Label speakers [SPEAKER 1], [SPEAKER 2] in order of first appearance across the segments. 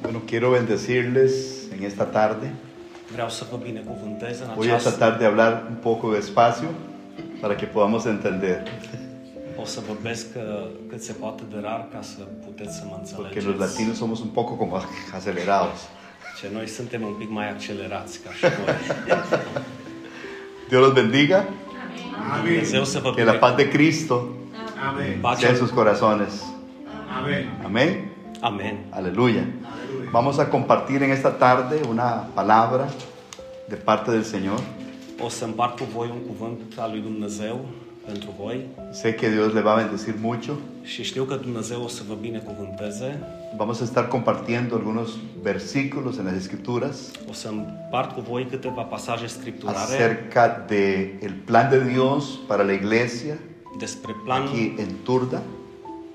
[SPEAKER 1] Bueno, quiero bendecirles en esta tarde.
[SPEAKER 2] Vreau să vă binecuvântez în
[SPEAKER 1] Voy a
[SPEAKER 2] această...
[SPEAKER 1] tratar de hablar un poco despacio para que podamos entender,
[SPEAKER 2] O să vorbesc uh, cât se poate de rar ca să puteți să mă
[SPEAKER 1] porque los
[SPEAKER 2] înțelegeți.
[SPEAKER 1] latinos somos un poco como acelerados.
[SPEAKER 2] Ce noi suntem un pic mai accelerați ca și voi.
[SPEAKER 1] Dios los bendiga,
[SPEAKER 3] Amén.
[SPEAKER 2] Dumnezeu să vă
[SPEAKER 1] que la
[SPEAKER 2] binecuvânteze.
[SPEAKER 1] paz de Cristo
[SPEAKER 3] Amén.
[SPEAKER 1] sea en sus corazones.
[SPEAKER 3] Amén.
[SPEAKER 1] Amén.
[SPEAKER 2] Amen.
[SPEAKER 1] Aleluya. Vamos a compartir en esta tarde una palabra de parte del Señor.
[SPEAKER 2] O să împart cu voi un cuvânt al lui Dumnezeu pentru voi
[SPEAKER 1] Sé que Dios le va a bendecir mucho.
[SPEAKER 2] și știu că Dumnezeu o să vă binecuvânteze.
[SPEAKER 1] Vamos a estar compartiendo algunos versículos en las escrituras
[SPEAKER 2] O să împart cu voi câteva pasaje scripturare
[SPEAKER 1] acerca del plan de Dios para la iglesia
[SPEAKER 2] despre, planul,
[SPEAKER 1] aquí en Turda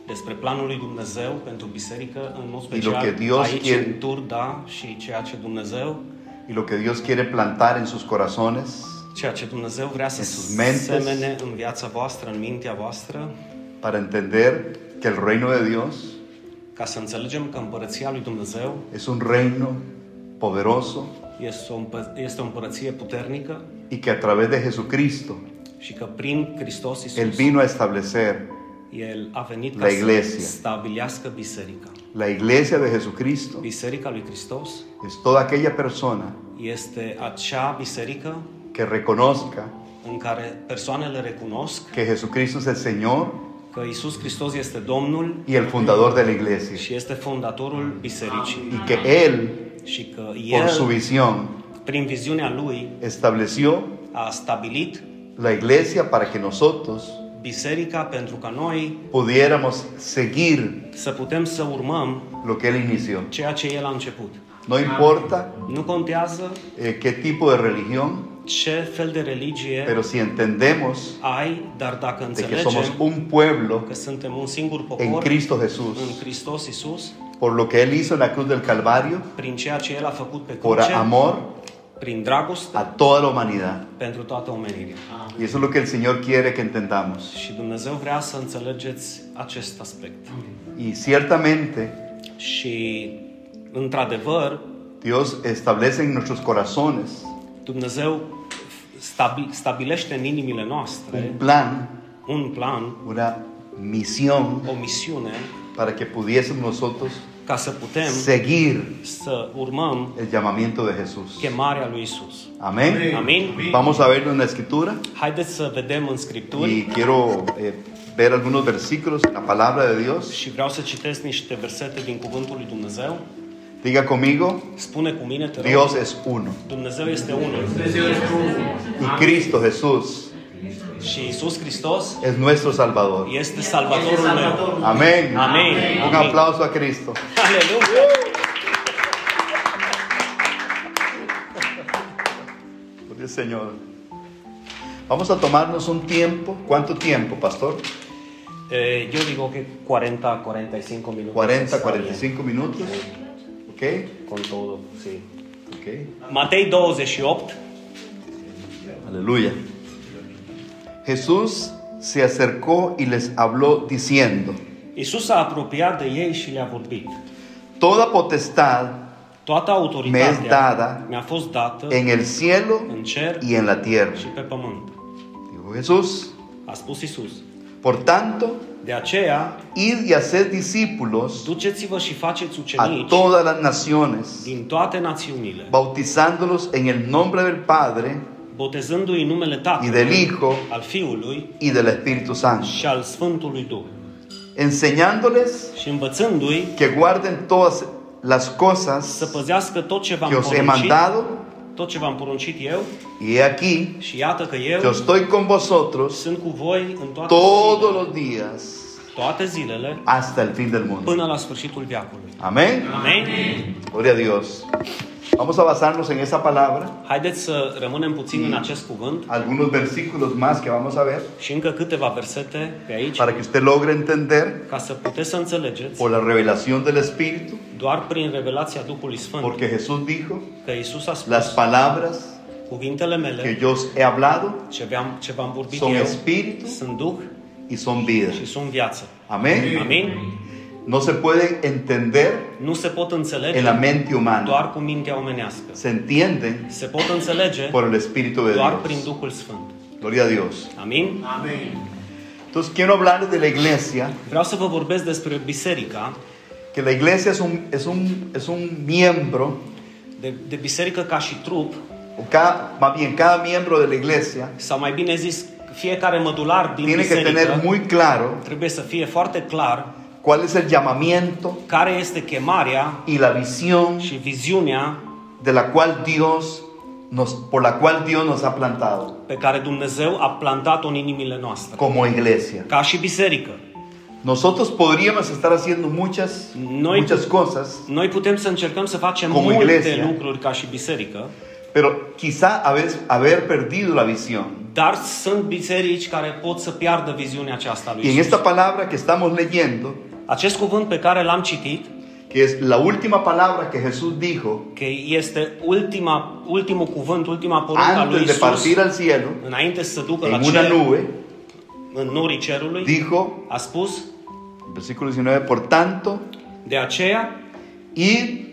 [SPEAKER 2] despre planul lui Dumnezeu pentru biserică, în mod
[SPEAKER 1] că
[SPEAKER 2] special
[SPEAKER 1] Dios
[SPEAKER 2] aici
[SPEAKER 1] quiere.
[SPEAKER 2] în Turda și ceea ce Dumnezeu
[SPEAKER 1] y lo que Dios quiere plantar en sus corazones
[SPEAKER 2] Ceea ce Dumnezeu vrea să
[SPEAKER 1] Iisus mentes.
[SPEAKER 2] semene în viața voastră, în mintea voastră,
[SPEAKER 1] para entender que el reino de Dios
[SPEAKER 2] ca să înțelegem că împărăția lui Dumnezeu
[SPEAKER 1] es un reino poderoso
[SPEAKER 2] este o, împă- este o împărăție puternică
[SPEAKER 1] y que a través de Jesucristo
[SPEAKER 2] și că prin Hristos
[SPEAKER 1] Él
[SPEAKER 2] Iisus,
[SPEAKER 1] vino a establecer
[SPEAKER 2] El a venit ca
[SPEAKER 1] La
[SPEAKER 2] să
[SPEAKER 1] iglesia.
[SPEAKER 2] stabilească biserica.
[SPEAKER 1] la iglesia de Jesucristo.
[SPEAKER 2] Biserica lui Hristos
[SPEAKER 1] Es toda aquella persona
[SPEAKER 2] este acea biserică
[SPEAKER 1] que reconozca
[SPEAKER 2] în care persoanele recunosc
[SPEAKER 1] que Jesucristo es el Señor
[SPEAKER 2] că Iisus Hristos este Domnul
[SPEAKER 1] y el fundador de la iglesia
[SPEAKER 2] și este fondatorul bisericii
[SPEAKER 1] y que Él,
[SPEAKER 2] și că
[SPEAKER 1] por su
[SPEAKER 2] El,
[SPEAKER 1] visión,
[SPEAKER 2] prin viziunea Lui,
[SPEAKER 1] estableció
[SPEAKER 2] a stabilit
[SPEAKER 1] la iglesia para que nosotros
[SPEAKER 2] biserica pentru ca noi
[SPEAKER 1] pudiéramos seguir
[SPEAKER 2] să putem să urmăm
[SPEAKER 1] lo que Él inició.
[SPEAKER 2] ceea ce El a început.
[SPEAKER 1] No importa
[SPEAKER 2] Nu contează
[SPEAKER 1] eh, qué tipo de religión,
[SPEAKER 2] ce fel de religie
[SPEAKER 1] pero si entendemos
[SPEAKER 2] ai, dar dacă
[SPEAKER 1] de que somos
[SPEAKER 2] înțelegem
[SPEAKER 1] un pueblo
[SPEAKER 2] că suntem un singur
[SPEAKER 1] en
[SPEAKER 2] popor
[SPEAKER 1] Cristo Jesús,
[SPEAKER 2] în Hristos Isus,
[SPEAKER 1] por lo que Él hizo en la cruz del Calvario,
[SPEAKER 2] prin ceea ce El a făcut pe
[SPEAKER 1] por
[SPEAKER 2] cruce,
[SPEAKER 1] amor
[SPEAKER 2] prin dragoste,
[SPEAKER 1] a toda la humanidad.
[SPEAKER 2] pentru toată omenirea.
[SPEAKER 1] Y eso es lo que el Señor quiere que entendamos.
[SPEAKER 2] Și Dumnezeu vrea să înțelegeți acest aspect.
[SPEAKER 1] Y ciertamente
[SPEAKER 2] Și, într-adevăr,
[SPEAKER 1] Dios establece en nuestros corazones
[SPEAKER 2] Dumnezeu stabi- stabilește în inimile noastre
[SPEAKER 1] un plan,
[SPEAKER 2] un plan,
[SPEAKER 1] una misión
[SPEAKER 2] o misiune
[SPEAKER 1] para que pudiésemos nosotros
[SPEAKER 2] ca să putem
[SPEAKER 1] seguir
[SPEAKER 2] să urmăm
[SPEAKER 1] el llamamiento de Jesús.
[SPEAKER 2] chemarea lui Isus.
[SPEAKER 1] Amén.
[SPEAKER 2] Amén.
[SPEAKER 1] Vamos a verlo en la escritura
[SPEAKER 2] Haideți să vedem în Scripturi
[SPEAKER 1] y quiero eh, ver algunos versículos en la palabra de Dios.
[SPEAKER 2] și vreau să citesc niște versete din Cuvântul lui Dumnezeu.
[SPEAKER 1] Diga conmigo,
[SPEAKER 2] Spune cu mine, te rog,
[SPEAKER 1] Dios es uno
[SPEAKER 2] Dumnezeu este unul
[SPEAKER 1] y Cristo Jesús
[SPEAKER 2] și Isus Hristos
[SPEAKER 1] es nuestro Salvador.
[SPEAKER 2] este Salvatorul meu.
[SPEAKER 1] Amén.
[SPEAKER 2] Amén.
[SPEAKER 1] Un aplauso a Cristo.
[SPEAKER 2] Aleluia!
[SPEAKER 1] Gloria al Señor. Vamos a tomarnos un tiempo. ¿Cuánto tiempo, pastor?
[SPEAKER 2] Eh, Eu digo că 40, 45 minute.
[SPEAKER 1] 40,
[SPEAKER 2] Está bien.
[SPEAKER 1] 45 minutos. ¿Ok?
[SPEAKER 2] Con todo, sí.
[SPEAKER 1] Ok.
[SPEAKER 2] Matei 28,
[SPEAKER 1] Aleluya. Jesús se acercó y les habló diciendo,
[SPEAKER 2] Isus s-a apropiat de ei și le-a vorbit.
[SPEAKER 1] Toda potestad
[SPEAKER 2] Toată autoritatea
[SPEAKER 1] Mi-e dată
[SPEAKER 2] mi-a fost dată
[SPEAKER 1] en el cielo
[SPEAKER 2] în cer
[SPEAKER 1] y en la tierra.
[SPEAKER 2] și pe pământ.
[SPEAKER 1] Dijo Jesús,
[SPEAKER 2] A spus Isus.
[SPEAKER 1] por tanto,
[SPEAKER 2] De aceea,
[SPEAKER 1] id y haced discípulos
[SPEAKER 2] duceți-vă și faceți
[SPEAKER 1] a
[SPEAKER 2] ucenici
[SPEAKER 1] todas las naciones,
[SPEAKER 2] din toate națiunile,
[SPEAKER 1] bautizándolos en el nombre del Padre
[SPEAKER 2] botezându-i în numele
[SPEAKER 1] y del
[SPEAKER 2] Tatălui,
[SPEAKER 1] Hijo
[SPEAKER 2] al Fiului
[SPEAKER 1] y del Espíritu Santo,
[SPEAKER 2] și al Sfântului Duh,
[SPEAKER 1] enseñándoles
[SPEAKER 2] și învățându-i
[SPEAKER 1] que guarden todas las
[SPEAKER 2] să
[SPEAKER 1] cosas
[SPEAKER 2] păzească tot
[SPEAKER 1] que
[SPEAKER 2] ce v-am
[SPEAKER 1] os he
[SPEAKER 2] poruncit,
[SPEAKER 1] mandado,
[SPEAKER 2] tot ce v-am poruncit eu,
[SPEAKER 1] y he aquí
[SPEAKER 2] și iată că eu
[SPEAKER 1] Yo estoy con vosotros
[SPEAKER 2] sunt cu voi în toate
[SPEAKER 1] todos
[SPEAKER 2] zilele,
[SPEAKER 1] los días
[SPEAKER 2] toate zilele
[SPEAKER 1] hasta el fin del mundo.
[SPEAKER 2] până la sfârșitul veacului.
[SPEAKER 1] Amén.
[SPEAKER 2] Amen.
[SPEAKER 1] Gloria a Dios. Vamos a basarnos en esa palabra,
[SPEAKER 2] Haideți să rămânem puțin în acest cuvânt
[SPEAKER 1] algunos versículos más que vamos a ver,
[SPEAKER 2] și încă câteva versete pe aici
[SPEAKER 1] para que usted logre entender
[SPEAKER 2] ca să puteți să înțelegeți
[SPEAKER 1] por la revelación del Espíritu,
[SPEAKER 2] doar prin revelația Duhului Sfânt
[SPEAKER 1] porque Jesús dijo,
[SPEAKER 2] că Isus a spus
[SPEAKER 1] las palabras
[SPEAKER 2] cuvintele mele
[SPEAKER 1] que yo os he hablado
[SPEAKER 2] ce v-am, ce v-am vorbit
[SPEAKER 1] son
[SPEAKER 2] eu
[SPEAKER 1] espíritu
[SPEAKER 2] sunt Duh
[SPEAKER 1] y son vida.
[SPEAKER 2] și sunt viață.
[SPEAKER 1] Amén.
[SPEAKER 2] Amin?
[SPEAKER 1] no se pueden entender
[SPEAKER 2] nu se pot înțelege
[SPEAKER 1] en la mente humana.
[SPEAKER 2] doar cu mintea omenească.
[SPEAKER 1] Se entienden
[SPEAKER 2] Se pot înțelege
[SPEAKER 1] por el Espíritu de
[SPEAKER 2] doar prin
[SPEAKER 1] Dios.
[SPEAKER 2] Duhul Sfânt.
[SPEAKER 1] Gloria a Dios.
[SPEAKER 2] Amin?
[SPEAKER 3] Amén.
[SPEAKER 1] Entonces quiero hablarles de la iglesia,
[SPEAKER 2] Vreau să vă vorbesc despre biserica,
[SPEAKER 1] que la iglesia es un, es un, es un miembro,
[SPEAKER 2] de, de biserică ca și trup,
[SPEAKER 1] o cada, más bien cada miembro de la iglesia
[SPEAKER 2] sau mai bine zis, fiecare mădular din
[SPEAKER 1] tiene que tener
[SPEAKER 2] biserică
[SPEAKER 1] muy claro
[SPEAKER 2] trebuie să fie foarte clar
[SPEAKER 1] cuál es el llamamiento
[SPEAKER 2] care este chemarea
[SPEAKER 1] y la visión
[SPEAKER 2] și viziunea
[SPEAKER 1] de la cual Dios nos, por la cual Dios nos ha plantado
[SPEAKER 2] pe care Dumnezeu a plantat-o în inimile noastre.
[SPEAKER 1] como iglesia.
[SPEAKER 2] Ca și biserică.
[SPEAKER 1] Nosotros podríamos estar haciendo muchas,
[SPEAKER 2] No hay-
[SPEAKER 1] muchas cosas,
[SPEAKER 2] Noi putem să încercăm să facem
[SPEAKER 1] Como
[SPEAKER 2] multe
[SPEAKER 1] iglesia.
[SPEAKER 2] lucruri ca și biserică,
[SPEAKER 1] pero quizá haber, haber perdido la visión.
[SPEAKER 2] dar sunt biserici care pot să piardă viziunea aceasta lui
[SPEAKER 1] Y en
[SPEAKER 2] Isus.
[SPEAKER 1] esta palabra que estamos leyendo,
[SPEAKER 2] Acest cuvânt pe care l-am citit,
[SPEAKER 1] que es la última palabra que Jesús dijo
[SPEAKER 2] că este ultima, ultimul cuvânt, ultima poruncă a lui
[SPEAKER 1] antes de
[SPEAKER 2] Isus,
[SPEAKER 1] partir al cielo,
[SPEAKER 2] înainte să se ducă la
[SPEAKER 1] en una
[SPEAKER 2] cer,
[SPEAKER 1] nube,
[SPEAKER 2] în norii cerului,
[SPEAKER 1] dijo,
[SPEAKER 2] a spus,
[SPEAKER 1] versículo 19, por tanto,
[SPEAKER 2] de aceea,
[SPEAKER 1] ir y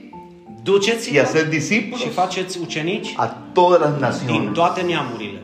[SPEAKER 2] duceți-vă
[SPEAKER 1] hacer
[SPEAKER 2] și
[SPEAKER 1] discípulos
[SPEAKER 2] faceți ucenici
[SPEAKER 1] a todas las
[SPEAKER 2] din
[SPEAKER 1] naciones,
[SPEAKER 2] toate neamurile,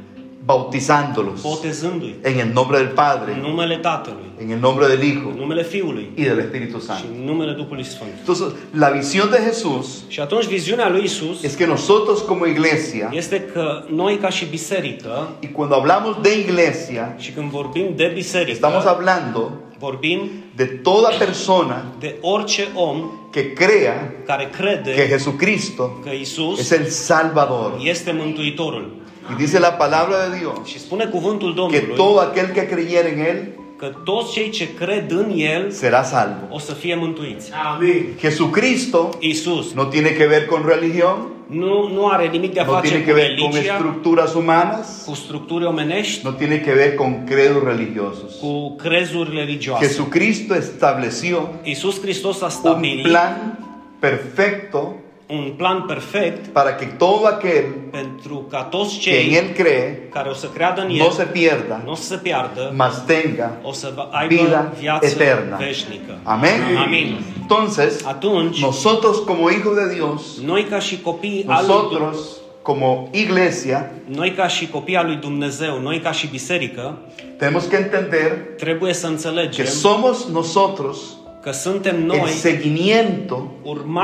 [SPEAKER 1] bautizándolos
[SPEAKER 2] botezându-i
[SPEAKER 1] en el nombre del Padre,
[SPEAKER 2] în numele Tatălui,
[SPEAKER 1] en el nombre del
[SPEAKER 2] în
[SPEAKER 1] Hijo
[SPEAKER 2] numele Fiului
[SPEAKER 1] y del Espíritu
[SPEAKER 2] și
[SPEAKER 1] Santo.
[SPEAKER 2] în numele Duhului Sfânt.
[SPEAKER 1] Entonces, la visión de Jesús
[SPEAKER 2] Și atunci viziunea lui Isus
[SPEAKER 1] es que nosotros como iglesia,
[SPEAKER 2] este că noi ca și biserică
[SPEAKER 1] y cuando hablamos de iglesia,
[SPEAKER 2] și când vorbim de
[SPEAKER 1] estamos
[SPEAKER 2] biserică,
[SPEAKER 1] hablando
[SPEAKER 2] vorbim
[SPEAKER 1] de toda persona
[SPEAKER 2] de orice om
[SPEAKER 1] que crea
[SPEAKER 2] care
[SPEAKER 1] que
[SPEAKER 2] crede
[SPEAKER 1] Jesucristo
[SPEAKER 2] că
[SPEAKER 1] es
[SPEAKER 2] Isus
[SPEAKER 1] el Salvador.
[SPEAKER 2] este Mântuitorul.
[SPEAKER 1] Y dice la palabra de Dios
[SPEAKER 2] Și spune cuvântul
[SPEAKER 1] que
[SPEAKER 2] Domnului
[SPEAKER 1] todo aquel que creyera en Él
[SPEAKER 2] că toți cei ce cred în El
[SPEAKER 1] será salvo.
[SPEAKER 2] o să fie mântuiți.
[SPEAKER 3] Amén.
[SPEAKER 1] Jesucristo
[SPEAKER 2] Isus
[SPEAKER 1] no tiene que ver con religión,
[SPEAKER 2] nu, nu are nimic de a
[SPEAKER 1] no
[SPEAKER 2] face
[SPEAKER 1] tiene
[SPEAKER 2] cu
[SPEAKER 1] que ver con
[SPEAKER 2] religia,
[SPEAKER 1] estructuras humanas,
[SPEAKER 2] cu structuri omenești,
[SPEAKER 1] no tiene que ver con credos religiosos.
[SPEAKER 2] cu crezuri religioase.
[SPEAKER 1] Jesucristo estableció
[SPEAKER 2] Isus Hristos a
[SPEAKER 1] un
[SPEAKER 2] stabilit
[SPEAKER 1] plan perfecto
[SPEAKER 2] un plan perfect
[SPEAKER 1] para que todo aquel
[SPEAKER 2] pentru ca toți
[SPEAKER 1] que
[SPEAKER 2] cei
[SPEAKER 1] en Él cree
[SPEAKER 2] care o să creadă în el,
[SPEAKER 1] no se pierda,
[SPEAKER 2] nu o să se piardă,
[SPEAKER 1] mas tenga
[SPEAKER 2] o să aibă
[SPEAKER 1] vida
[SPEAKER 2] viață
[SPEAKER 1] eterna.
[SPEAKER 2] veșnică.
[SPEAKER 1] Amén.
[SPEAKER 2] Amén.
[SPEAKER 1] Entonces,
[SPEAKER 2] Atunci,
[SPEAKER 1] nosotros como hijos de Dios,
[SPEAKER 2] noi ca și copii al lui Dumnezeu,
[SPEAKER 1] nosotros como iglesia,
[SPEAKER 2] noi ca și copii al lui Dumnezeu, noi ca și biserică,
[SPEAKER 1] tenemos que entender
[SPEAKER 2] trebuie să
[SPEAKER 1] que
[SPEAKER 2] înțelegem
[SPEAKER 1] somos nosotros
[SPEAKER 2] că suntem
[SPEAKER 1] el
[SPEAKER 2] noi
[SPEAKER 1] seguimiento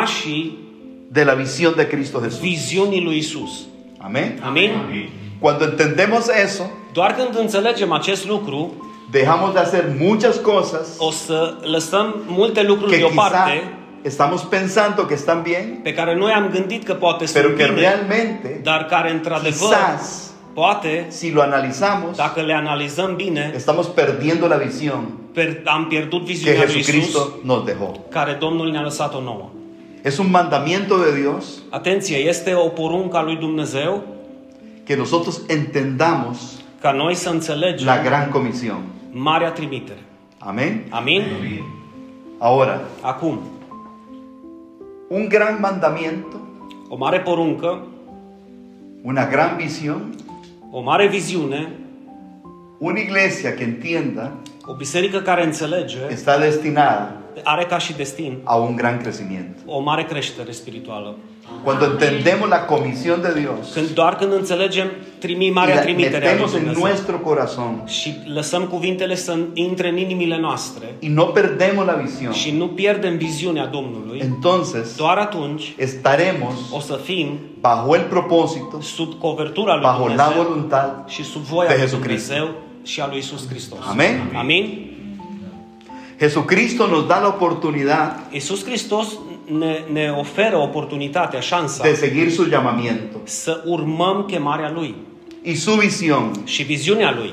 [SPEAKER 2] urmașii
[SPEAKER 1] de la visión de Cristo Jesús.
[SPEAKER 2] viziunii lui Isus.
[SPEAKER 1] Amén.
[SPEAKER 2] Amin?
[SPEAKER 1] Cuando entendemos eso,
[SPEAKER 2] Doar când înțelegem acest lucru,
[SPEAKER 1] dejamos de hacer muchas cosas
[SPEAKER 2] o să lăsăm multe lucruri
[SPEAKER 1] que quizá
[SPEAKER 2] deoparte
[SPEAKER 1] estamos pensando que están bien,
[SPEAKER 2] pe care noi am gândit că poate sunt
[SPEAKER 1] pero que
[SPEAKER 2] bine,
[SPEAKER 1] realmente,
[SPEAKER 2] dar care într-adevăr
[SPEAKER 1] quizás,
[SPEAKER 2] poate
[SPEAKER 1] si lo analizamos,
[SPEAKER 2] Dacă le analizăm bine,
[SPEAKER 1] estamos perdiendo la visión
[SPEAKER 2] per- am pierdut
[SPEAKER 1] que
[SPEAKER 2] viziunea lui Isus,
[SPEAKER 1] Jesucristo nos dejó.
[SPEAKER 2] care Domnul ne-a lăsat-o nouă.
[SPEAKER 1] Es un mandamiento de Dios
[SPEAKER 2] Atenție, este o poruncă a lui Dumnezeu
[SPEAKER 1] que nosotros entendamos
[SPEAKER 2] ca noi să
[SPEAKER 1] la
[SPEAKER 2] înțelegem
[SPEAKER 1] gran comisión.
[SPEAKER 2] marea trimitere.
[SPEAKER 1] Amén.
[SPEAKER 2] Amin?
[SPEAKER 1] Ahora,
[SPEAKER 2] Acum,
[SPEAKER 1] un gran mandamiento,
[SPEAKER 2] o mare poruncă,
[SPEAKER 1] una gran visión,
[SPEAKER 2] o mare viziune,
[SPEAKER 1] una iglesia que entienda
[SPEAKER 2] o biserică care înțelege
[SPEAKER 1] está destinada
[SPEAKER 2] are ca și destin
[SPEAKER 1] a un gran crecimiento.
[SPEAKER 2] o mare creștere spirituală.
[SPEAKER 1] Cuando entendemos la comisión de Dios
[SPEAKER 2] Când, doar când înțelegem trimi
[SPEAKER 1] y
[SPEAKER 2] marea
[SPEAKER 1] la
[SPEAKER 2] trimitere a lui
[SPEAKER 1] metemos en
[SPEAKER 2] Dumnezeu
[SPEAKER 1] nuestro corazón
[SPEAKER 2] și lăsăm cuvintele să intre în inimile noastre
[SPEAKER 1] y no perdemos la visión,
[SPEAKER 2] și nu pierdem viziunea Domnului,
[SPEAKER 1] entonces
[SPEAKER 2] Doar atunci
[SPEAKER 1] estaremos
[SPEAKER 2] o să fim
[SPEAKER 1] bajo el propósito,
[SPEAKER 2] sub covertura lui
[SPEAKER 1] bajo la
[SPEAKER 2] Dumnezeu
[SPEAKER 1] voluntad
[SPEAKER 2] și sub voia
[SPEAKER 1] de
[SPEAKER 2] lui
[SPEAKER 1] Iisus Hristos.
[SPEAKER 2] Dumnezeu și a lui Isus Hristos.
[SPEAKER 1] Amen.
[SPEAKER 2] Amin.
[SPEAKER 1] Jesucristo nos da la oportunidad
[SPEAKER 2] Isus Hristos ne, ne oferă oportunitatea, șansa
[SPEAKER 1] de seguir su llamamiento
[SPEAKER 2] să urmăm chemarea lui
[SPEAKER 1] y su visión,
[SPEAKER 2] și viziunea lui,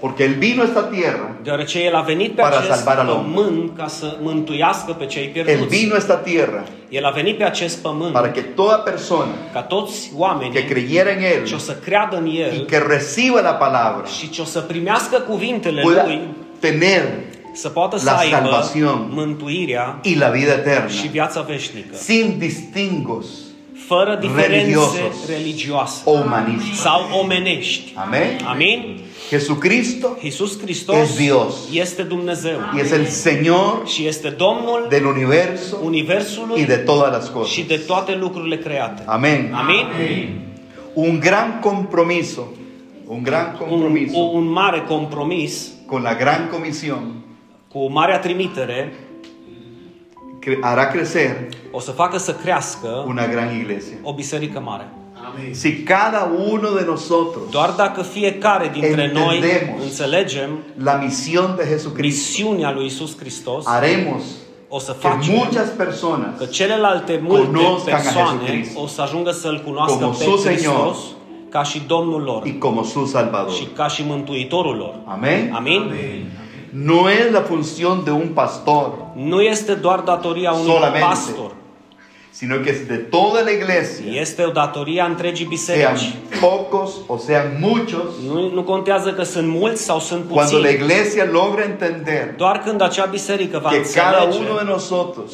[SPEAKER 1] porque Él vino a esta tierra,
[SPEAKER 2] deoarece el a venit pe
[SPEAKER 1] Para
[SPEAKER 2] acest
[SPEAKER 1] salvar al om.
[SPEAKER 2] pământ ca să mântuiască pe cei
[SPEAKER 1] Él
[SPEAKER 2] pierduți.
[SPEAKER 1] vino a esta tierra
[SPEAKER 2] El a venit pe acest pământ
[SPEAKER 1] para que toda persona
[SPEAKER 2] ca toți oamenii
[SPEAKER 1] que creyera en Él
[SPEAKER 2] ce o să creadă în
[SPEAKER 1] y
[SPEAKER 2] el
[SPEAKER 1] que reciba la palabra
[SPEAKER 2] și ce o să primească cuvintele
[SPEAKER 1] pueda
[SPEAKER 2] lui
[SPEAKER 1] tener
[SPEAKER 2] să poată să
[SPEAKER 1] La
[SPEAKER 2] aibă
[SPEAKER 1] salvación.
[SPEAKER 2] mântuirea
[SPEAKER 1] y la vida eterna
[SPEAKER 2] și viața veșnică,
[SPEAKER 1] sin distingos
[SPEAKER 2] fără diferențe
[SPEAKER 1] Religiosos.
[SPEAKER 2] religioase
[SPEAKER 1] o umaniste.
[SPEAKER 2] sau omenești.
[SPEAKER 1] Amén.
[SPEAKER 2] Amin?
[SPEAKER 1] Jesucristo
[SPEAKER 2] Iisus Hristos
[SPEAKER 1] Es Dios.
[SPEAKER 2] este Dumnezeu
[SPEAKER 1] y es el Señor
[SPEAKER 2] și este Domnul
[SPEAKER 1] del universo
[SPEAKER 2] Universului
[SPEAKER 1] y de todas las
[SPEAKER 2] și
[SPEAKER 1] cosas.
[SPEAKER 2] de toate lucrurile create.
[SPEAKER 1] Amén.
[SPEAKER 2] Amin?
[SPEAKER 1] Un gran compromiso, un gran
[SPEAKER 2] Un,
[SPEAKER 1] compromiso
[SPEAKER 2] un mare compromis
[SPEAKER 1] con la gran comisión
[SPEAKER 2] cu marea trimitere
[SPEAKER 1] que hará crecer
[SPEAKER 2] o să facă să crească
[SPEAKER 1] una gran iglesia.
[SPEAKER 2] o biserică mare.
[SPEAKER 3] Amén.
[SPEAKER 1] Si cada uno de nosotros
[SPEAKER 2] Doar dacă fiecare dintre noi
[SPEAKER 1] Entendemos.
[SPEAKER 2] înțelegem
[SPEAKER 1] la misión de Jesucristo,
[SPEAKER 2] misiunea lui Isus Hristos,
[SPEAKER 1] haremos
[SPEAKER 2] o să
[SPEAKER 1] que
[SPEAKER 2] facem
[SPEAKER 1] muchas
[SPEAKER 2] că
[SPEAKER 1] personas
[SPEAKER 2] celelalte multe
[SPEAKER 1] Cunoscan a
[SPEAKER 2] persoane
[SPEAKER 1] Jesucristo.
[SPEAKER 2] o să ajungă să-L cunoască
[SPEAKER 1] Como
[SPEAKER 2] pe
[SPEAKER 1] su Señor.
[SPEAKER 2] Hristos ca și Domnul lor
[SPEAKER 1] y como su
[SPEAKER 2] și
[SPEAKER 1] Salvador.
[SPEAKER 2] ca și Mântuitorul lor.
[SPEAKER 1] Amén.
[SPEAKER 2] Amin?
[SPEAKER 3] Amén.
[SPEAKER 1] No es la función de un pastor,
[SPEAKER 2] Nu este doar datoria unui
[SPEAKER 1] Solamente.
[SPEAKER 2] pastor,
[SPEAKER 1] sino que es de toda la iglesia,
[SPEAKER 2] este o datorie a întregii
[SPEAKER 1] sean
[SPEAKER 2] biserici.
[SPEAKER 1] pocos o sean muchos.
[SPEAKER 2] Nu, nu contează că sunt mulți sau sunt
[SPEAKER 1] Cuando la
[SPEAKER 2] puțini.
[SPEAKER 1] iglesia logra entender
[SPEAKER 2] Doar când acea biserică va
[SPEAKER 1] que cada
[SPEAKER 2] înțelege
[SPEAKER 1] uno de nosotros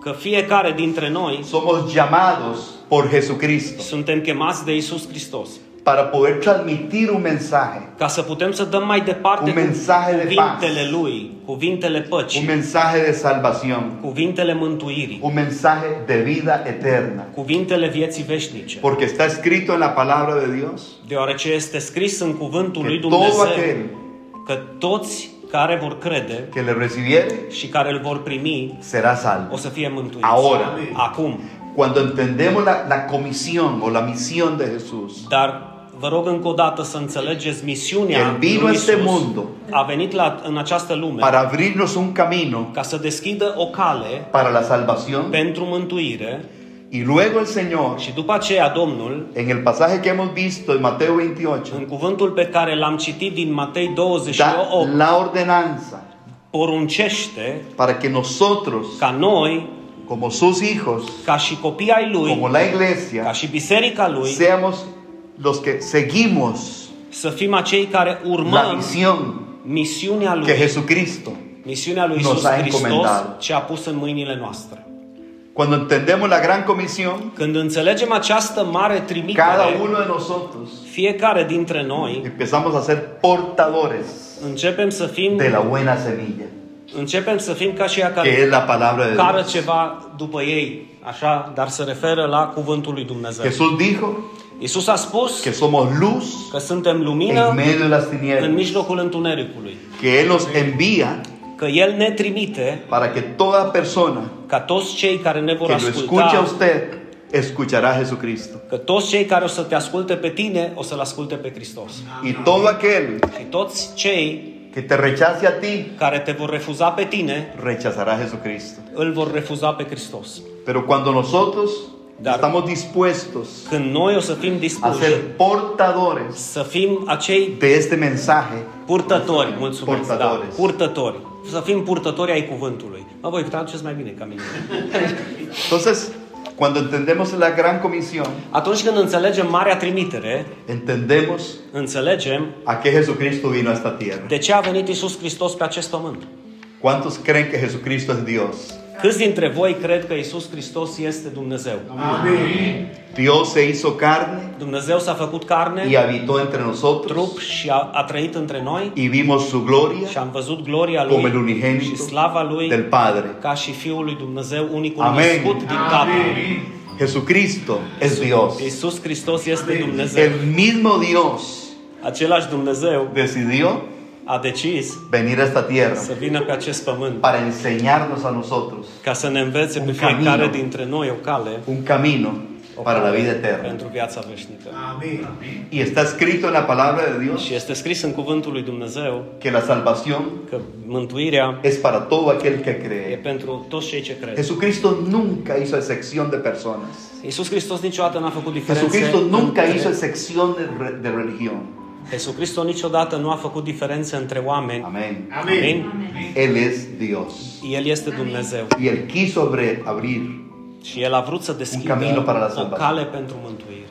[SPEAKER 2] că fiecare dintre noi
[SPEAKER 1] somos llamados por Jesucristo
[SPEAKER 2] suntem chemați de Isus Hristos
[SPEAKER 1] para poder transmitir un mensaje,
[SPEAKER 2] ca să putem să dăm mai departe
[SPEAKER 1] Un mensaje de
[SPEAKER 2] cuvintele Lui, cuvintele
[SPEAKER 1] un
[SPEAKER 2] păcii,
[SPEAKER 1] mensaje de salvación,
[SPEAKER 2] cuvintele mântuirii,
[SPEAKER 1] un mensaje de vida eterna.
[SPEAKER 2] cuvintele vieții veșnice.
[SPEAKER 1] Porque está escrito en la palabra de Dios
[SPEAKER 2] Deoarece este scris în cuvântul lui
[SPEAKER 1] que todo
[SPEAKER 2] Dumnezeu
[SPEAKER 1] aquel
[SPEAKER 2] că toți care vor crede
[SPEAKER 1] que le recibiere
[SPEAKER 2] și care îl vor primi
[SPEAKER 1] será
[SPEAKER 2] o
[SPEAKER 1] salvo.
[SPEAKER 2] să fie mântuiți.
[SPEAKER 1] Ahora.
[SPEAKER 2] Acum.
[SPEAKER 1] Cuando entendemos la, la comisión o la misión de Jesús,
[SPEAKER 2] Dar vă rog încă o dată să înțelegeți misiunea
[SPEAKER 1] El vino
[SPEAKER 2] lui
[SPEAKER 1] este
[SPEAKER 2] Iisus.
[SPEAKER 1] mundo.
[SPEAKER 2] A venit la, în această lume
[SPEAKER 1] para abrirnos un camino
[SPEAKER 2] ca să deschidă o cale
[SPEAKER 1] para la salvación,
[SPEAKER 2] pentru mântuire
[SPEAKER 1] y luego el Señor,
[SPEAKER 2] și după aceea Domnul,
[SPEAKER 1] en el pasaje que hemos visto en Mateo
[SPEAKER 2] în
[SPEAKER 1] 28,
[SPEAKER 2] cuvântul pe care l-am citit din Matei
[SPEAKER 1] da
[SPEAKER 2] 28,
[SPEAKER 1] la ordenanza
[SPEAKER 2] poruncește
[SPEAKER 1] para que nosotros,
[SPEAKER 2] ca noi,
[SPEAKER 1] como sus hijos,
[SPEAKER 2] ca și copii ai
[SPEAKER 1] como
[SPEAKER 2] Lui,
[SPEAKER 1] la
[SPEAKER 2] ca
[SPEAKER 1] iglesia,
[SPEAKER 2] și biserica Lui,
[SPEAKER 1] seamos los que seguimos
[SPEAKER 2] să fim acei care
[SPEAKER 1] la
[SPEAKER 2] urmăm
[SPEAKER 1] misión
[SPEAKER 2] misiunea
[SPEAKER 1] que
[SPEAKER 2] Lui,
[SPEAKER 1] Jesucristo.
[SPEAKER 2] misiunea Lui
[SPEAKER 1] nos
[SPEAKER 2] Iisus
[SPEAKER 1] ha
[SPEAKER 2] Hristos
[SPEAKER 1] encomendat.
[SPEAKER 2] ce a pus în mâinile noastre.
[SPEAKER 1] Cuando entendemos la gran comisión,
[SPEAKER 2] Când înțelegem această mare
[SPEAKER 1] cada
[SPEAKER 2] trimitere,
[SPEAKER 1] uno de nosotros
[SPEAKER 2] Fiecare dintre noi
[SPEAKER 1] empezamos a ser portadores
[SPEAKER 2] începem să fim
[SPEAKER 1] de la buena semilla,
[SPEAKER 2] începem să fim ca cei
[SPEAKER 1] que
[SPEAKER 2] care
[SPEAKER 1] es la palabra de
[SPEAKER 2] cară
[SPEAKER 1] Dios.
[SPEAKER 2] ceva după ei, așa, dar se referă la cuvântul lui Dumnezeu.
[SPEAKER 1] Jesús dijo
[SPEAKER 2] Isus a spus
[SPEAKER 1] que somos luz
[SPEAKER 2] că suntem
[SPEAKER 1] en
[SPEAKER 2] lumină
[SPEAKER 1] medio de las
[SPEAKER 2] în
[SPEAKER 1] tinieblas,
[SPEAKER 2] mijlocul întunericului,
[SPEAKER 1] que Él nos envía
[SPEAKER 2] că El ne trimite
[SPEAKER 1] para que toda persona
[SPEAKER 2] ca toți cei care ne
[SPEAKER 1] que
[SPEAKER 2] vor
[SPEAKER 1] lo escuche a
[SPEAKER 2] asculta,
[SPEAKER 1] usted escuchará a Jesucristo.
[SPEAKER 2] că toți cei care o să te asculte pe tine, o să-L asculte pe Hristos.
[SPEAKER 1] Y todo aquel
[SPEAKER 2] Și toți cei
[SPEAKER 1] que te rechace a ti,
[SPEAKER 2] care te vor refuza pe tine,
[SPEAKER 1] rechazará a Jesucristo.
[SPEAKER 2] îl vor refuza pe Hristos.
[SPEAKER 1] Pero cuando nosotros
[SPEAKER 2] Dar-
[SPEAKER 1] estamos dispuestos
[SPEAKER 2] Când noi o să fim
[SPEAKER 1] a
[SPEAKER 2] dispuși
[SPEAKER 1] ser portadores
[SPEAKER 2] să fim acei
[SPEAKER 1] de este mensaje,
[SPEAKER 2] Purtători, mulțumesc, da,
[SPEAKER 1] Purtători.
[SPEAKER 2] purtători. Să fim purtători ai cuvântului. Mă voi traduceți mai bine ca mine.
[SPEAKER 1] entonces cuando entendemos la gran comisión,
[SPEAKER 2] Atunci când înțelegem marea trimitere,
[SPEAKER 1] entendemos
[SPEAKER 2] înțelegem
[SPEAKER 1] a qué Jesucristo vino a esta tierra.
[SPEAKER 2] de ce a venit Isus Hristos pe acest pământ.
[SPEAKER 1] ¿Cuántos creen que Jesucristo es Dios?
[SPEAKER 2] Câți dintre voi cred că Isus Hristos este Dumnezeu?
[SPEAKER 3] Amén.
[SPEAKER 1] Dios se hizo carne
[SPEAKER 2] Dumnezeu s-a făcut
[SPEAKER 1] y
[SPEAKER 2] carne,
[SPEAKER 1] habitó entre
[SPEAKER 2] trup
[SPEAKER 1] nosotros
[SPEAKER 2] și a, a trăit între noi
[SPEAKER 1] y vimos su gloria
[SPEAKER 2] și am văzut gloria
[SPEAKER 1] como el
[SPEAKER 2] Lui și
[SPEAKER 1] unigénito
[SPEAKER 2] slava Lui
[SPEAKER 1] del Padre.
[SPEAKER 2] ca și Fiul lui Dumnezeu unicul
[SPEAKER 1] Amen.
[SPEAKER 2] născut din Tatăl.
[SPEAKER 3] Amén.
[SPEAKER 1] Jesucristo es Dios.
[SPEAKER 2] Isus Hristos este
[SPEAKER 3] Amen.
[SPEAKER 2] Dumnezeu.
[SPEAKER 1] El mismo Dios
[SPEAKER 2] Același Dumnezeu
[SPEAKER 1] decidió
[SPEAKER 2] a decis
[SPEAKER 1] venir a esta tierra
[SPEAKER 2] să vină pe acest pământ
[SPEAKER 1] para enseñarnos a nosotros
[SPEAKER 2] ca să ne învețe pe
[SPEAKER 1] Un
[SPEAKER 2] fiecare
[SPEAKER 1] camino.
[SPEAKER 2] dintre noi o cale
[SPEAKER 1] un camino para la vida eterna.
[SPEAKER 2] pentru viața veșnică.
[SPEAKER 3] Amén.
[SPEAKER 1] Y está escrito en la palabra de Dios
[SPEAKER 2] Și este scris în cuvântul lui Dumnezeu
[SPEAKER 1] que la salvación
[SPEAKER 2] că mântuirea
[SPEAKER 1] es para todo aquel que
[SPEAKER 2] e
[SPEAKER 1] cree.
[SPEAKER 2] pentru toți cei ce cred.
[SPEAKER 1] Jesucristo nunca hizo excepción de personas.
[SPEAKER 2] Iisus Hristos niciodată n-a făcut diferențe.
[SPEAKER 1] Jesucristo nunca
[SPEAKER 2] între-
[SPEAKER 1] hizo excepción de, re- de religión.
[SPEAKER 2] Iisus Hristos niciodată nu a făcut diferențe între oameni.
[SPEAKER 1] Amén.
[SPEAKER 3] Amén.
[SPEAKER 1] Él es Dios.
[SPEAKER 2] El este Dumnezeu
[SPEAKER 1] Y Él quiso abre- abrir.
[SPEAKER 2] și El a vrut să deschidă
[SPEAKER 1] camino para la
[SPEAKER 2] o
[SPEAKER 1] salvación.
[SPEAKER 2] cale pentru mântuire.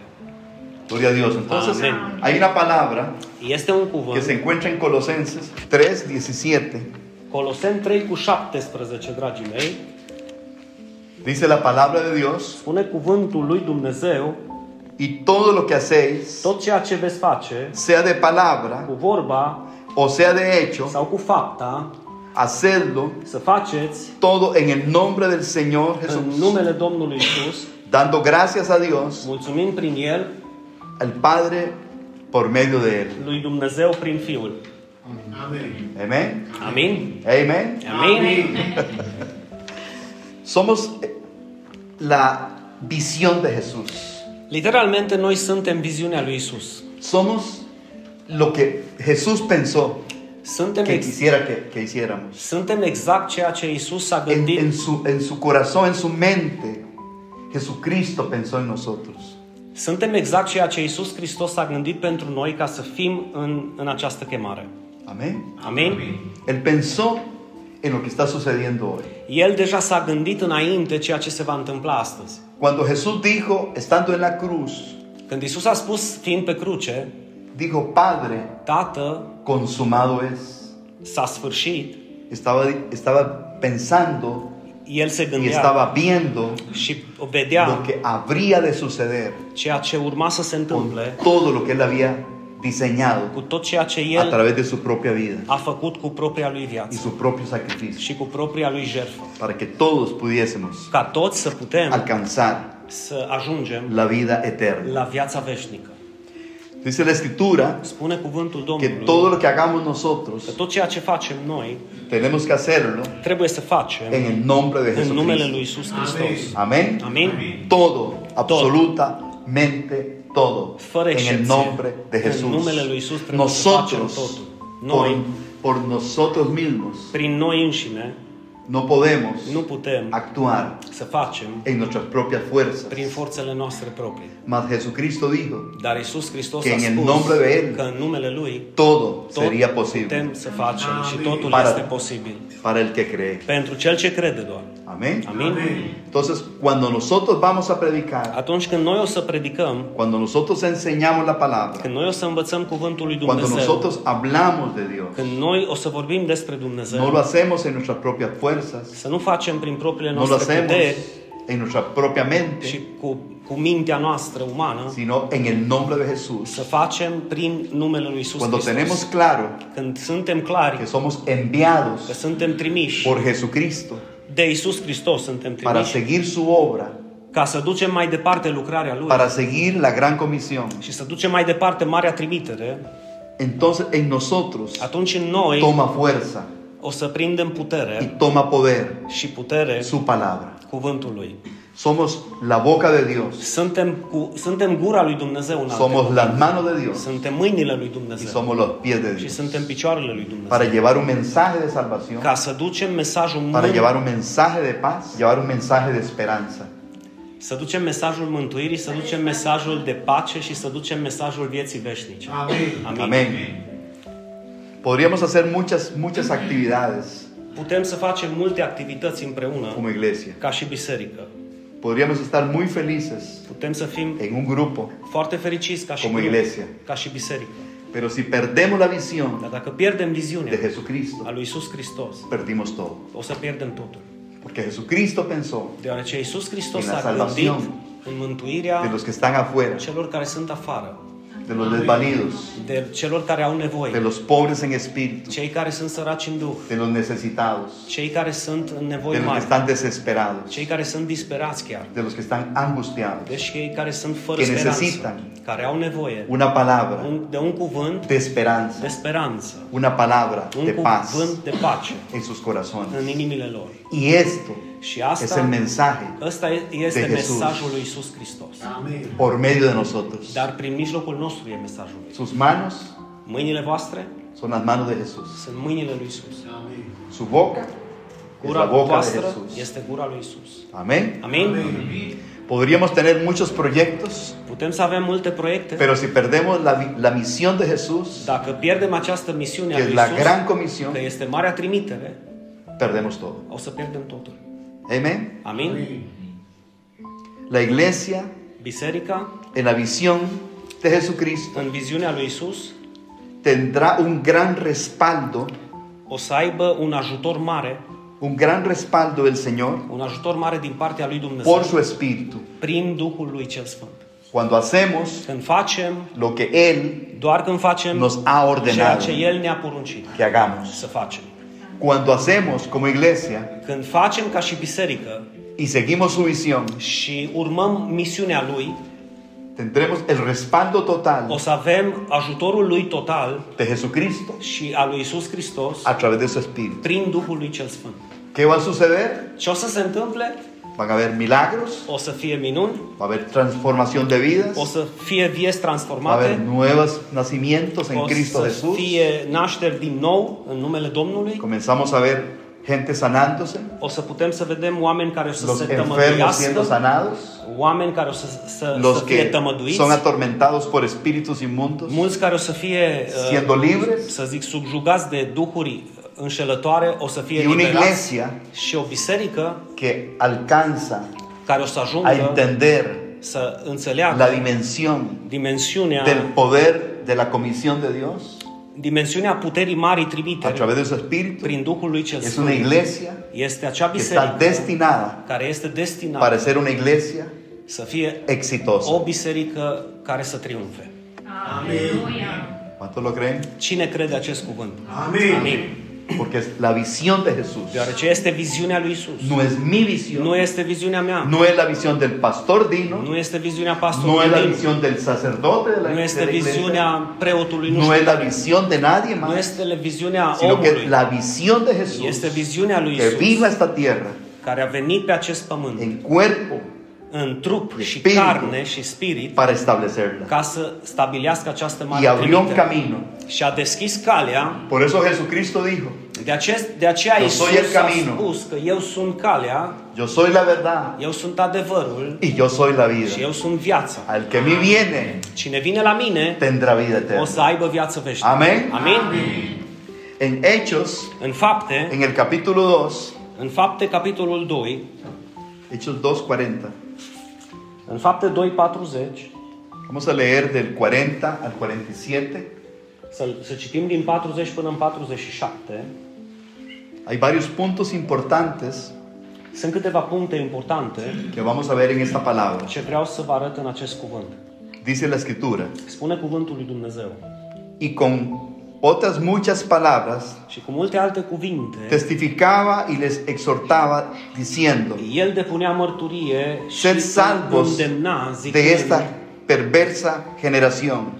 [SPEAKER 1] Gloria a Dios. Entonces,
[SPEAKER 2] Amén.
[SPEAKER 1] hay una palabra
[SPEAKER 2] Este un
[SPEAKER 1] que se
[SPEAKER 2] cuvânt,
[SPEAKER 1] encuentra en Colosenses 3, 17.
[SPEAKER 2] Coloseni 3 cu 17, dragii mei,
[SPEAKER 1] Dice la palabra de Dios,
[SPEAKER 2] Spune cuvântul lui Dumnezeu,
[SPEAKER 1] y todo lo que hacéis,
[SPEAKER 2] tot ceea ce veți face,
[SPEAKER 1] sea de palabra
[SPEAKER 2] cu vorba
[SPEAKER 1] o sea de hecho,
[SPEAKER 2] sau cu fapta,
[SPEAKER 1] hacedlo
[SPEAKER 2] să faceți
[SPEAKER 1] todo en el nombre del Señor
[SPEAKER 2] în
[SPEAKER 1] Jesús,
[SPEAKER 2] numele Domnului Isus,
[SPEAKER 1] dando gracias a Dios,
[SPEAKER 2] mulțumind prin El
[SPEAKER 1] al Padre, por medio de Él.
[SPEAKER 2] lui Dumnezeu prin Fiul.
[SPEAKER 3] Amém.
[SPEAKER 1] Amén.
[SPEAKER 2] Amin?
[SPEAKER 1] Amén.
[SPEAKER 2] Amin?
[SPEAKER 1] Somos eh, la visión de Jesús.
[SPEAKER 2] Literalmente noi suntem viziunea lui Isus.
[SPEAKER 1] Somos lo que Jesús pensó
[SPEAKER 2] Suntem,
[SPEAKER 1] que
[SPEAKER 2] ex-
[SPEAKER 1] quisiera que, que hiciéramos.
[SPEAKER 2] suntem exact ceea ce Isus s-a
[SPEAKER 1] En,
[SPEAKER 2] gândit.
[SPEAKER 1] en su, en su corazón, en su mente, Jesucristo pensó en nosotros.
[SPEAKER 2] Suntem exact ceea ce Isus Hristos a gândit pentru noi ca să fim în, în această chemare.
[SPEAKER 1] Amén.
[SPEAKER 2] Amin?
[SPEAKER 1] Él pensó en lo que está sucediendo hoy.
[SPEAKER 2] El deja s-a gândit înainte ceea ce se va întâmpla astăzi.
[SPEAKER 1] Cuando Jesús dijo, estando en la cruz,
[SPEAKER 2] Când Isus a spus, fiind pe cruce,
[SPEAKER 1] dijo, Padre,
[SPEAKER 2] Tată,
[SPEAKER 1] consumado es.
[SPEAKER 2] s-a sfârșit,
[SPEAKER 1] Estaba, estaba pensando
[SPEAKER 2] el se
[SPEAKER 1] y
[SPEAKER 2] gândea
[SPEAKER 1] estaba viendo
[SPEAKER 2] și
[SPEAKER 1] lo
[SPEAKER 2] vedea
[SPEAKER 1] que habría de suceder
[SPEAKER 2] ceea ce urma să se
[SPEAKER 1] con
[SPEAKER 2] întâmple
[SPEAKER 1] todo lo que él había diseñado
[SPEAKER 2] cu tot ceea ce
[SPEAKER 1] a
[SPEAKER 2] el
[SPEAKER 1] través de su propia vida
[SPEAKER 2] a făcut cu propria lui
[SPEAKER 1] y
[SPEAKER 2] viață
[SPEAKER 1] su propio sacrificio,
[SPEAKER 2] și cu propria lui jertfă.
[SPEAKER 1] para que todos pudiésemos
[SPEAKER 2] Ca toți să putem
[SPEAKER 1] alcanzar
[SPEAKER 2] să ajungem
[SPEAKER 1] la vida eterna.
[SPEAKER 2] la viața veșnică.
[SPEAKER 1] Dice la escritura
[SPEAKER 2] Spune cuvântul
[SPEAKER 1] que
[SPEAKER 2] Domnului
[SPEAKER 1] todo lo que hagamos
[SPEAKER 2] că
[SPEAKER 1] nosotros
[SPEAKER 2] tot ceea ce facem noi
[SPEAKER 1] tenemos que hacerlo
[SPEAKER 2] trebuie să facem
[SPEAKER 1] en el nombre de
[SPEAKER 2] în numele lui
[SPEAKER 1] Jesucristo.
[SPEAKER 2] Isus Hristos.
[SPEAKER 1] Amén.
[SPEAKER 2] Amin?
[SPEAKER 1] Todo, absolutamente todo,
[SPEAKER 2] Fără
[SPEAKER 1] en el
[SPEAKER 2] excepție.
[SPEAKER 1] nombre de
[SPEAKER 2] În
[SPEAKER 1] Jesús.
[SPEAKER 2] numele lui Isus trebuie să facem
[SPEAKER 1] Nosotros,
[SPEAKER 2] totul.
[SPEAKER 1] por,
[SPEAKER 2] Noi.
[SPEAKER 1] por nosotros mismos,
[SPEAKER 2] Prin noi înșine
[SPEAKER 1] no podemos
[SPEAKER 2] nu putem
[SPEAKER 1] actuar
[SPEAKER 2] să facem
[SPEAKER 1] en nuestras propias fuerzas.
[SPEAKER 2] prin forțele noastre proprii.
[SPEAKER 1] Mas Jesucristo dijo,
[SPEAKER 2] Dar Isus Hristos
[SPEAKER 1] Că
[SPEAKER 2] a
[SPEAKER 1] în
[SPEAKER 2] spus
[SPEAKER 1] nombre de El
[SPEAKER 2] că în numele Lui
[SPEAKER 1] todo
[SPEAKER 2] tot
[SPEAKER 1] sería posible
[SPEAKER 2] putem să facem și
[SPEAKER 3] Amin.
[SPEAKER 2] totul
[SPEAKER 1] Para-
[SPEAKER 2] este posibil.
[SPEAKER 1] para el que cree.
[SPEAKER 2] Pentru cel ce crede doar.
[SPEAKER 1] Amén.
[SPEAKER 2] Amin?
[SPEAKER 1] Entonces, cuando nosotros vamos a predicar,
[SPEAKER 2] Atunci când noi o să predicăm,
[SPEAKER 1] cuando nosotros enseñamos la palabra,
[SPEAKER 2] când noi o să învățăm cuvântul lui
[SPEAKER 1] cuando
[SPEAKER 2] Dumnezeu,
[SPEAKER 1] nosotros hablamos de Dios,
[SPEAKER 2] când noi o să vorbim despre
[SPEAKER 1] no
[SPEAKER 2] Dumnezeu,
[SPEAKER 1] lo hacemos en nuestras propias fuerzas,
[SPEAKER 2] să nu facem prin propriile
[SPEAKER 1] no lo
[SPEAKER 2] noastre
[SPEAKER 1] hacemos
[SPEAKER 2] puteri
[SPEAKER 1] en nuestra propia
[SPEAKER 2] și
[SPEAKER 1] mente,
[SPEAKER 2] cu, cu mintea noastră umană,
[SPEAKER 1] sino en el nombre de Jesús.
[SPEAKER 2] să facem prin numele lui Isus
[SPEAKER 1] Cuando tenemos
[SPEAKER 2] Hristos.
[SPEAKER 1] claro
[SPEAKER 2] Când suntem
[SPEAKER 1] que
[SPEAKER 2] clari
[SPEAKER 1] somos
[SPEAKER 2] că
[SPEAKER 1] enviados
[SPEAKER 2] suntem trimiși
[SPEAKER 1] por Jesucristo
[SPEAKER 2] de Isus Hristos, suntem
[SPEAKER 1] para
[SPEAKER 2] trimiși
[SPEAKER 1] seguir su obra,
[SPEAKER 2] ca să ducem mai departe lucrarea Lui
[SPEAKER 1] para seguir la gran comisión,
[SPEAKER 2] și să ducem mai departe marea trimitere,
[SPEAKER 1] entonces en nosotros
[SPEAKER 2] atunci în noi
[SPEAKER 1] toma fuerza
[SPEAKER 2] o să prindem
[SPEAKER 1] y
[SPEAKER 2] putere
[SPEAKER 1] toma poder
[SPEAKER 2] și putere
[SPEAKER 1] su palabra.
[SPEAKER 2] cuvântul Lui.
[SPEAKER 1] Somos la boca de Dios,
[SPEAKER 2] Suntem, cu, suntem gura lui Dumnezeu în alte
[SPEAKER 1] somos
[SPEAKER 2] cuvinte.
[SPEAKER 1] las manos de Dios
[SPEAKER 2] Suntem mâinile lui
[SPEAKER 1] y
[SPEAKER 2] Dumnezeu
[SPEAKER 1] somos los pies de
[SPEAKER 2] și
[SPEAKER 1] Dios
[SPEAKER 2] suntem picioarele lui Dumnezeu.
[SPEAKER 1] para llevar un mensaje de salvación,
[SPEAKER 2] ca să ducem mesajul
[SPEAKER 1] para
[SPEAKER 2] mântuirii,
[SPEAKER 1] llevar un mensaje de paz, llevar un mensaje de esperanza.
[SPEAKER 2] să ducem mesajul mântuirii, să ducem mesajul de pace și să ducem mesajul vieții veșnice.
[SPEAKER 3] Amém.
[SPEAKER 2] Amin.
[SPEAKER 1] Amén. Podríamos hacer muchas, muchas actividades
[SPEAKER 2] Putem să facem multe activități împreună
[SPEAKER 1] como iglesia.
[SPEAKER 2] ca și biserică.
[SPEAKER 1] Podríamos estar muy felices
[SPEAKER 2] Putem să fim
[SPEAKER 1] en un grupo,
[SPEAKER 2] foarte fericiți ca și
[SPEAKER 1] Cum
[SPEAKER 2] grup,
[SPEAKER 1] iglesia.
[SPEAKER 2] ca și biserică.
[SPEAKER 1] pero si perdemos la visión
[SPEAKER 2] Dar dacă pierdem
[SPEAKER 1] de
[SPEAKER 2] viziunea a
[SPEAKER 1] Jesucristo,
[SPEAKER 2] lui Isus Hristos,
[SPEAKER 1] perdimos todo.
[SPEAKER 2] o să pierdem totul.
[SPEAKER 1] Porque Jesucristo pensó
[SPEAKER 2] Deoarece Isus Hristos
[SPEAKER 1] Din la
[SPEAKER 2] a gândit
[SPEAKER 1] salvación. de
[SPEAKER 2] în mântuirea
[SPEAKER 1] los que están afuera,
[SPEAKER 2] celor care sunt afară,
[SPEAKER 1] de los desvalidos,
[SPEAKER 2] de celor care au
[SPEAKER 1] de
[SPEAKER 2] nevoie,
[SPEAKER 1] los pobres en espíritu,
[SPEAKER 2] cei care sunt săraci în duh,
[SPEAKER 1] de los necesitados,
[SPEAKER 2] cei care sunt în
[SPEAKER 1] de
[SPEAKER 2] nevoi
[SPEAKER 1] los que
[SPEAKER 2] mari,
[SPEAKER 1] están desesperados,
[SPEAKER 2] cei care sunt disperați chiar,
[SPEAKER 1] de los que están angustiados.
[SPEAKER 2] deci cei care sunt fără
[SPEAKER 1] Care
[SPEAKER 2] speranță,
[SPEAKER 1] necesitan.
[SPEAKER 2] care au nevoie
[SPEAKER 1] Una palabra
[SPEAKER 2] un- de un cuvânt
[SPEAKER 1] de
[SPEAKER 2] de
[SPEAKER 1] esperanza,
[SPEAKER 2] speranță,
[SPEAKER 1] una palabra
[SPEAKER 2] un
[SPEAKER 1] de paz
[SPEAKER 2] cuvânt de pace
[SPEAKER 1] en sus corazones.
[SPEAKER 2] în inimile lor.
[SPEAKER 1] Y esto
[SPEAKER 2] Și
[SPEAKER 1] es el
[SPEAKER 2] asta,
[SPEAKER 1] mensaje
[SPEAKER 2] ăsta e- este
[SPEAKER 1] de Isus.
[SPEAKER 2] mesajul lui Isus Hristos.
[SPEAKER 3] Amém.
[SPEAKER 1] por medio de nosotros.
[SPEAKER 2] Dar prin mijlocul nostru e mesajul lui.
[SPEAKER 1] Sus manos
[SPEAKER 2] Mâinile voastre
[SPEAKER 1] son las manos de Jesús.
[SPEAKER 2] sunt mâinile lui Isus.
[SPEAKER 3] Amém.
[SPEAKER 1] Su boca es la
[SPEAKER 2] Gura
[SPEAKER 1] boca de
[SPEAKER 2] voastră
[SPEAKER 1] Jesús.
[SPEAKER 2] este gura lui Isus.
[SPEAKER 1] Amén.
[SPEAKER 2] Amin?
[SPEAKER 1] Podríamos tener muchos proyectos,
[SPEAKER 2] Putem să avem multe proiecte.
[SPEAKER 1] pero si perdemos la, vi- la misión de Jesús,
[SPEAKER 2] Dacă pierdem această misiune a
[SPEAKER 1] que
[SPEAKER 2] lui
[SPEAKER 1] es la gran
[SPEAKER 2] Isus,
[SPEAKER 1] comisión,
[SPEAKER 2] că este marea trimitere,
[SPEAKER 1] perdemos todo.
[SPEAKER 2] o să pierdem totul.
[SPEAKER 1] Amén.
[SPEAKER 2] Amin?
[SPEAKER 1] La iglesia,
[SPEAKER 2] Biserica,
[SPEAKER 1] en la visión de Jesucristo,
[SPEAKER 2] în viziunea lui Isus,
[SPEAKER 1] tendrá un gran respaldo,
[SPEAKER 2] o să aibă un ajutor mare,
[SPEAKER 1] un gran respaldo del Señor
[SPEAKER 2] un ajutor mare din partea lui Dumnezeu,
[SPEAKER 1] por su Espíritu.
[SPEAKER 2] prin Duhul lui cel Sfânt.
[SPEAKER 1] Cuando hacemos
[SPEAKER 2] Când facem,
[SPEAKER 1] lo que Él
[SPEAKER 2] doar când facem
[SPEAKER 1] nos ha
[SPEAKER 2] ceea
[SPEAKER 1] ordenado
[SPEAKER 2] ce El ne-a poruncit
[SPEAKER 1] que hagamos.
[SPEAKER 2] să facem.
[SPEAKER 1] Cuando hacemos como iglesia
[SPEAKER 2] Când facem ca și biserică
[SPEAKER 1] y seguimos su visión,
[SPEAKER 2] și urmăm misiunea Lui,
[SPEAKER 1] tendremos el respaldo
[SPEAKER 2] o
[SPEAKER 1] total
[SPEAKER 2] să avem ajutorul Lui total
[SPEAKER 1] de Jesucristo
[SPEAKER 2] și al lui Isus Hristos
[SPEAKER 1] a través de su Espíritu.
[SPEAKER 2] prin Duhul lui cel Sfânt.
[SPEAKER 1] ¿Qué va a suceder?
[SPEAKER 2] Ce o să se întâmple?
[SPEAKER 1] Van a haber milagros,
[SPEAKER 2] O să fie minuni,
[SPEAKER 1] va a haber transformación de
[SPEAKER 2] o
[SPEAKER 1] vidas,
[SPEAKER 2] să fie
[SPEAKER 1] va a
[SPEAKER 2] vieți
[SPEAKER 1] haber
[SPEAKER 2] transformate,
[SPEAKER 1] nuevos nacimientos en
[SPEAKER 2] o
[SPEAKER 1] Cristo
[SPEAKER 2] să
[SPEAKER 1] Jesús.
[SPEAKER 2] fie nașteri din nou în numele Domnului,
[SPEAKER 1] Comenzamos a ver gente sanándose,
[SPEAKER 2] o să putem să vedem oameni care o să
[SPEAKER 1] los
[SPEAKER 2] se
[SPEAKER 1] enfermos siendo
[SPEAKER 2] tămăduiască,
[SPEAKER 1] sanados,
[SPEAKER 2] oameni care o să, să,
[SPEAKER 1] los
[SPEAKER 2] să fie
[SPEAKER 1] que
[SPEAKER 2] tămăduiți,
[SPEAKER 1] son atormentados por espíritus inmundos,
[SPEAKER 2] mulți care o să fie, uh,
[SPEAKER 1] siendo libres,
[SPEAKER 2] să zic, subjugați de duhuri înșelătoare, o să fie
[SPEAKER 1] y una
[SPEAKER 2] eliberați
[SPEAKER 1] iglesia
[SPEAKER 2] și o biserică
[SPEAKER 1] que alcanza
[SPEAKER 2] care o să
[SPEAKER 1] a
[SPEAKER 2] ajungă
[SPEAKER 1] entender
[SPEAKER 2] să
[SPEAKER 1] la
[SPEAKER 2] înțeleagă
[SPEAKER 1] dimensión
[SPEAKER 2] dimensiunea
[SPEAKER 1] del poder de la comisión de Dios
[SPEAKER 2] dimensiunea puterii marii
[SPEAKER 1] a
[SPEAKER 2] trimiteri
[SPEAKER 1] través de su espíritu.
[SPEAKER 2] prin Duhul lui cel
[SPEAKER 1] Es una
[SPEAKER 2] Sfânt
[SPEAKER 1] iglesia
[SPEAKER 2] este acea
[SPEAKER 1] que está
[SPEAKER 2] biserică
[SPEAKER 1] destinada
[SPEAKER 2] care este
[SPEAKER 1] para
[SPEAKER 2] destinată
[SPEAKER 1] ser una iglesia
[SPEAKER 2] să fie
[SPEAKER 1] exitosa.
[SPEAKER 2] o biserică care să triumfe.
[SPEAKER 1] ¿Cuántos lo creen?
[SPEAKER 2] Cine crede acest cuvânt?
[SPEAKER 3] Amin.
[SPEAKER 1] Porque es la visión de Jesús
[SPEAKER 2] Deoarece este viziunea lui Isus.
[SPEAKER 1] no es mi visión,
[SPEAKER 2] Nu este viziunea mea.
[SPEAKER 1] no es la visión del pastor Dino,
[SPEAKER 2] Nu este viziunea
[SPEAKER 1] no es la
[SPEAKER 2] pastorului. Dinu.
[SPEAKER 1] visión del sacerdote de la,
[SPEAKER 2] Nu
[SPEAKER 1] de
[SPEAKER 2] este
[SPEAKER 1] la iglesia,
[SPEAKER 2] viziunea preotului. Nu
[SPEAKER 1] no es
[SPEAKER 2] știu.
[SPEAKER 1] la visión de nadie
[SPEAKER 2] Nu
[SPEAKER 1] más,
[SPEAKER 2] este viziunea
[SPEAKER 1] sino que
[SPEAKER 2] omului.
[SPEAKER 1] la visión de Jesús
[SPEAKER 2] Este viziunea lui
[SPEAKER 1] que vino a
[SPEAKER 2] Isus
[SPEAKER 1] esta tierra
[SPEAKER 2] care a venit pe acest pământ
[SPEAKER 1] en cuerpo
[SPEAKER 2] în trup și
[SPEAKER 1] Spirit.
[SPEAKER 2] carne și spirit
[SPEAKER 1] para establecerla
[SPEAKER 2] ca să stabilească această
[SPEAKER 1] y
[SPEAKER 2] mare
[SPEAKER 1] abrió un
[SPEAKER 2] trimitere.
[SPEAKER 1] camino.
[SPEAKER 2] Și a deschis calea
[SPEAKER 1] Por eso Jesucristo dijo,
[SPEAKER 2] De, acest, de aceea
[SPEAKER 1] Eu
[SPEAKER 2] Iisus
[SPEAKER 1] soy el
[SPEAKER 2] a
[SPEAKER 1] camino.
[SPEAKER 2] spus că eu sunt calea,
[SPEAKER 1] yo soy la verdad
[SPEAKER 2] eu sunt adevărul
[SPEAKER 1] y yo soy la
[SPEAKER 2] și
[SPEAKER 1] vida.
[SPEAKER 2] eu sunt viața.
[SPEAKER 1] Al que a mí viene
[SPEAKER 2] Cine vine la mine
[SPEAKER 1] tendrá vida
[SPEAKER 2] o
[SPEAKER 1] eterna.
[SPEAKER 2] să aibă viață veșnică.
[SPEAKER 1] Amen.
[SPEAKER 2] Amin.
[SPEAKER 1] En Hechos,
[SPEAKER 2] În fapte,
[SPEAKER 1] en el capítulo 2,
[SPEAKER 2] în fapte capitolul 2,
[SPEAKER 1] Hechos 2.40,
[SPEAKER 2] în fapte 2, 40,
[SPEAKER 1] vamos a leer del 40 al 47.
[SPEAKER 2] să, să citim din 40 până în 47,
[SPEAKER 1] Hay varios puntos importantes
[SPEAKER 2] sunt câteva puncte importante
[SPEAKER 1] que vamos a ver en esta palabra.
[SPEAKER 2] ce vreau să vă arăt în acest cuvânt.
[SPEAKER 1] Dice la escritura,
[SPEAKER 2] Spune cuvântul lui Dumnezeu.
[SPEAKER 1] y con otras muchas palabras
[SPEAKER 2] Și cu multe alte cuvinte,
[SPEAKER 1] testificaba y les exhortaba diciendo,
[SPEAKER 2] el depunea mărturie și
[SPEAKER 1] sed salvos
[SPEAKER 2] îndemna, zicând,
[SPEAKER 1] de esta perversa generación.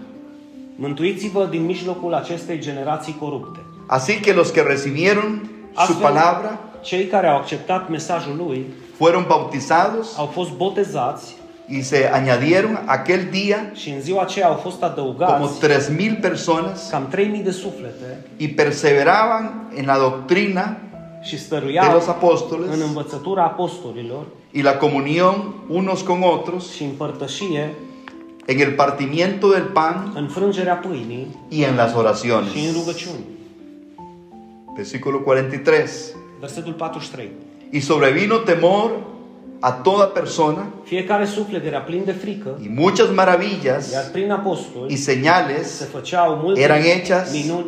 [SPEAKER 2] Mântuiți-vă din mijlocul acestei generații corupte.
[SPEAKER 1] Así que los que recibieron su
[SPEAKER 2] Astfel,
[SPEAKER 1] palabra
[SPEAKER 2] cei care au acceptat mesajul lui
[SPEAKER 1] fueron bautizados
[SPEAKER 2] au fost botezați
[SPEAKER 1] y se añadieron aquel día
[SPEAKER 2] și în ziua aceea au fost
[SPEAKER 1] como
[SPEAKER 2] adăugați
[SPEAKER 1] tres mil personas
[SPEAKER 2] cam 3.000 de suflete
[SPEAKER 1] y perseveraban en la doctrina
[SPEAKER 2] și
[SPEAKER 1] de
[SPEAKER 2] stăruiau
[SPEAKER 1] los
[SPEAKER 2] în
[SPEAKER 1] apóstoles
[SPEAKER 2] învățătura apostolilor
[SPEAKER 1] y la comunión unos con otros,
[SPEAKER 2] și în părtășie,
[SPEAKER 1] en el partimiento del pan
[SPEAKER 2] în frângerea pâinii
[SPEAKER 1] y en las
[SPEAKER 2] și în
[SPEAKER 1] oraciones.
[SPEAKER 2] rugăciuni.
[SPEAKER 1] Versículo 43.
[SPEAKER 2] Versetul 43.
[SPEAKER 1] Y sobrevino temor a toda persona
[SPEAKER 2] Fiecare suflet era plin de frică,
[SPEAKER 1] y muchas
[SPEAKER 2] iar
[SPEAKER 1] maravillas
[SPEAKER 2] prin
[SPEAKER 1] y
[SPEAKER 2] apostoli se
[SPEAKER 1] señales
[SPEAKER 2] făceau
[SPEAKER 1] Eran
[SPEAKER 2] multe
[SPEAKER 1] hechas
[SPEAKER 2] minuni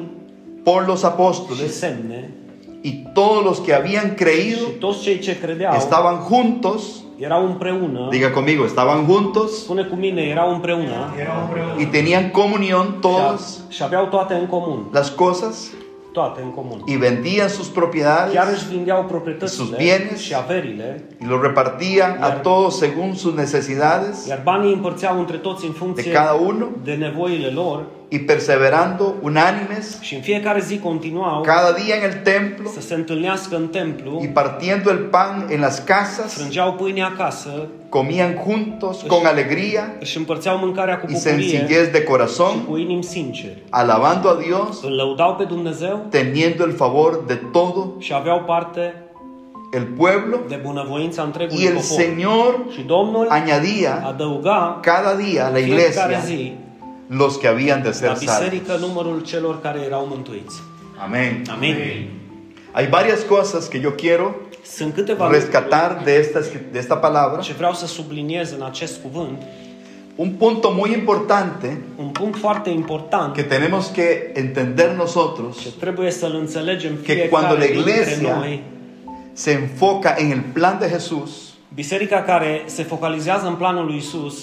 [SPEAKER 1] por los
[SPEAKER 2] și
[SPEAKER 1] apóstoles
[SPEAKER 2] semne
[SPEAKER 1] y todos los que habían
[SPEAKER 2] și
[SPEAKER 1] creído
[SPEAKER 2] toți cei ce credeau
[SPEAKER 1] estaban juntos,
[SPEAKER 2] erau împreună
[SPEAKER 1] diga conmigo, estaban juntos
[SPEAKER 2] Spune cu mine, erau împreună
[SPEAKER 1] y tenían comunión todas
[SPEAKER 2] și aveau toate în comun.
[SPEAKER 1] las cosas
[SPEAKER 2] Toate în comun.
[SPEAKER 1] y vendían sus
[SPEAKER 2] Chiar
[SPEAKER 1] propiedades
[SPEAKER 2] își vindeau
[SPEAKER 1] Sus
[SPEAKER 2] proprietățile
[SPEAKER 1] bienes.
[SPEAKER 2] și averile,
[SPEAKER 1] y los repartían a todos según sus necesidades
[SPEAKER 2] iar banii îi împărțeau între toți în
[SPEAKER 1] de
[SPEAKER 2] funcție
[SPEAKER 1] cada uno
[SPEAKER 2] de nevoile lor
[SPEAKER 1] y perseverando unánimes
[SPEAKER 2] și în fiecare zi continuau
[SPEAKER 1] cada día en el templo
[SPEAKER 2] să se întâlnească în templu,
[SPEAKER 1] y partiendo el pan en las casas,
[SPEAKER 2] frângeau pâine acasă,
[SPEAKER 1] comían juntos con alegría
[SPEAKER 2] își împărțeau mâncarea cu
[SPEAKER 1] y
[SPEAKER 2] bucurie
[SPEAKER 1] sencillez de
[SPEAKER 2] și
[SPEAKER 1] corazón,
[SPEAKER 2] cu inimi sinceri.
[SPEAKER 1] alabando a Dios,
[SPEAKER 2] Îl lăudau pe Dumnezeu
[SPEAKER 1] teniendo el favor de todo
[SPEAKER 2] și aveau parte
[SPEAKER 1] el pueblo
[SPEAKER 2] de bunăvoința
[SPEAKER 1] y
[SPEAKER 2] întregului
[SPEAKER 1] el
[SPEAKER 2] popor.
[SPEAKER 1] Señor
[SPEAKER 2] Și Domnul
[SPEAKER 1] añadía
[SPEAKER 2] adăuga
[SPEAKER 1] cada día a la
[SPEAKER 2] fiecare
[SPEAKER 1] iglesia
[SPEAKER 2] zi
[SPEAKER 1] los que habían de
[SPEAKER 2] la
[SPEAKER 1] ser salvos.
[SPEAKER 2] biserică numărul celor care erau mântuiți.
[SPEAKER 1] Amén.
[SPEAKER 2] Amin.
[SPEAKER 1] Hay varias cosas que yo quiero
[SPEAKER 2] Sunt câteva lucruri
[SPEAKER 1] rescatar de esta, de esta palabra.
[SPEAKER 2] ce vreau să subliniez în acest cuvânt.
[SPEAKER 1] Un punto muy importante
[SPEAKER 2] Un punct foarte important
[SPEAKER 1] que tenemos que entender
[SPEAKER 2] ce
[SPEAKER 1] nosotros
[SPEAKER 2] trebuie să-l înțelegem
[SPEAKER 1] Que cuando la
[SPEAKER 2] fiecare dintre
[SPEAKER 1] iglesia
[SPEAKER 2] noi
[SPEAKER 1] se enfoca en el plan de Jesús,
[SPEAKER 2] Biserica care se focalizează în planul lui Isus,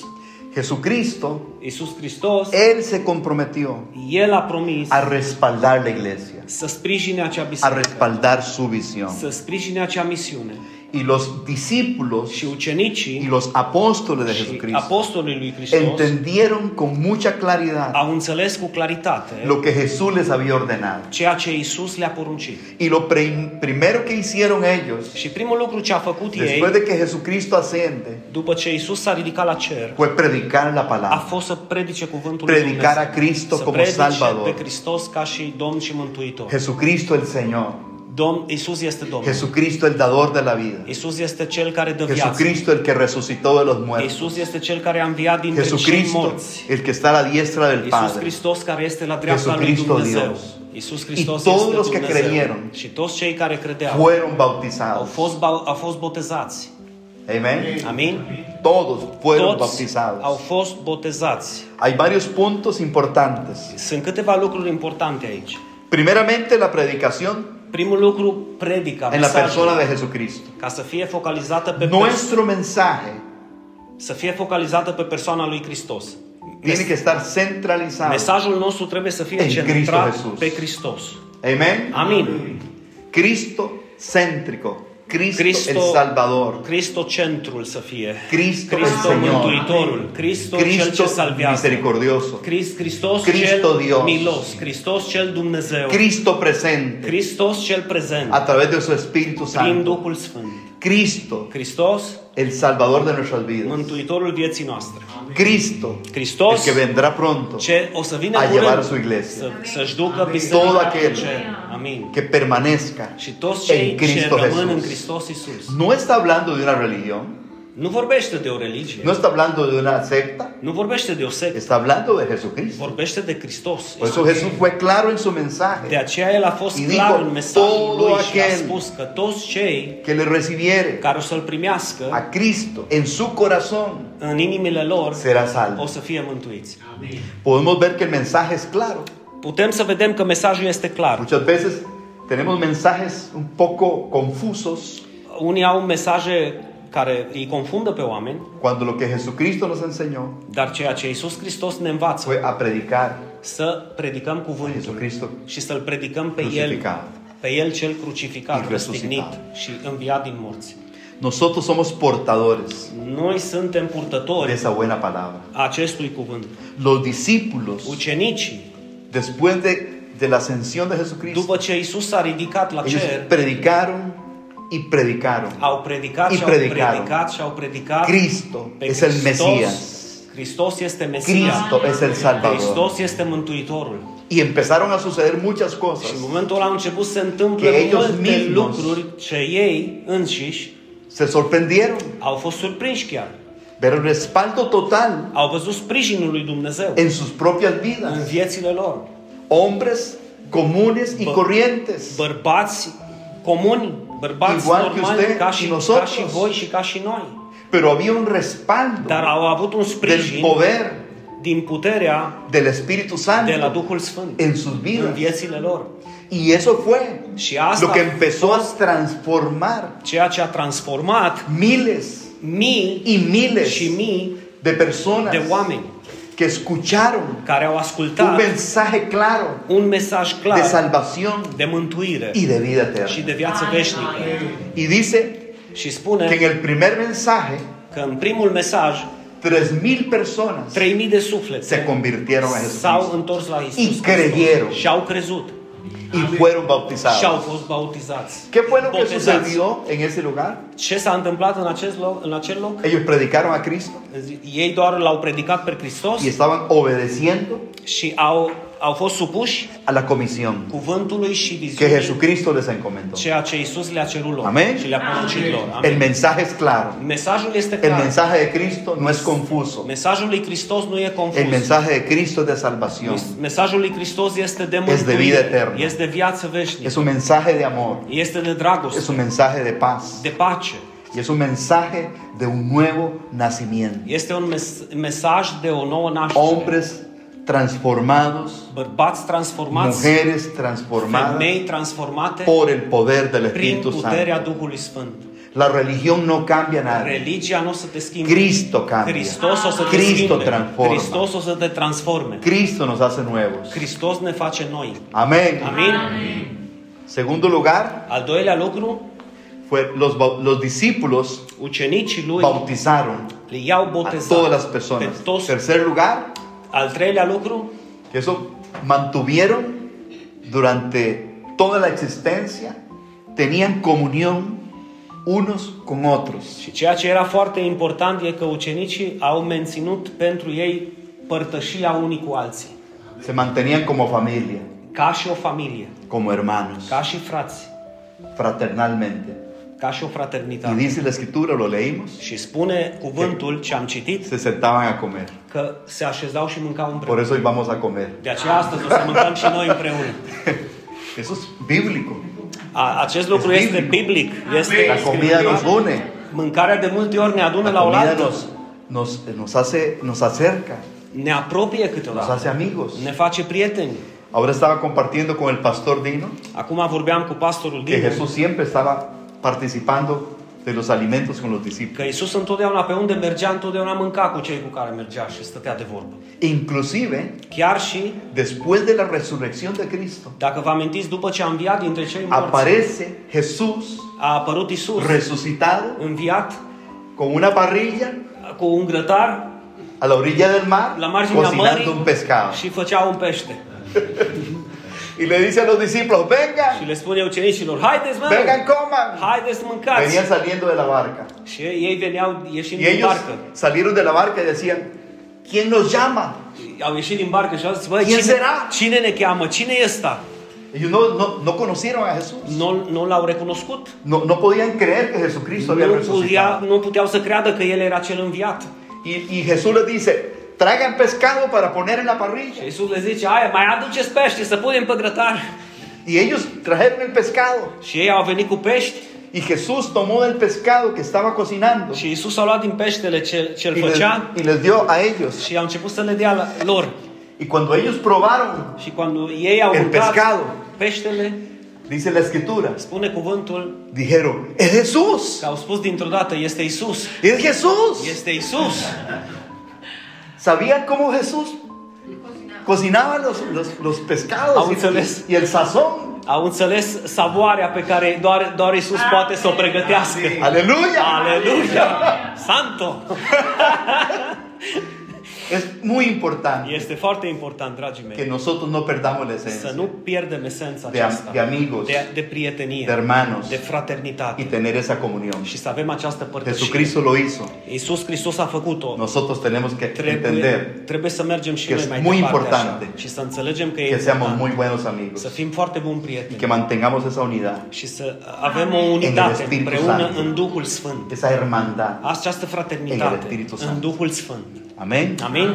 [SPEAKER 1] Jesucristo,
[SPEAKER 2] Isus Hristos,
[SPEAKER 1] Él se comprometió
[SPEAKER 2] El a promis
[SPEAKER 1] a respaldar la iglesia,
[SPEAKER 2] să sprijine acea
[SPEAKER 1] a
[SPEAKER 2] biserică,
[SPEAKER 1] respaldar su visión.
[SPEAKER 2] să sprijine acea misiune.
[SPEAKER 1] Y los discípulos
[SPEAKER 2] Și
[SPEAKER 1] y
[SPEAKER 2] ucenicii
[SPEAKER 1] los apóstoles de
[SPEAKER 2] și
[SPEAKER 1] Jesucristo
[SPEAKER 2] apostolii lui Hristos
[SPEAKER 1] entendieron con mucha claridad
[SPEAKER 2] au înțeles cu claritate
[SPEAKER 1] lo que Jesús les había ordenado.
[SPEAKER 2] ceea ce Isus le-a poruncit.
[SPEAKER 1] Y lo prim- primero que hicieron ellos,
[SPEAKER 2] Și primul lucru ce a făcut ei,
[SPEAKER 1] después Deci, de que Jesucristo asciende,
[SPEAKER 2] după ce Isus s-a ridicat la cer,
[SPEAKER 1] fue predicar la
[SPEAKER 2] a
[SPEAKER 1] palabra.
[SPEAKER 2] fost să predice cuvântul lui
[SPEAKER 1] Predicar
[SPEAKER 2] Dumnezeu.
[SPEAKER 1] a Cristo
[SPEAKER 2] să
[SPEAKER 1] como
[SPEAKER 2] predice
[SPEAKER 1] Salvador.
[SPEAKER 2] pe Hristos ca și Domn și Mântuitor.
[SPEAKER 1] Jesucristo el Señor,
[SPEAKER 2] Domn, Isus este Domn.
[SPEAKER 1] Jesucristo el dador de la vida,
[SPEAKER 2] Isus este Cel care dă viață.
[SPEAKER 1] Jesucristo el que resucitó de los muertos,
[SPEAKER 2] Isus este Cel care a înviat dintre cei
[SPEAKER 1] Jesucristo
[SPEAKER 2] morți.
[SPEAKER 1] el que está a la diestra del
[SPEAKER 2] Isus
[SPEAKER 1] Padre.
[SPEAKER 2] Hristos care este la dreapta lui
[SPEAKER 1] Jesucristo
[SPEAKER 2] Dumnezeu.
[SPEAKER 1] Dios.
[SPEAKER 2] Isus Hristos
[SPEAKER 1] Y todos
[SPEAKER 2] este
[SPEAKER 1] los que
[SPEAKER 2] Dumnezeu.
[SPEAKER 1] creyeron
[SPEAKER 2] și toți cei care credeau
[SPEAKER 1] Fueron
[SPEAKER 2] au
[SPEAKER 1] bautizados.
[SPEAKER 2] fost, bau- au fost botezați.
[SPEAKER 1] Amén.
[SPEAKER 2] Amin?
[SPEAKER 1] Todos fueron
[SPEAKER 2] Toți au
[SPEAKER 1] bautizados.
[SPEAKER 2] fost botezați.
[SPEAKER 1] Hay varios puntos importantes.
[SPEAKER 2] Sunt câteva lucruri importante aici.
[SPEAKER 1] Primeramente la predicación
[SPEAKER 2] Primul lucru, predica
[SPEAKER 1] en la
[SPEAKER 2] mesajul,
[SPEAKER 1] persona de Jesucristo.
[SPEAKER 2] ca să fie focalizată pe perso-
[SPEAKER 1] Nuestro mensaje
[SPEAKER 2] să fie focalizată pe persoana lui Hristos.
[SPEAKER 1] tiene que estar centralizado.
[SPEAKER 2] Mesajul nostru trebuie să fie
[SPEAKER 1] În
[SPEAKER 2] centrat
[SPEAKER 1] Cristo Jesús.
[SPEAKER 2] pe Hristos.
[SPEAKER 1] Amén.
[SPEAKER 2] Amin.
[SPEAKER 1] Cristo céntrico. Cristo,
[SPEAKER 2] Cristo,
[SPEAKER 1] el Salvador.
[SPEAKER 2] Cristo centrul să fie.
[SPEAKER 1] Cristo,
[SPEAKER 2] Cristo
[SPEAKER 1] el Señor.
[SPEAKER 2] Mântuitorul, Cristo, Cel
[SPEAKER 1] Cristo
[SPEAKER 2] ce salvează,
[SPEAKER 1] misericordioso.
[SPEAKER 2] Crist- Hristos
[SPEAKER 1] Cristo
[SPEAKER 2] cel
[SPEAKER 1] Dios.
[SPEAKER 2] milos, Hristos cel Dumnezeu,
[SPEAKER 1] Cristo presente
[SPEAKER 2] Hristos cel prezent,
[SPEAKER 1] a través de su Espíritu
[SPEAKER 2] prin
[SPEAKER 1] Santo.
[SPEAKER 2] Duhul Sfânt,
[SPEAKER 1] Cristo,
[SPEAKER 2] Hristos,
[SPEAKER 1] el Salvador de nuestras vidas.
[SPEAKER 2] Mântuitorul vieții noastre,
[SPEAKER 1] Cristo,
[SPEAKER 2] Hristos,
[SPEAKER 1] el que vendrá pronto,
[SPEAKER 2] ce o să vină
[SPEAKER 1] a llevar
[SPEAKER 2] curând
[SPEAKER 1] su iglesia.
[SPEAKER 2] să, să-și ducă
[SPEAKER 1] Todo
[SPEAKER 2] biserica
[SPEAKER 1] aquel
[SPEAKER 2] în cer. Amin.
[SPEAKER 1] que permanezca
[SPEAKER 2] Și toți
[SPEAKER 1] en
[SPEAKER 2] cei ce
[SPEAKER 1] Cristo
[SPEAKER 2] rămân în
[SPEAKER 1] Jesús.
[SPEAKER 2] Hristos Isus.
[SPEAKER 1] No está hablando de una religión,
[SPEAKER 2] Nu vorbește de o religie,
[SPEAKER 1] no está hablando de una secta,
[SPEAKER 2] nu vorbește de o sectă,
[SPEAKER 1] está hablando de Jesucristo.
[SPEAKER 2] vorbește de Hristos.
[SPEAKER 1] Por eso Jesús fue claro en su mensaje.
[SPEAKER 2] De aceea el a fost
[SPEAKER 1] Y
[SPEAKER 2] clar
[SPEAKER 1] dijo,
[SPEAKER 2] în mesajul
[SPEAKER 1] "Todo
[SPEAKER 2] lui și a
[SPEAKER 1] aquel
[SPEAKER 2] spus că toți cei
[SPEAKER 1] que le recibiere
[SPEAKER 2] care o să-L primească
[SPEAKER 1] a Cristo en su corazón
[SPEAKER 2] în inimile lor
[SPEAKER 1] será
[SPEAKER 2] o
[SPEAKER 1] salvo.
[SPEAKER 2] să fie mântuiți.
[SPEAKER 1] Podemos ver que el mensaje es claro.
[SPEAKER 2] Putem să vedem că mesajul este clar.
[SPEAKER 1] Muchas veces tenemos mensajes un poco confusos
[SPEAKER 2] Unii au mesaje care îi confundă pe oameni,
[SPEAKER 1] cuando lo que Jesucristo nos enseñó
[SPEAKER 2] dar ceea ce Iisus Hristos ne învață
[SPEAKER 1] fue a predicar
[SPEAKER 2] să predicăm
[SPEAKER 1] a
[SPEAKER 2] cuvântul
[SPEAKER 1] Jesucristo
[SPEAKER 2] și să-L predicăm pe El,
[SPEAKER 1] crucificado.
[SPEAKER 2] pe El cel crucificat,
[SPEAKER 1] Și resuscitat.
[SPEAKER 2] răstignit și înviat din morți.
[SPEAKER 1] Nosotros somos portadores
[SPEAKER 2] Noi suntem
[SPEAKER 1] de
[SPEAKER 2] purtători
[SPEAKER 1] esa buena palabra.
[SPEAKER 2] a acestui cuvânt.
[SPEAKER 1] Los discípulos,
[SPEAKER 2] Ucenicii
[SPEAKER 1] después de, de la ascensión de Jesucristo,
[SPEAKER 2] După ce Isus s-a ridicat la
[SPEAKER 1] ellos
[SPEAKER 2] cer,
[SPEAKER 1] predicaron y predicaron.
[SPEAKER 2] au predicat
[SPEAKER 1] Îi
[SPEAKER 2] și au
[SPEAKER 1] predicaron.
[SPEAKER 2] predicat și au predicat
[SPEAKER 1] Cristo
[SPEAKER 2] pe
[SPEAKER 1] es el Mesías.
[SPEAKER 2] Hristos este Mesia.
[SPEAKER 1] Cristo es el Salvador.
[SPEAKER 2] Hristos este Mântuitorul.
[SPEAKER 1] Y empezaron a suceder muchas
[SPEAKER 2] Și
[SPEAKER 1] cosas.
[SPEAKER 2] în momentul ăla au început să se întâmple
[SPEAKER 1] Que ellos
[SPEAKER 2] multe
[SPEAKER 1] mismos-
[SPEAKER 2] lucruri ce ei înșiși
[SPEAKER 1] Se sorprendieron
[SPEAKER 2] au fost surprinși chiar.
[SPEAKER 1] ver el respaldo total
[SPEAKER 2] Au văzut sprijinul lui Dumnezeu
[SPEAKER 1] en sus propias
[SPEAKER 2] în
[SPEAKER 1] vidas.
[SPEAKER 2] viețile lor.
[SPEAKER 1] Hombres comunes y
[SPEAKER 2] Bă-
[SPEAKER 1] corrientes.
[SPEAKER 2] Bărbați comuni, bărbați
[SPEAKER 1] Igual que
[SPEAKER 2] normali,
[SPEAKER 1] usted
[SPEAKER 2] ca
[SPEAKER 1] y
[SPEAKER 2] și, ca
[SPEAKER 1] nosotros.
[SPEAKER 2] și voi și ca și noi.
[SPEAKER 1] Pero había un respaldo
[SPEAKER 2] Dar au avut un
[SPEAKER 1] del
[SPEAKER 2] sprijin
[SPEAKER 1] poder
[SPEAKER 2] din puterea
[SPEAKER 1] del Espíritu
[SPEAKER 2] de la
[SPEAKER 1] Santo
[SPEAKER 2] Duhul Sfânt
[SPEAKER 1] en sus
[SPEAKER 2] în
[SPEAKER 1] vidas.
[SPEAKER 2] viețile lor.
[SPEAKER 1] Y eso fue
[SPEAKER 2] Și asta
[SPEAKER 1] lo que empezó a transformar
[SPEAKER 2] ceea ce a transformat
[SPEAKER 1] miles
[SPEAKER 2] mii
[SPEAKER 1] y miles
[SPEAKER 2] și mii
[SPEAKER 1] de personas
[SPEAKER 2] de oameni
[SPEAKER 1] que escucharon
[SPEAKER 2] care au
[SPEAKER 1] un
[SPEAKER 2] ascultat
[SPEAKER 1] mensaje claro
[SPEAKER 2] un mesaj
[SPEAKER 1] de
[SPEAKER 2] clar
[SPEAKER 1] salvación
[SPEAKER 2] de mântuire
[SPEAKER 1] y de vida
[SPEAKER 2] și
[SPEAKER 1] eterna.
[SPEAKER 2] de viață veșnică.
[SPEAKER 1] Y dice
[SPEAKER 2] Și
[SPEAKER 1] que en
[SPEAKER 2] spune
[SPEAKER 1] el primer mensaje,
[SPEAKER 2] că în primul mesaj
[SPEAKER 1] 3.000 personas
[SPEAKER 2] 3000 de
[SPEAKER 1] se
[SPEAKER 2] suflete
[SPEAKER 1] convirtieron a
[SPEAKER 2] s-au
[SPEAKER 1] Jesucristo
[SPEAKER 2] întors la Isus
[SPEAKER 1] Y
[SPEAKER 2] Hristos
[SPEAKER 1] creyeron.
[SPEAKER 2] și au crezut
[SPEAKER 1] y fueron
[SPEAKER 2] și au
[SPEAKER 1] bautizados.
[SPEAKER 2] fost bautizați.
[SPEAKER 1] ¿Qué fue lo que
[SPEAKER 2] botezați.
[SPEAKER 1] sucedió en ese lugar?
[SPEAKER 2] Ce s-a întâmplat în, acest loc, în acel loc?
[SPEAKER 1] Ellos predicaron a Cristo
[SPEAKER 2] Ei doar l-au predicat pe Hristos
[SPEAKER 1] y estaban obedeciendo
[SPEAKER 2] și au, au fost supuși
[SPEAKER 1] a la comisión
[SPEAKER 2] cuvântului și
[SPEAKER 1] que
[SPEAKER 2] viziunii
[SPEAKER 1] Jesucristo les encomendó.
[SPEAKER 2] ceea ce Isus le-a cerut lor
[SPEAKER 1] Amen?
[SPEAKER 2] și le-a poruncit lor.
[SPEAKER 1] El
[SPEAKER 2] Amen.
[SPEAKER 1] mensaje es claro.
[SPEAKER 2] Mesajul este
[SPEAKER 1] El
[SPEAKER 2] clar.
[SPEAKER 1] mensaje de Cristo no es confuso.
[SPEAKER 2] Mesajul lui Hristos nu e confuz.
[SPEAKER 1] El mensaje de Cristo es de salvación.
[SPEAKER 2] Mes- Mesajul lui Hristos este de
[SPEAKER 1] de
[SPEAKER 2] mântuire,
[SPEAKER 1] vida eternă.
[SPEAKER 2] este de viață veșnică,
[SPEAKER 1] Es un mensaje de amor.
[SPEAKER 2] este de dragoste,
[SPEAKER 1] Es un mensaje de paz.
[SPEAKER 2] de pace.
[SPEAKER 1] Y es un mensaje de un nuevo nacimiento.
[SPEAKER 2] Este un mes- mesaj de o nouă naștere.
[SPEAKER 1] Hombres transformados,
[SPEAKER 2] Bărbați transformați,
[SPEAKER 1] mujeres transformadas
[SPEAKER 2] femei transformate
[SPEAKER 1] por el poder del
[SPEAKER 2] prin
[SPEAKER 1] Espíritu
[SPEAKER 2] puterea
[SPEAKER 1] Santo.
[SPEAKER 2] Duhului Sfânt.
[SPEAKER 1] La religión no cambia nada.
[SPEAKER 2] Religia nu o să te schimbe.
[SPEAKER 1] Cristo cambia.
[SPEAKER 2] Hristos o să te
[SPEAKER 1] Cristo
[SPEAKER 2] schimbe.
[SPEAKER 1] transformă.
[SPEAKER 2] Hristos o să te transforme.
[SPEAKER 1] Cristo nos hace nuevos.
[SPEAKER 2] Hristos ne face noi.
[SPEAKER 1] Amén.
[SPEAKER 2] Amin?
[SPEAKER 1] Segundo lugar,
[SPEAKER 2] Al doilea lucru,
[SPEAKER 1] fue los, bau- los discípulos
[SPEAKER 2] ucenicii lui
[SPEAKER 1] bautizaron
[SPEAKER 2] le iau
[SPEAKER 1] a
[SPEAKER 2] botezat
[SPEAKER 1] todas las
[SPEAKER 2] pe
[SPEAKER 1] personas.
[SPEAKER 2] toți.
[SPEAKER 1] Tercer lugar,
[SPEAKER 2] Al treilea lucru,
[SPEAKER 1] que eso mantuvieron durante toda la existencia, tenían comunión unos con otros.
[SPEAKER 2] Și ceea ce era foarte important e că ucenicii au menținut pentru ei părtășia unii cu alții,
[SPEAKER 1] Se mantenían como familia,
[SPEAKER 2] ca și o familie,
[SPEAKER 1] como hermanos,
[SPEAKER 2] ca și frați,
[SPEAKER 1] fraternalmente.
[SPEAKER 2] ca și o
[SPEAKER 1] Y
[SPEAKER 2] fraternitate.
[SPEAKER 1] dice la escritura, lo leímos,
[SPEAKER 2] Și spune cuvântul ce am citit
[SPEAKER 1] se sentaban a comer.
[SPEAKER 2] că se așezau și mâncau
[SPEAKER 1] Por
[SPEAKER 2] împreună.
[SPEAKER 1] eso hoy vamos a comer.
[SPEAKER 2] De aceea astăzi o să mâncăm și noi împreună.
[SPEAKER 1] Eso es bíblico.
[SPEAKER 2] A, acest lucru
[SPEAKER 1] Este
[SPEAKER 2] este biblic, este
[SPEAKER 1] La comida nos
[SPEAKER 2] scriptural.
[SPEAKER 1] une.
[SPEAKER 2] Mâncarea de multe ori ne adună
[SPEAKER 1] La
[SPEAKER 2] la
[SPEAKER 1] comida
[SPEAKER 2] oaltă,
[SPEAKER 1] nos, nos, nos hace, nos acerca,
[SPEAKER 2] ne apropie
[SPEAKER 1] nos
[SPEAKER 2] câteodată,
[SPEAKER 1] hace amigos.
[SPEAKER 2] ne face prieteni.
[SPEAKER 1] Ahora estaba compartiendo con el pastor Dino
[SPEAKER 2] Acum vorbeam cu pastorul
[SPEAKER 1] que
[SPEAKER 2] Dinu
[SPEAKER 1] Jesús siempre estaba participando de los alimentos con los
[SPEAKER 2] Că
[SPEAKER 1] discípulos.
[SPEAKER 2] Isus întotdeauna pe unde mergea, întotdeauna mânca cu cei cu care mergea și stătea de vorbă.
[SPEAKER 1] Inclusive,
[SPEAKER 2] Chiar și,
[SPEAKER 1] después de la resurrección de Cristo,
[SPEAKER 2] dacă vă amintiți, după ce a înviat dintre cei morți,
[SPEAKER 1] aparece Jesús
[SPEAKER 2] a apărut Isus
[SPEAKER 1] resucitado
[SPEAKER 2] înviat
[SPEAKER 1] con una parrilla
[SPEAKER 2] cu un grătar
[SPEAKER 1] a la orilla del mar
[SPEAKER 2] la marginea mării
[SPEAKER 1] cocinando un pescado.
[SPEAKER 2] și făcea un pește.
[SPEAKER 1] Y le dice a los discípulos,
[SPEAKER 2] Și
[SPEAKER 1] vengan,
[SPEAKER 2] le spune ucenicilor, haideți mă,
[SPEAKER 1] vengan, coman.
[SPEAKER 2] haideți să mâncați.
[SPEAKER 1] Venían saliendo de la barca.
[SPEAKER 2] Și ei veneau ieșind
[SPEAKER 1] Y
[SPEAKER 2] din
[SPEAKER 1] ellos
[SPEAKER 2] barcă.
[SPEAKER 1] salieron de la barca y decían, ¿quién nos llama?
[SPEAKER 2] Au ieșit din barcă și au zis, băi,
[SPEAKER 1] Cine
[SPEAKER 2] cine,
[SPEAKER 1] era?
[SPEAKER 2] cine ne cheamă? Cine e ăsta?
[SPEAKER 1] Ellos no, no, no conocieron a Jesús.
[SPEAKER 2] Nu, nu l-au recunoscut.
[SPEAKER 1] No, no podían creer que Jesucristo había
[SPEAKER 2] Nu, putea,
[SPEAKER 1] resucitado.
[SPEAKER 2] nu puteau să creadă că El era cel înviat.
[SPEAKER 1] Y, y Jesús les dice, traigan pescado para poner en la
[SPEAKER 2] Și
[SPEAKER 1] parrilla.
[SPEAKER 2] Iisus le zice, aia, mai aduceți pește să punem pe grătar.
[SPEAKER 1] Y ellos trajeron el pescado.
[SPEAKER 2] Și ei au venit cu pești
[SPEAKER 1] Y Jesús tomó del pescado que estaba cocinando
[SPEAKER 2] și Iisus a luat din peștele ce, ce
[SPEAKER 1] y
[SPEAKER 2] îl
[SPEAKER 1] les,
[SPEAKER 2] făcea
[SPEAKER 1] y les dio a ellos.
[SPEAKER 2] și a început să le dea la- lor.
[SPEAKER 1] Y cuando ellos probaron,
[SPEAKER 2] Și când ei au
[SPEAKER 1] El
[SPEAKER 2] mâncat
[SPEAKER 1] pescado.
[SPEAKER 2] peștele,
[SPEAKER 1] dice la escritura,
[SPEAKER 2] spune cuvântul
[SPEAKER 1] dijeron, es Jesús,
[SPEAKER 2] că au spus dintr-o dată, este Iisus.
[SPEAKER 1] es Jesús.
[SPEAKER 2] Este Iisus.
[SPEAKER 1] ¿Sabían cómo Jesús cocinaba los, los- los pescados
[SPEAKER 2] Aún
[SPEAKER 1] y-
[SPEAKER 2] se les-
[SPEAKER 1] y el sazón?
[SPEAKER 2] Au înțeles savoarea pe care doar, doar Iisus poate să o pregătească.
[SPEAKER 1] Aleluya.
[SPEAKER 2] Aleluia! Santo!
[SPEAKER 1] Es muy importante
[SPEAKER 2] Este foarte important, dragii mei,
[SPEAKER 1] que nosotros no perdamos la
[SPEAKER 2] să
[SPEAKER 1] esencia
[SPEAKER 2] nu pierdem esența
[SPEAKER 1] de, am-
[SPEAKER 2] aceasta.
[SPEAKER 1] de amigos,
[SPEAKER 2] de,
[SPEAKER 1] de
[SPEAKER 2] de prietenie,
[SPEAKER 1] hermanos
[SPEAKER 2] de fraternitate
[SPEAKER 1] y tener esa comunión.
[SPEAKER 2] și să avem această părtășie.
[SPEAKER 1] Jesucristo lo hizo.
[SPEAKER 2] Iisus Hristos a făcut-o.
[SPEAKER 1] Nosotros tenemos que
[SPEAKER 2] trebuie,
[SPEAKER 1] entender
[SPEAKER 2] trebuie să mergem și
[SPEAKER 1] că
[SPEAKER 2] noi
[SPEAKER 1] sunt
[SPEAKER 2] mai
[SPEAKER 1] muy
[SPEAKER 2] departe
[SPEAKER 1] importante
[SPEAKER 2] așa, și să înțelegem că e
[SPEAKER 1] que seamos
[SPEAKER 2] important
[SPEAKER 1] muy buenos
[SPEAKER 2] să
[SPEAKER 1] amigos
[SPEAKER 2] fim foarte buni
[SPEAKER 1] y
[SPEAKER 2] prieteni
[SPEAKER 1] que mantengamos esa unidad,
[SPEAKER 2] și să avem o unitate
[SPEAKER 1] Espíritu
[SPEAKER 2] împreună
[SPEAKER 1] Santo.
[SPEAKER 2] în Duhul Sfânt.
[SPEAKER 1] esa hermandad.
[SPEAKER 2] Această
[SPEAKER 1] En el
[SPEAKER 2] fraternitate
[SPEAKER 1] Espíritu Santo.
[SPEAKER 2] în Duhul Sfânt.
[SPEAKER 1] Amén.
[SPEAKER 2] Amin?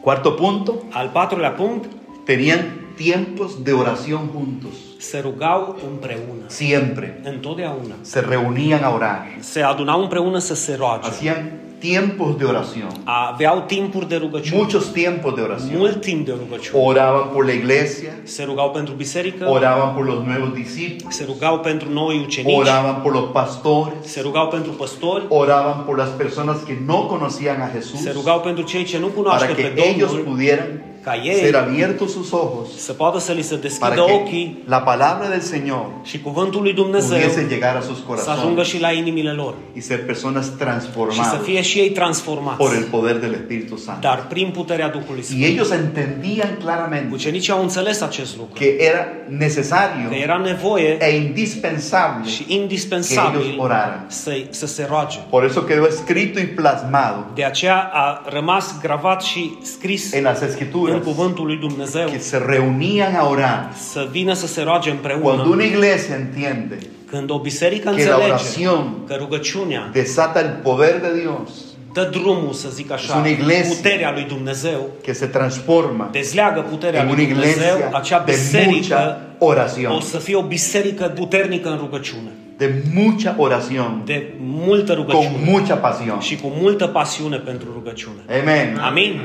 [SPEAKER 1] Cuarto punto,
[SPEAKER 2] Al patrulea punct,
[SPEAKER 1] tenían tiempos de oración juntos.
[SPEAKER 2] se rugau împreună.
[SPEAKER 1] Siempre
[SPEAKER 2] Întotdeauna.
[SPEAKER 1] se reunían a orar.
[SPEAKER 2] Se adunau împreună să se roage.
[SPEAKER 1] Hacían tiempos de oración,
[SPEAKER 2] Aveau timpuri de rugăciune.
[SPEAKER 1] muchos tiempos de oración.
[SPEAKER 2] Mult timp de rugăciune.
[SPEAKER 1] Oraban por la iglesia,
[SPEAKER 2] Se rugau pentru biserică,
[SPEAKER 1] oraban por los nuevos discípulos,
[SPEAKER 2] se rugau pentru noi ucenici,
[SPEAKER 1] oraban por los pastores,
[SPEAKER 2] se rugau pentru păstori,
[SPEAKER 1] oraban por las personas que no conocían a Jesús
[SPEAKER 2] se rugau pentru cei ce nu cunoaște
[SPEAKER 1] para
[SPEAKER 2] pe
[SPEAKER 1] que ellos
[SPEAKER 2] Domnul,
[SPEAKER 1] pudieran
[SPEAKER 2] ca ei
[SPEAKER 1] ser abiertos sus ojos
[SPEAKER 2] să poată să li se
[SPEAKER 1] para
[SPEAKER 2] deschidă
[SPEAKER 1] que
[SPEAKER 2] ochii
[SPEAKER 1] la palabra del Señor
[SPEAKER 2] și cuvântul lui Dumnezeu
[SPEAKER 1] pudiese llegar a sus
[SPEAKER 2] să ajungă
[SPEAKER 1] corazones
[SPEAKER 2] și la inimile lor
[SPEAKER 1] y ser personas
[SPEAKER 2] și să
[SPEAKER 1] transformadas
[SPEAKER 2] fie și ei transformați,
[SPEAKER 1] por el poder del Espíritu Santo.
[SPEAKER 2] dar prin puterea Duhului
[SPEAKER 1] Y
[SPEAKER 2] Sfânt.
[SPEAKER 1] ellos entendían claramente
[SPEAKER 2] Ucenicii au înțeles acest lucru,
[SPEAKER 1] que era
[SPEAKER 2] că
[SPEAKER 1] necesario
[SPEAKER 2] era nevoie
[SPEAKER 1] e indispensable.
[SPEAKER 2] și
[SPEAKER 1] Que ellos
[SPEAKER 2] indispensabil
[SPEAKER 1] oraran.
[SPEAKER 2] să, să se roage.
[SPEAKER 1] Por eso quedó escrito y plasmado
[SPEAKER 2] De aceea a rămas gravat și scris
[SPEAKER 1] en las
[SPEAKER 2] în
[SPEAKER 1] escrituras
[SPEAKER 2] cuvântul lui Dumnezeu
[SPEAKER 1] que se reunían a orar
[SPEAKER 2] să vină să se roage
[SPEAKER 1] Cuando
[SPEAKER 2] împreună.
[SPEAKER 1] una iglesia entiende
[SPEAKER 2] Când o biserică
[SPEAKER 1] que la
[SPEAKER 2] înțelege
[SPEAKER 1] oración
[SPEAKER 2] că rugăciunea
[SPEAKER 1] desata el poder de Dios
[SPEAKER 2] dă drumul, să zic așa,
[SPEAKER 1] Sunt iglesie.
[SPEAKER 2] puterea lui Dumnezeu,
[SPEAKER 1] que se transforma
[SPEAKER 2] dezleagă puterea
[SPEAKER 1] en
[SPEAKER 2] lui
[SPEAKER 1] una
[SPEAKER 2] Dumnezeu, acea
[SPEAKER 1] iglesia de
[SPEAKER 2] biserică
[SPEAKER 1] mucha
[SPEAKER 2] o
[SPEAKER 1] oración,
[SPEAKER 2] să fie o biserică puternică în rugăciune,
[SPEAKER 1] de mucha oración,
[SPEAKER 2] de multă
[SPEAKER 1] con
[SPEAKER 2] rugăciune
[SPEAKER 1] mucha pasión.
[SPEAKER 2] Ah. și cu multă pasiune pentru rugăciune.
[SPEAKER 1] Amén.
[SPEAKER 2] Amin?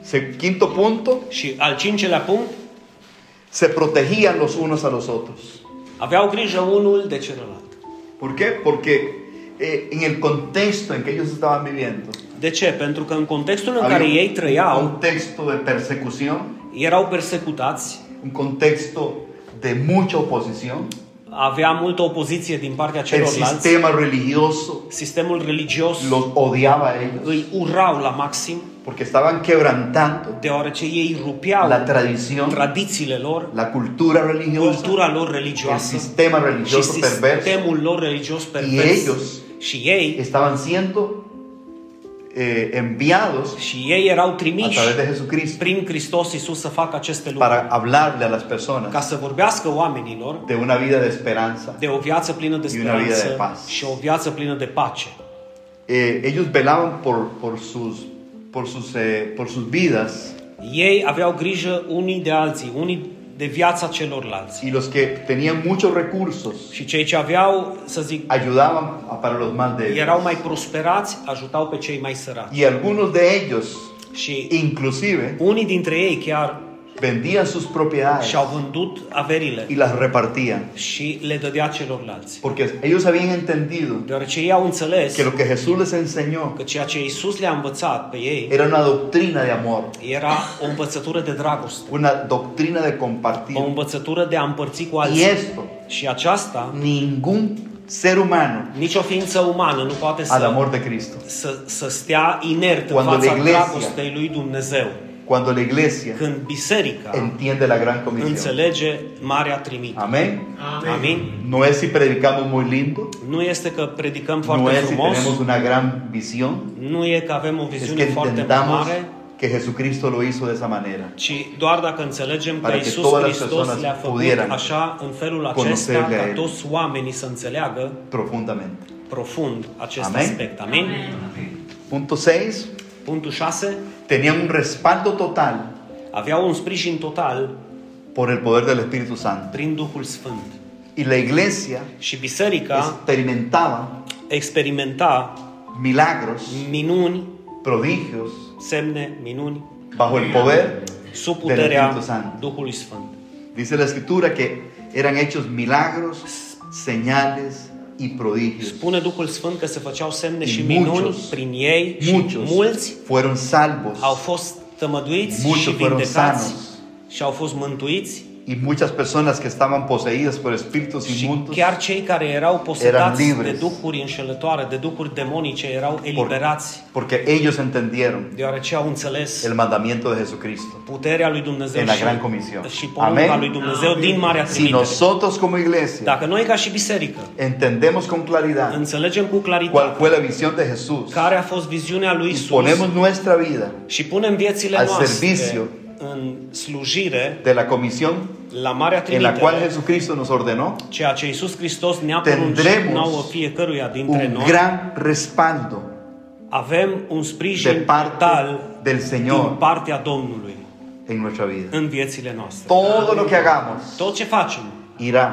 [SPEAKER 1] Se- quinto punto,
[SPEAKER 2] Și al cincelea punct,
[SPEAKER 1] se protegían los unos a los otros.
[SPEAKER 2] aveau grijă unul de celălalt.
[SPEAKER 1] ¿Por qué? Porque eh, en el contexto en que ellos estaban viviendo,
[SPEAKER 2] De ce? Pentru că în contextul în care ei
[SPEAKER 1] había un
[SPEAKER 2] trăiau,
[SPEAKER 1] contexto de persecución,
[SPEAKER 2] erau persecutați,
[SPEAKER 1] un contexto de mucha oposición,
[SPEAKER 2] avea multă opoziție din partea
[SPEAKER 1] el
[SPEAKER 2] celorlalți,
[SPEAKER 1] sistema religioso
[SPEAKER 2] sistemul religios
[SPEAKER 1] los odiaba a ellos
[SPEAKER 2] îi urau la maxim,
[SPEAKER 1] porque estaban quebrantando
[SPEAKER 2] deoarece ei rupeau
[SPEAKER 1] la tradición,
[SPEAKER 2] tradițiile lor,
[SPEAKER 1] la cultura religiosa,
[SPEAKER 2] cultura lor
[SPEAKER 1] el
[SPEAKER 2] religioasă
[SPEAKER 1] sistema
[SPEAKER 2] și
[SPEAKER 1] religioso perverso.
[SPEAKER 2] sistemul lor religios
[SPEAKER 1] ei,
[SPEAKER 2] pervers.
[SPEAKER 1] Dios.
[SPEAKER 2] Și ei,
[SPEAKER 1] Estaban siendo eh, enviados
[SPEAKER 2] și ei erau
[SPEAKER 1] a
[SPEAKER 2] trimiși
[SPEAKER 1] través de Jesucristo
[SPEAKER 2] prin Hristos Iisus să facă aceste lucruri,
[SPEAKER 1] para hablarle a las
[SPEAKER 2] ca
[SPEAKER 1] personas
[SPEAKER 2] să vorbească oamenilor
[SPEAKER 1] de una vida de esperanza.
[SPEAKER 2] de o viață plină de
[SPEAKER 1] E una vida de
[SPEAKER 2] speranță
[SPEAKER 1] paz.
[SPEAKER 2] și o viață plină de pace.
[SPEAKER 1] Eh, ellos velaban por, por sus, por, sus, eh, por sus vidas
[SPEAKER 2] Ei aveau grijă unii de alții, unii de viața celorlalți.
[SPEAKER 1] y los que tenían muchos recursos
[SPEAKER 2] Și cei ce aveau, să zic,
[SPEAKER 1] ayudaban a- para los más débiles.
[SPEAKER 2] erau mai prosperați, ajutau pe cei mai săraci.
[SPEAKER 1] Y algunos de ellos
[SPEAKER 2] Și
[SPEAKER 1] inclusive
[SPEAKER 2] unii dintre ei chiar
[SPEAKER 1] vendían sus propiedades
[SPEAKER 2] și-au vândut averile
[SPEAKER 1] y las repartían.
[SPEAKER 2] și le dădea celorlalți.
[SPEAKER 1] Porque ellos habían entendido
[SPEAKER 2] Deoarece ei au înțeles
[SPEAKER 1] que lo que Jesús les enseñó
[SPEAKER 2] că ceea ce Iisus le-a învățat pe ei
[SPEAKER 1] era una doctrina de amor,
[SPEAKER 2] era o învățătură de dragoste,
[SPEAKER 1] una doctrina de compartir.
[SPEAKER 2] o învățătură de a împărți cu
[SPEAKER 1] Y
[SPEAKER 2] alții.
[SPEAKER 1] esto,
[SPEAKER 2] Și aceasta,
[SPEAKER 1] ningún ser humano
[SPEAKER 2] nicio ființă umană nu poate
[SPEAKER 1] al
[SPEAKER 2] să,
[SPEAKER 1] amor de Cristo.
[SPEAKER 2] să, să stea inert în
[SPEAKER 1] Cuando la
[SPEAKER 2] fața
[SPEAKER 1] iglesia-
[SPEAKER 2] dragostei lui Dumnezeu.
[SPEAKER 1] Cuando la iglesia
[SPEAKER 2] Când biserica
[SPEAKER 1] entiende la gran comisión.
[SPEAKER 2] înțelege Marea Trimitere.
[SPEAKER 1] Amén.
[SPEAKER 2] Amin?
[SPEAKER 1] No es si predicamos muy lindo,
[SPEAKER 2] Nu este că predicăm
[SPEAKER 1] no
[SPEAKER 2] foarte
[SPEAKER 1] es si
[SPEAKER 2] frumos,
[SPEAKER 1] tenemos una gran visión,
[SPEAKER 2] nu e că avem o
[SPEAKER 1] es
[SPEAKER 2] viziune
[SPEAKER 1] que
[SPEAKER 2] foarte
[SPEAKER 1] entendamos
[SPEAKER 2] mare,
[SPEAKER 1] que Jesucristo lo hizo de esa manera.
[SPEAKER 2] ci doar dacă înțelegem că
[SPEAKER 1] Para que
[SPEAKER 2] Iisus
[SPEAKER 1] todas las
[SPEAKER 2] Hristos
[SPEAKER 1] personas
[SPEAKER 2] le-a făcut
[SPEAKER 1] pudieran
[SPEAKER 2] așa, în felul
[SPEAKER 1] conocerle a
[SPEAKER 2] acesta, ca
[SPEAKER 1] El.
[SPEAKER 2] toți oamenii să înțeleagă
[SPEAKER 1] Profundamente.
[SPEAKER 2] profund acest
[SPEAKER 1] Amen.
[SPEAKER 2] aspect. Amin?
[SPEAKER 1] Punto 6.
[SPEAKER 2] Punctul 6.
[SPEAKER 1] Tenían un respaldo total
[SPEAKER 2] Aveau un sprijin total
[SPEAKER 1] por el poder del Espíritu Santo.
[SPEAKER 2] prin Duhul Sfânt.
[SPEAKER 1] Y la iglesia
[SPEAKER 2] Și biserica
[SPEAKER 1] experimentaba
[SPEAKER 2] experimenta
[SPEAKER 1] milagros,
[SPEAKER 2] minuni,
[SPEAKER 1] prodigios,
[SPEAKER 2] semne, minuni,
[SPEAKER 1] bajo el poder
[SPEAKER 2] sub
[SPEAKER 1] del
[SPEAKER 2] puterea
[SPEAKER 1] Espíritu Santo.
[SPEAKER 2] Duhului Sfânt.
[SPEAKER 1] Dice la Escritura que eran hechos milagros, señales y prodigios.
[SPEAKER 2] Spune Duhul Sfânt că se făceau semne și
[SPEAKER 1] Muchos.
[SPEAKER 2] minuni prin ei și
[SPEAKER 1] Muchos
[SPEAKER 2] mulți
[SPEAKER 1] fueron salvos
[SPEAKER 2] au fost tămăduiți
[SPEAKER 1] Muchos
[SPEAKER 2] și
[SPEAKER 1] fueron
[SPEAKER 2] vindecați
[SPEAKER 1] sanos.
[SPEAKER 2] și au fost mântuiți
[SPEAKER 1] y muchas personas que estaban poseídas por espíritus
[SPEAKER 2] și
[SPEAKER 1] inmundos
[SPEAKER 2] chiar cei care erau posedați
[SPEAKER 1] libres.
[SPEAKER 2] de duhuri înșelătoare, de duhuri demonice, erau eliberați
[SPEAKER 1] porque ellos entendieron
[SPEAKER 2] deoarece au înțeles
[SPEAKER 1] el mandamiento de Jesucristo.
[SPEAKER 2] puterea lui Dumnezeu
[SPEAKER 1] En la
[SPEAKER 2] și,
[SPEAKER 1] Gran Comisión.
[SPEAKER 2] și porunca
[SPEAKER 1] Amen.
[SPEAKER 2] lui Dumnezeu din Marea
[SPEAKER 1] Si
[SPEAKER 2] Trimitere.
[SPEAKER 1] nosotros como iglesia
[SPEAKER 2] Dacă noi ca și biserică
[SPEAKER 1] entendemos con claridad
[SPEAKER 2] înțelegem cu
[SPEAKER 1] cuál
[SPEAKER 2] claritate
[SPEAKER 1] fue la visión de Jesús
[SPEAKER 2] care a fost viziunea lui
[SPEAKER 1] y
[SPEAKER 2] Isus
[SPEAKER 1] ponemos nuestra vida
[SPEAKER 2] și punem viețile
[SPEAKER 1] al
[SPEAKER 2] noastre
[SPEAKER 1] servicio
[SPEAKER 2] în slujire
[SPEAKER 1] de la comisión
[SPEAKER 2] la Marea
[SPEAKER 1] en la cual
[SPEAKER 2] Trimitere,
[SPEAKER 1] Jesucristo nos ordenó
[SPEAKER 2] ceea ce Iisus Hristos ne-a
[SPEAKER 1] Tendremos
[SPEAKER 2] poruncit nouă fiecăruia dintre
[SPEAKER 1] un
[SPEAKER 2] noi,
[SPEAKER 1] gran respaldo
[SPEAKER 2] avem un
[SPEAKER 1] de
[SPEAKER 2] sprijin
[SPEAKER 1] parte
[SPEAKER 2] total
[SPEAKER 1] del
[SPEAKER 2] din
[SPEAKER 1] Señor
[SPEAKER 2] partea Domnului
[SPEAKER 1] en nuestra vida.
[SPEAKER 2] în viețile noastre.
[SPEAKER 1] Todo lo que hagamos
[SPEAKER 2] Tot ce facem
[SPEAKER 1] irá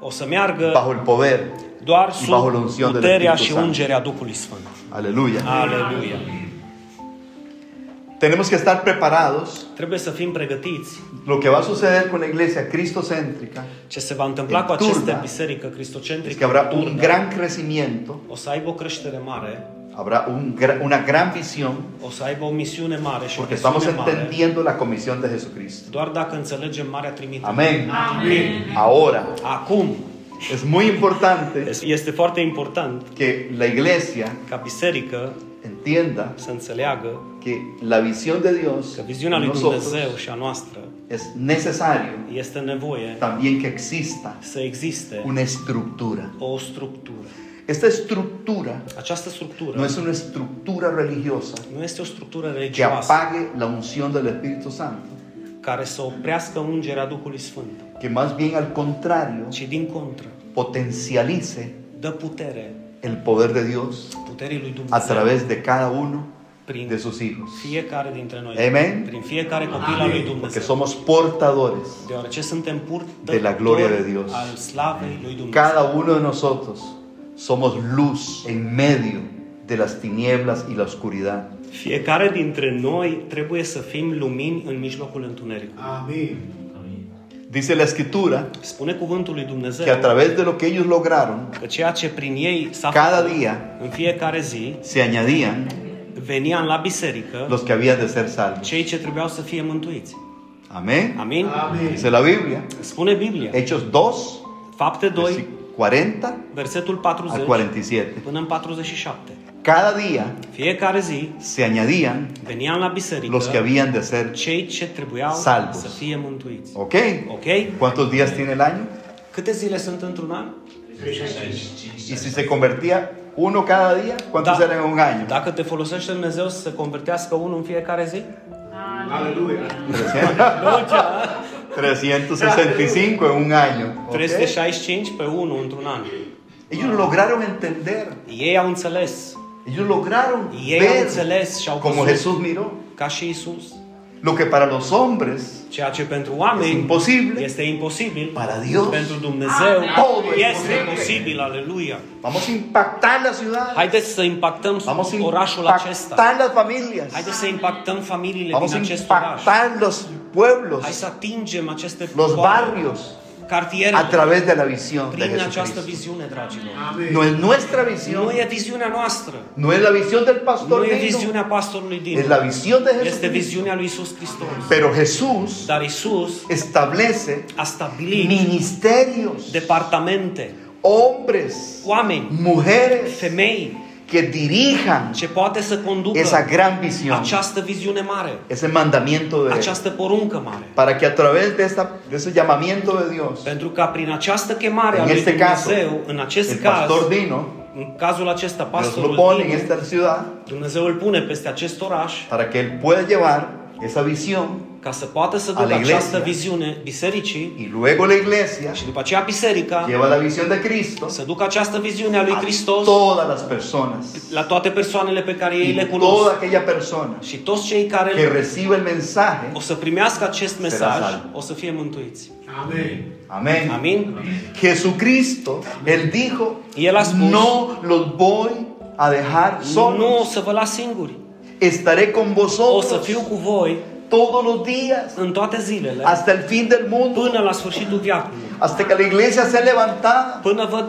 [SPEAKER 2] o să meargă
[SPEAKER 1] bajo el poder.
[SPEAKER 2] doar
[SPEAKER 1] bajo
[SPEAKER 2] sub
[SPEAKER 1] la unción del
[SPEAKER 2] puterea
[SPEAKER 1] Espíritu
[SPEAKER 2] și
[SPEAKER 1] Santo.
[SPEAKER 2] ungerea Duhului Sfânt.
[SPEAKER 1] Aleluya.
[SPEAKER 2] Aleluia!
[SPEAKER 1] Tenemos que estar preparados.
[SPEAKER 2] Trebuie să fim pregătiți
[SPEAKER 1] Lo que va a suceder con la iglesia cristocéntrica
[SPEAKER 2] ce se va întâmpla
[SPEAKER 1] În
[SPEAKER 2] cu această
[SPEAKER 1] turda.
[SPEAKER 2] biserică
[SPEAKER 1] es que
[SPEAKER 2] cristocentrică.
[SPEAKER 1] habrá
[SPEAKER 2] în
[SPEAKER 1] un
[SPEAKER 2] turda.
[SPEAKER 1] gran crecimiento,
[SPEAKER 2] O să aibă o creștere mare,
[SPEAKER 1] habrá un gra- una gran visión,
[SPEAKER 2] o să aibă o misiune mare și o
[SPEAKER 1] porque
[SPEAKER 2] misiune
[SPEAKER 1] estamos
[SPEAKER 2] mare.
[SPEAKER 1] entendiendo la comisión de Jesucristo.
[SPEAKER 2] Doar dacă înțelegem Marea Trimitere.
[SPEAKER 1] Amén. Ahora,
[SPEAKER 2] Acum
[SPEAKER 1] es muy importante
[SPEAKER 2] este foarte important
[SPEAKER 1] que la iglesia
[SPEAKER 2] ca biserică
[SPEAKER 1] entienda
[SPEAKER 2] să înțeleagă
[SPEAKER 1] que la visión de Dios
[SPEAKER 2] că
[SPEAKER 1] en
[SPEAKER 2] viziunea lui Dumnezeu
[SPEAKER 1] nosotros
[SPEAKER 2] și a noastră
[SPEAKER 1] es necesario
[SPEAKER 2] este nevoie
[SPEAKER 1] también que exista
[SPEAKER 2] să existe
[SPEAKER 1] una estructura.
[SPEAKER 2] o structură.
[SPEAKER 1] Esta estructura
[SPEAKER 2] Această structură
[SPEAKER 1] no es una estructura religiosa
[SPEAKER 2] nu este o structură
[SPEAKER 1] que
[SPEAKER 2] religioasă
[SPEAKER 1] apague la unción del Espíritu Santo,
[SPEAKER 2] care să oprească ungerea Duhului Sfânt,
[SPEAKER 1] que más bien al contrario
[SPEAKER 2] ci din contră
[SPEAKER 1] potencialice
[SPEAKER 2] dă putere
[SPEAKER 1] el poder de Dios
[SPEAKER 2] puterii lui
[SPEAKER 1] a
[SPEAKER 2] Dumnezeu
[SPEAKER 1] través de cada uno
[SPEAKER 2] prin
[SPEAKER 1] de sus hijos.
[SPEAKER 2] fiecare dintre noi,
[SPEAKER 1] Amen.
[SPEAKER 2] prin fiecare copil al lui
[SPEAKER 1] Porque
[SPEAKER 2] Dumnezeu,
[SPEAKER 1] somos portadores.
[SPEAKER 2] deoarece suntem pur
[SPEAKER 1] De la gloria de Dios.
[SPEAKER 2] al slavei lui Dumnezeu.
[SPEAKER 1] Cada uno de nosotros somos luz en medio de las tinieblas y la oscuridad.
[SPEAKER 2] Fiecare dintre noi trebuie să fim lumini în mijlocul întunericului.
[SPEAKER 3] Amén.
[SPEAKER 1] Dice la escritura
[SPEAKER 2] Spune cuvântul lui
[SPEAKER 1] que a
[SPEAKER 2] Dumnezeu
[SPEAKER 1] través de lo que ellos lograron,
[SPEAKER 2] că ceea ce prin ei s-a
[SPEAKER 1] cada
[SPEAKER 2] făcut,
[SPEAKER 1] día
[SPEAKER 2] în fiecare zi
[SPEAKER 1] se añadían
[SPEAKER 2] veneam la biserică
[SPEAKER 1] los que habían de ser salvos.
[SPEAKER 2] cei ce trebuiau să fie mântuiți.
[SPEAKER 1] Amén.
[SPEAKER 2] Amin?
[SPEAKER 3] Amén.
[SPEAKER 1] Dice la Biblia,
[SPEAKER 2] Spune Biblia.
[SPEAKER 1] Hechos 2,
[SPEAKER 2] Fapte 2,
[SPEAKER 1] versi- 40
[SPEAKER 2] versetul
[SPEAKER 1] al
[SPEAKER 2] 40
[SPEAKER 1] 47.
[SPEAKER 2] până în 47.
[SPEAKER 1] Cada día
[SPEAKER 2] Fiecare zi
[SPEAKER 1] se añadían
[SPEAKER 2] veneam la biserică
[SPEAKER 1] los que habían de ser.
[SPEAKER 2] cei ce trebuiau
[SPEAKER 1] Salvos.
[SPEAKER 2] să fie mântuiți.
[SPEAKER 1] ¿Ok?
[SPEAKER 2] Ok?
[SPEAKER 1] ¿Cuántos días tiene el año?
[SPEAKER 2] Câte zile sunt într-un an?
[SPEAKER 1] Y si se convertía uno cada día, ¿cuántos
[SPEAKER 2] Da.
[SPEAKER 1] eran en un año?
[SPEAKER 2] Dacă te folosește Dumnezeu să se convertească unul în fiecare zi?
[SPEAKER 3] Aleluya.
[SPEAKER 1] ¿eh? Da.
[SPEAKER 2] da.
[SPEAKER 1] 365 en un año. ¿ok?
[SPEAKER 2] 365 pe unul într-un an.
[SPEAKER 1] Ellos lograron entender,
[SPEAKER 2] Ei au înțeles.
[SPEAKER 1] ellos lograron
[SPEAKER 2] Ei au
[SPEAKER 1] ver
[SPEAKER 2] înțeles și au
[SPEAKER 1] como
[SPEAKER 2] văzut
[SPEAKER 1] Jesús miró.
[SPEAKER 2] ca și Isus.
[SPEAKER 1] Lo que para los hombres
[SPEAKER 2] Ceea ce pentru
[SPEAKER 1] es
[SPEAKER 2] oameni
[SPEAKER 1] imposible,
[SPEAKER 2] este imposibil,
[SPEAKER 1] Para Dios.
[SPEAKER 2] pentru Dumnezeu
[SPEAKER 1] Todo es
[SPEAKER 2] este
[SPEAKER 1] posible.
[SPEAKER 2] posibil, aleluia.
[SPEAKER 1] vamos a impactar la ciudad,
[SPEAKER 2] Haideți să impactăm
[SPEAKER 1] vamos a
[SPEAKER 2] orașul acesta.
[SPEAKER 1] impactar las familias,
[SPEAKER 2] Haideți să impactăm familiile
[SPEAKER 1] vamos
[SPEAKER 2] din
[SPEAKER 1] a
[SPEAKER 2] acest oraș.
[SPEAKER 1] impactar los
[SPEAKER 2] Hai
[SPEAKER 1] pueblos,
[SPEAKER 2] să atingem aceste
[SPEAKER 1] los
[SPEAKER 2] popoare,
[SPEAKER 1] barrios a
[SPEAKER 2] cartierele,
[SPEAKER 1] través de la visión de
[SPEAKER 2] prin această
[SPEAKER 1] Jesucristo.
[SPEAKER 2] viziune, dragilor.
[SPEAKER 3] Amén.
[SPEAKER 1] No es nuestra visión,
[SPEAKER 2] Nu e viziunea noastră,
[SPEAKER 1] no es la visión del pastor,
[SPEAKER 2] nu e
[SPEAKER 1] Nino,
[SPEAKER 2] viziunea pastorului din.
[SPEAKER 1] es la visión de
[SPEAKER 2] Este
[SPEAKER 1] Jesús.
[SPEAKER 2] viziunea lui Isus Hristos.
[SPEAKER 1] Pero Jesús
[SPEAKER 2] Dar Isus
[SPEAKER 1] establece
[SPEAKER 2] a stabilit
[SPEAKER 1] ministerios,
[SPEAKER 2] departamente,
[SPEAKER 1] hombres,
[SPEAKER 2] oameni,
[SPEAKER 1] mujeres
[SPEAKER 2] femei,
[SPEAKER 1] que dirijan
[SPEAKER 2] ce poate să conducă
[SPEAKER 1] esa gran visión,
[SPEAKER 2] această viziune mare,
[SPEAKER 1] ese mandamiento de Dios,
[SPEAKER 2] această poruncă mare.
[SPEAKER 1] para que a través de, esta, de ese llamamiento de Dios,
[SPEAKER 2] Pentru că prin această chemare a
[SPEAKER 1] În
[SPEAKER 2] lui
[SPEAKER 1] este cazul,
[SPEAKER 2] Dumnezeu, în acest
[SPEAKER 1] el
[SPEAKER 2] caz,
[SPEAKER 1] pastor Dino,
[SPEAKER 2] în cazul acesta,
[SPEAKER 1] Dios lo
[SPEAKER 2] pastorul
[SPEAKER 1] pone en
[SPEAKER 2] Dinu,
[SPEAKER 1] esta ciudad
[SPEAKER 2] Dumnezeu îl pune peste acest oraș
[SPEAKER 1] para que él pueda llevar esa visión
[SPEAKER 2] ca să poată să
[SPEAKER 1] Ale
[SPEAKER 2] ducă această
[SPEAKER 1] Iglesia.
[SPEAKER 2] viziune bisericii
[SPEAKER 1] y luego la iglesia
[SPEAKER 2] și după aceea biserica
[SPEAKER 1] lleva la visión de Cristo
[SPEAKER 2] să ducă această viziune a lui
[SPEAKER 1] a
[SPEAKER 2] Hristos
[SPEAKER 1] todas las personas
[SPEAKER 2] la toate persoanele pe care ei le
[SPEAKER 1] y
[SPEAKER 2] cunosc
[SPEAKER 1] toda aquella persona
[SPEAKER 2] și toți cei care
[SPEAKER 1] que
[SPEAKER 2] îl-
[SPEAKER 1] recibe el mensaje,
[SPEAKER 2] o să primească acest mesaj,
[SPEAKER 1] salvo.
[SPEAKER 2] o să fie mântuiți.
[SPEAKER 3] Amén.
[SPEAKER 1] amén.
[SPEAKER 2] Amin?
[SPEAKER 1] Jesucristo, Él dijo,
[SPEAKER 2] Y él ha expus-
[SPEAKER 1] no los voy a dejar
[SPEAKER 2] Nu o
[SPEAKER 1] solos,
[SPEAKER 2] să vă las singuri.
[SPEAKER 1] estaré con
[SPEAKER 2] O să fiu
[SPEAKER 1] vosotros
[SPEAKER 2] cu voi
[SPEAKER 1] todos los días,
[SPEAKER 2] în toate zilele,
[SPEAKER 1] hasta el fin del mundo,
[SPEAKER 2] până la sfârșitul viacului.
[SPEAKER 1] hasta que la iglesia sea levantada.
[SPEAKER 2] Până văd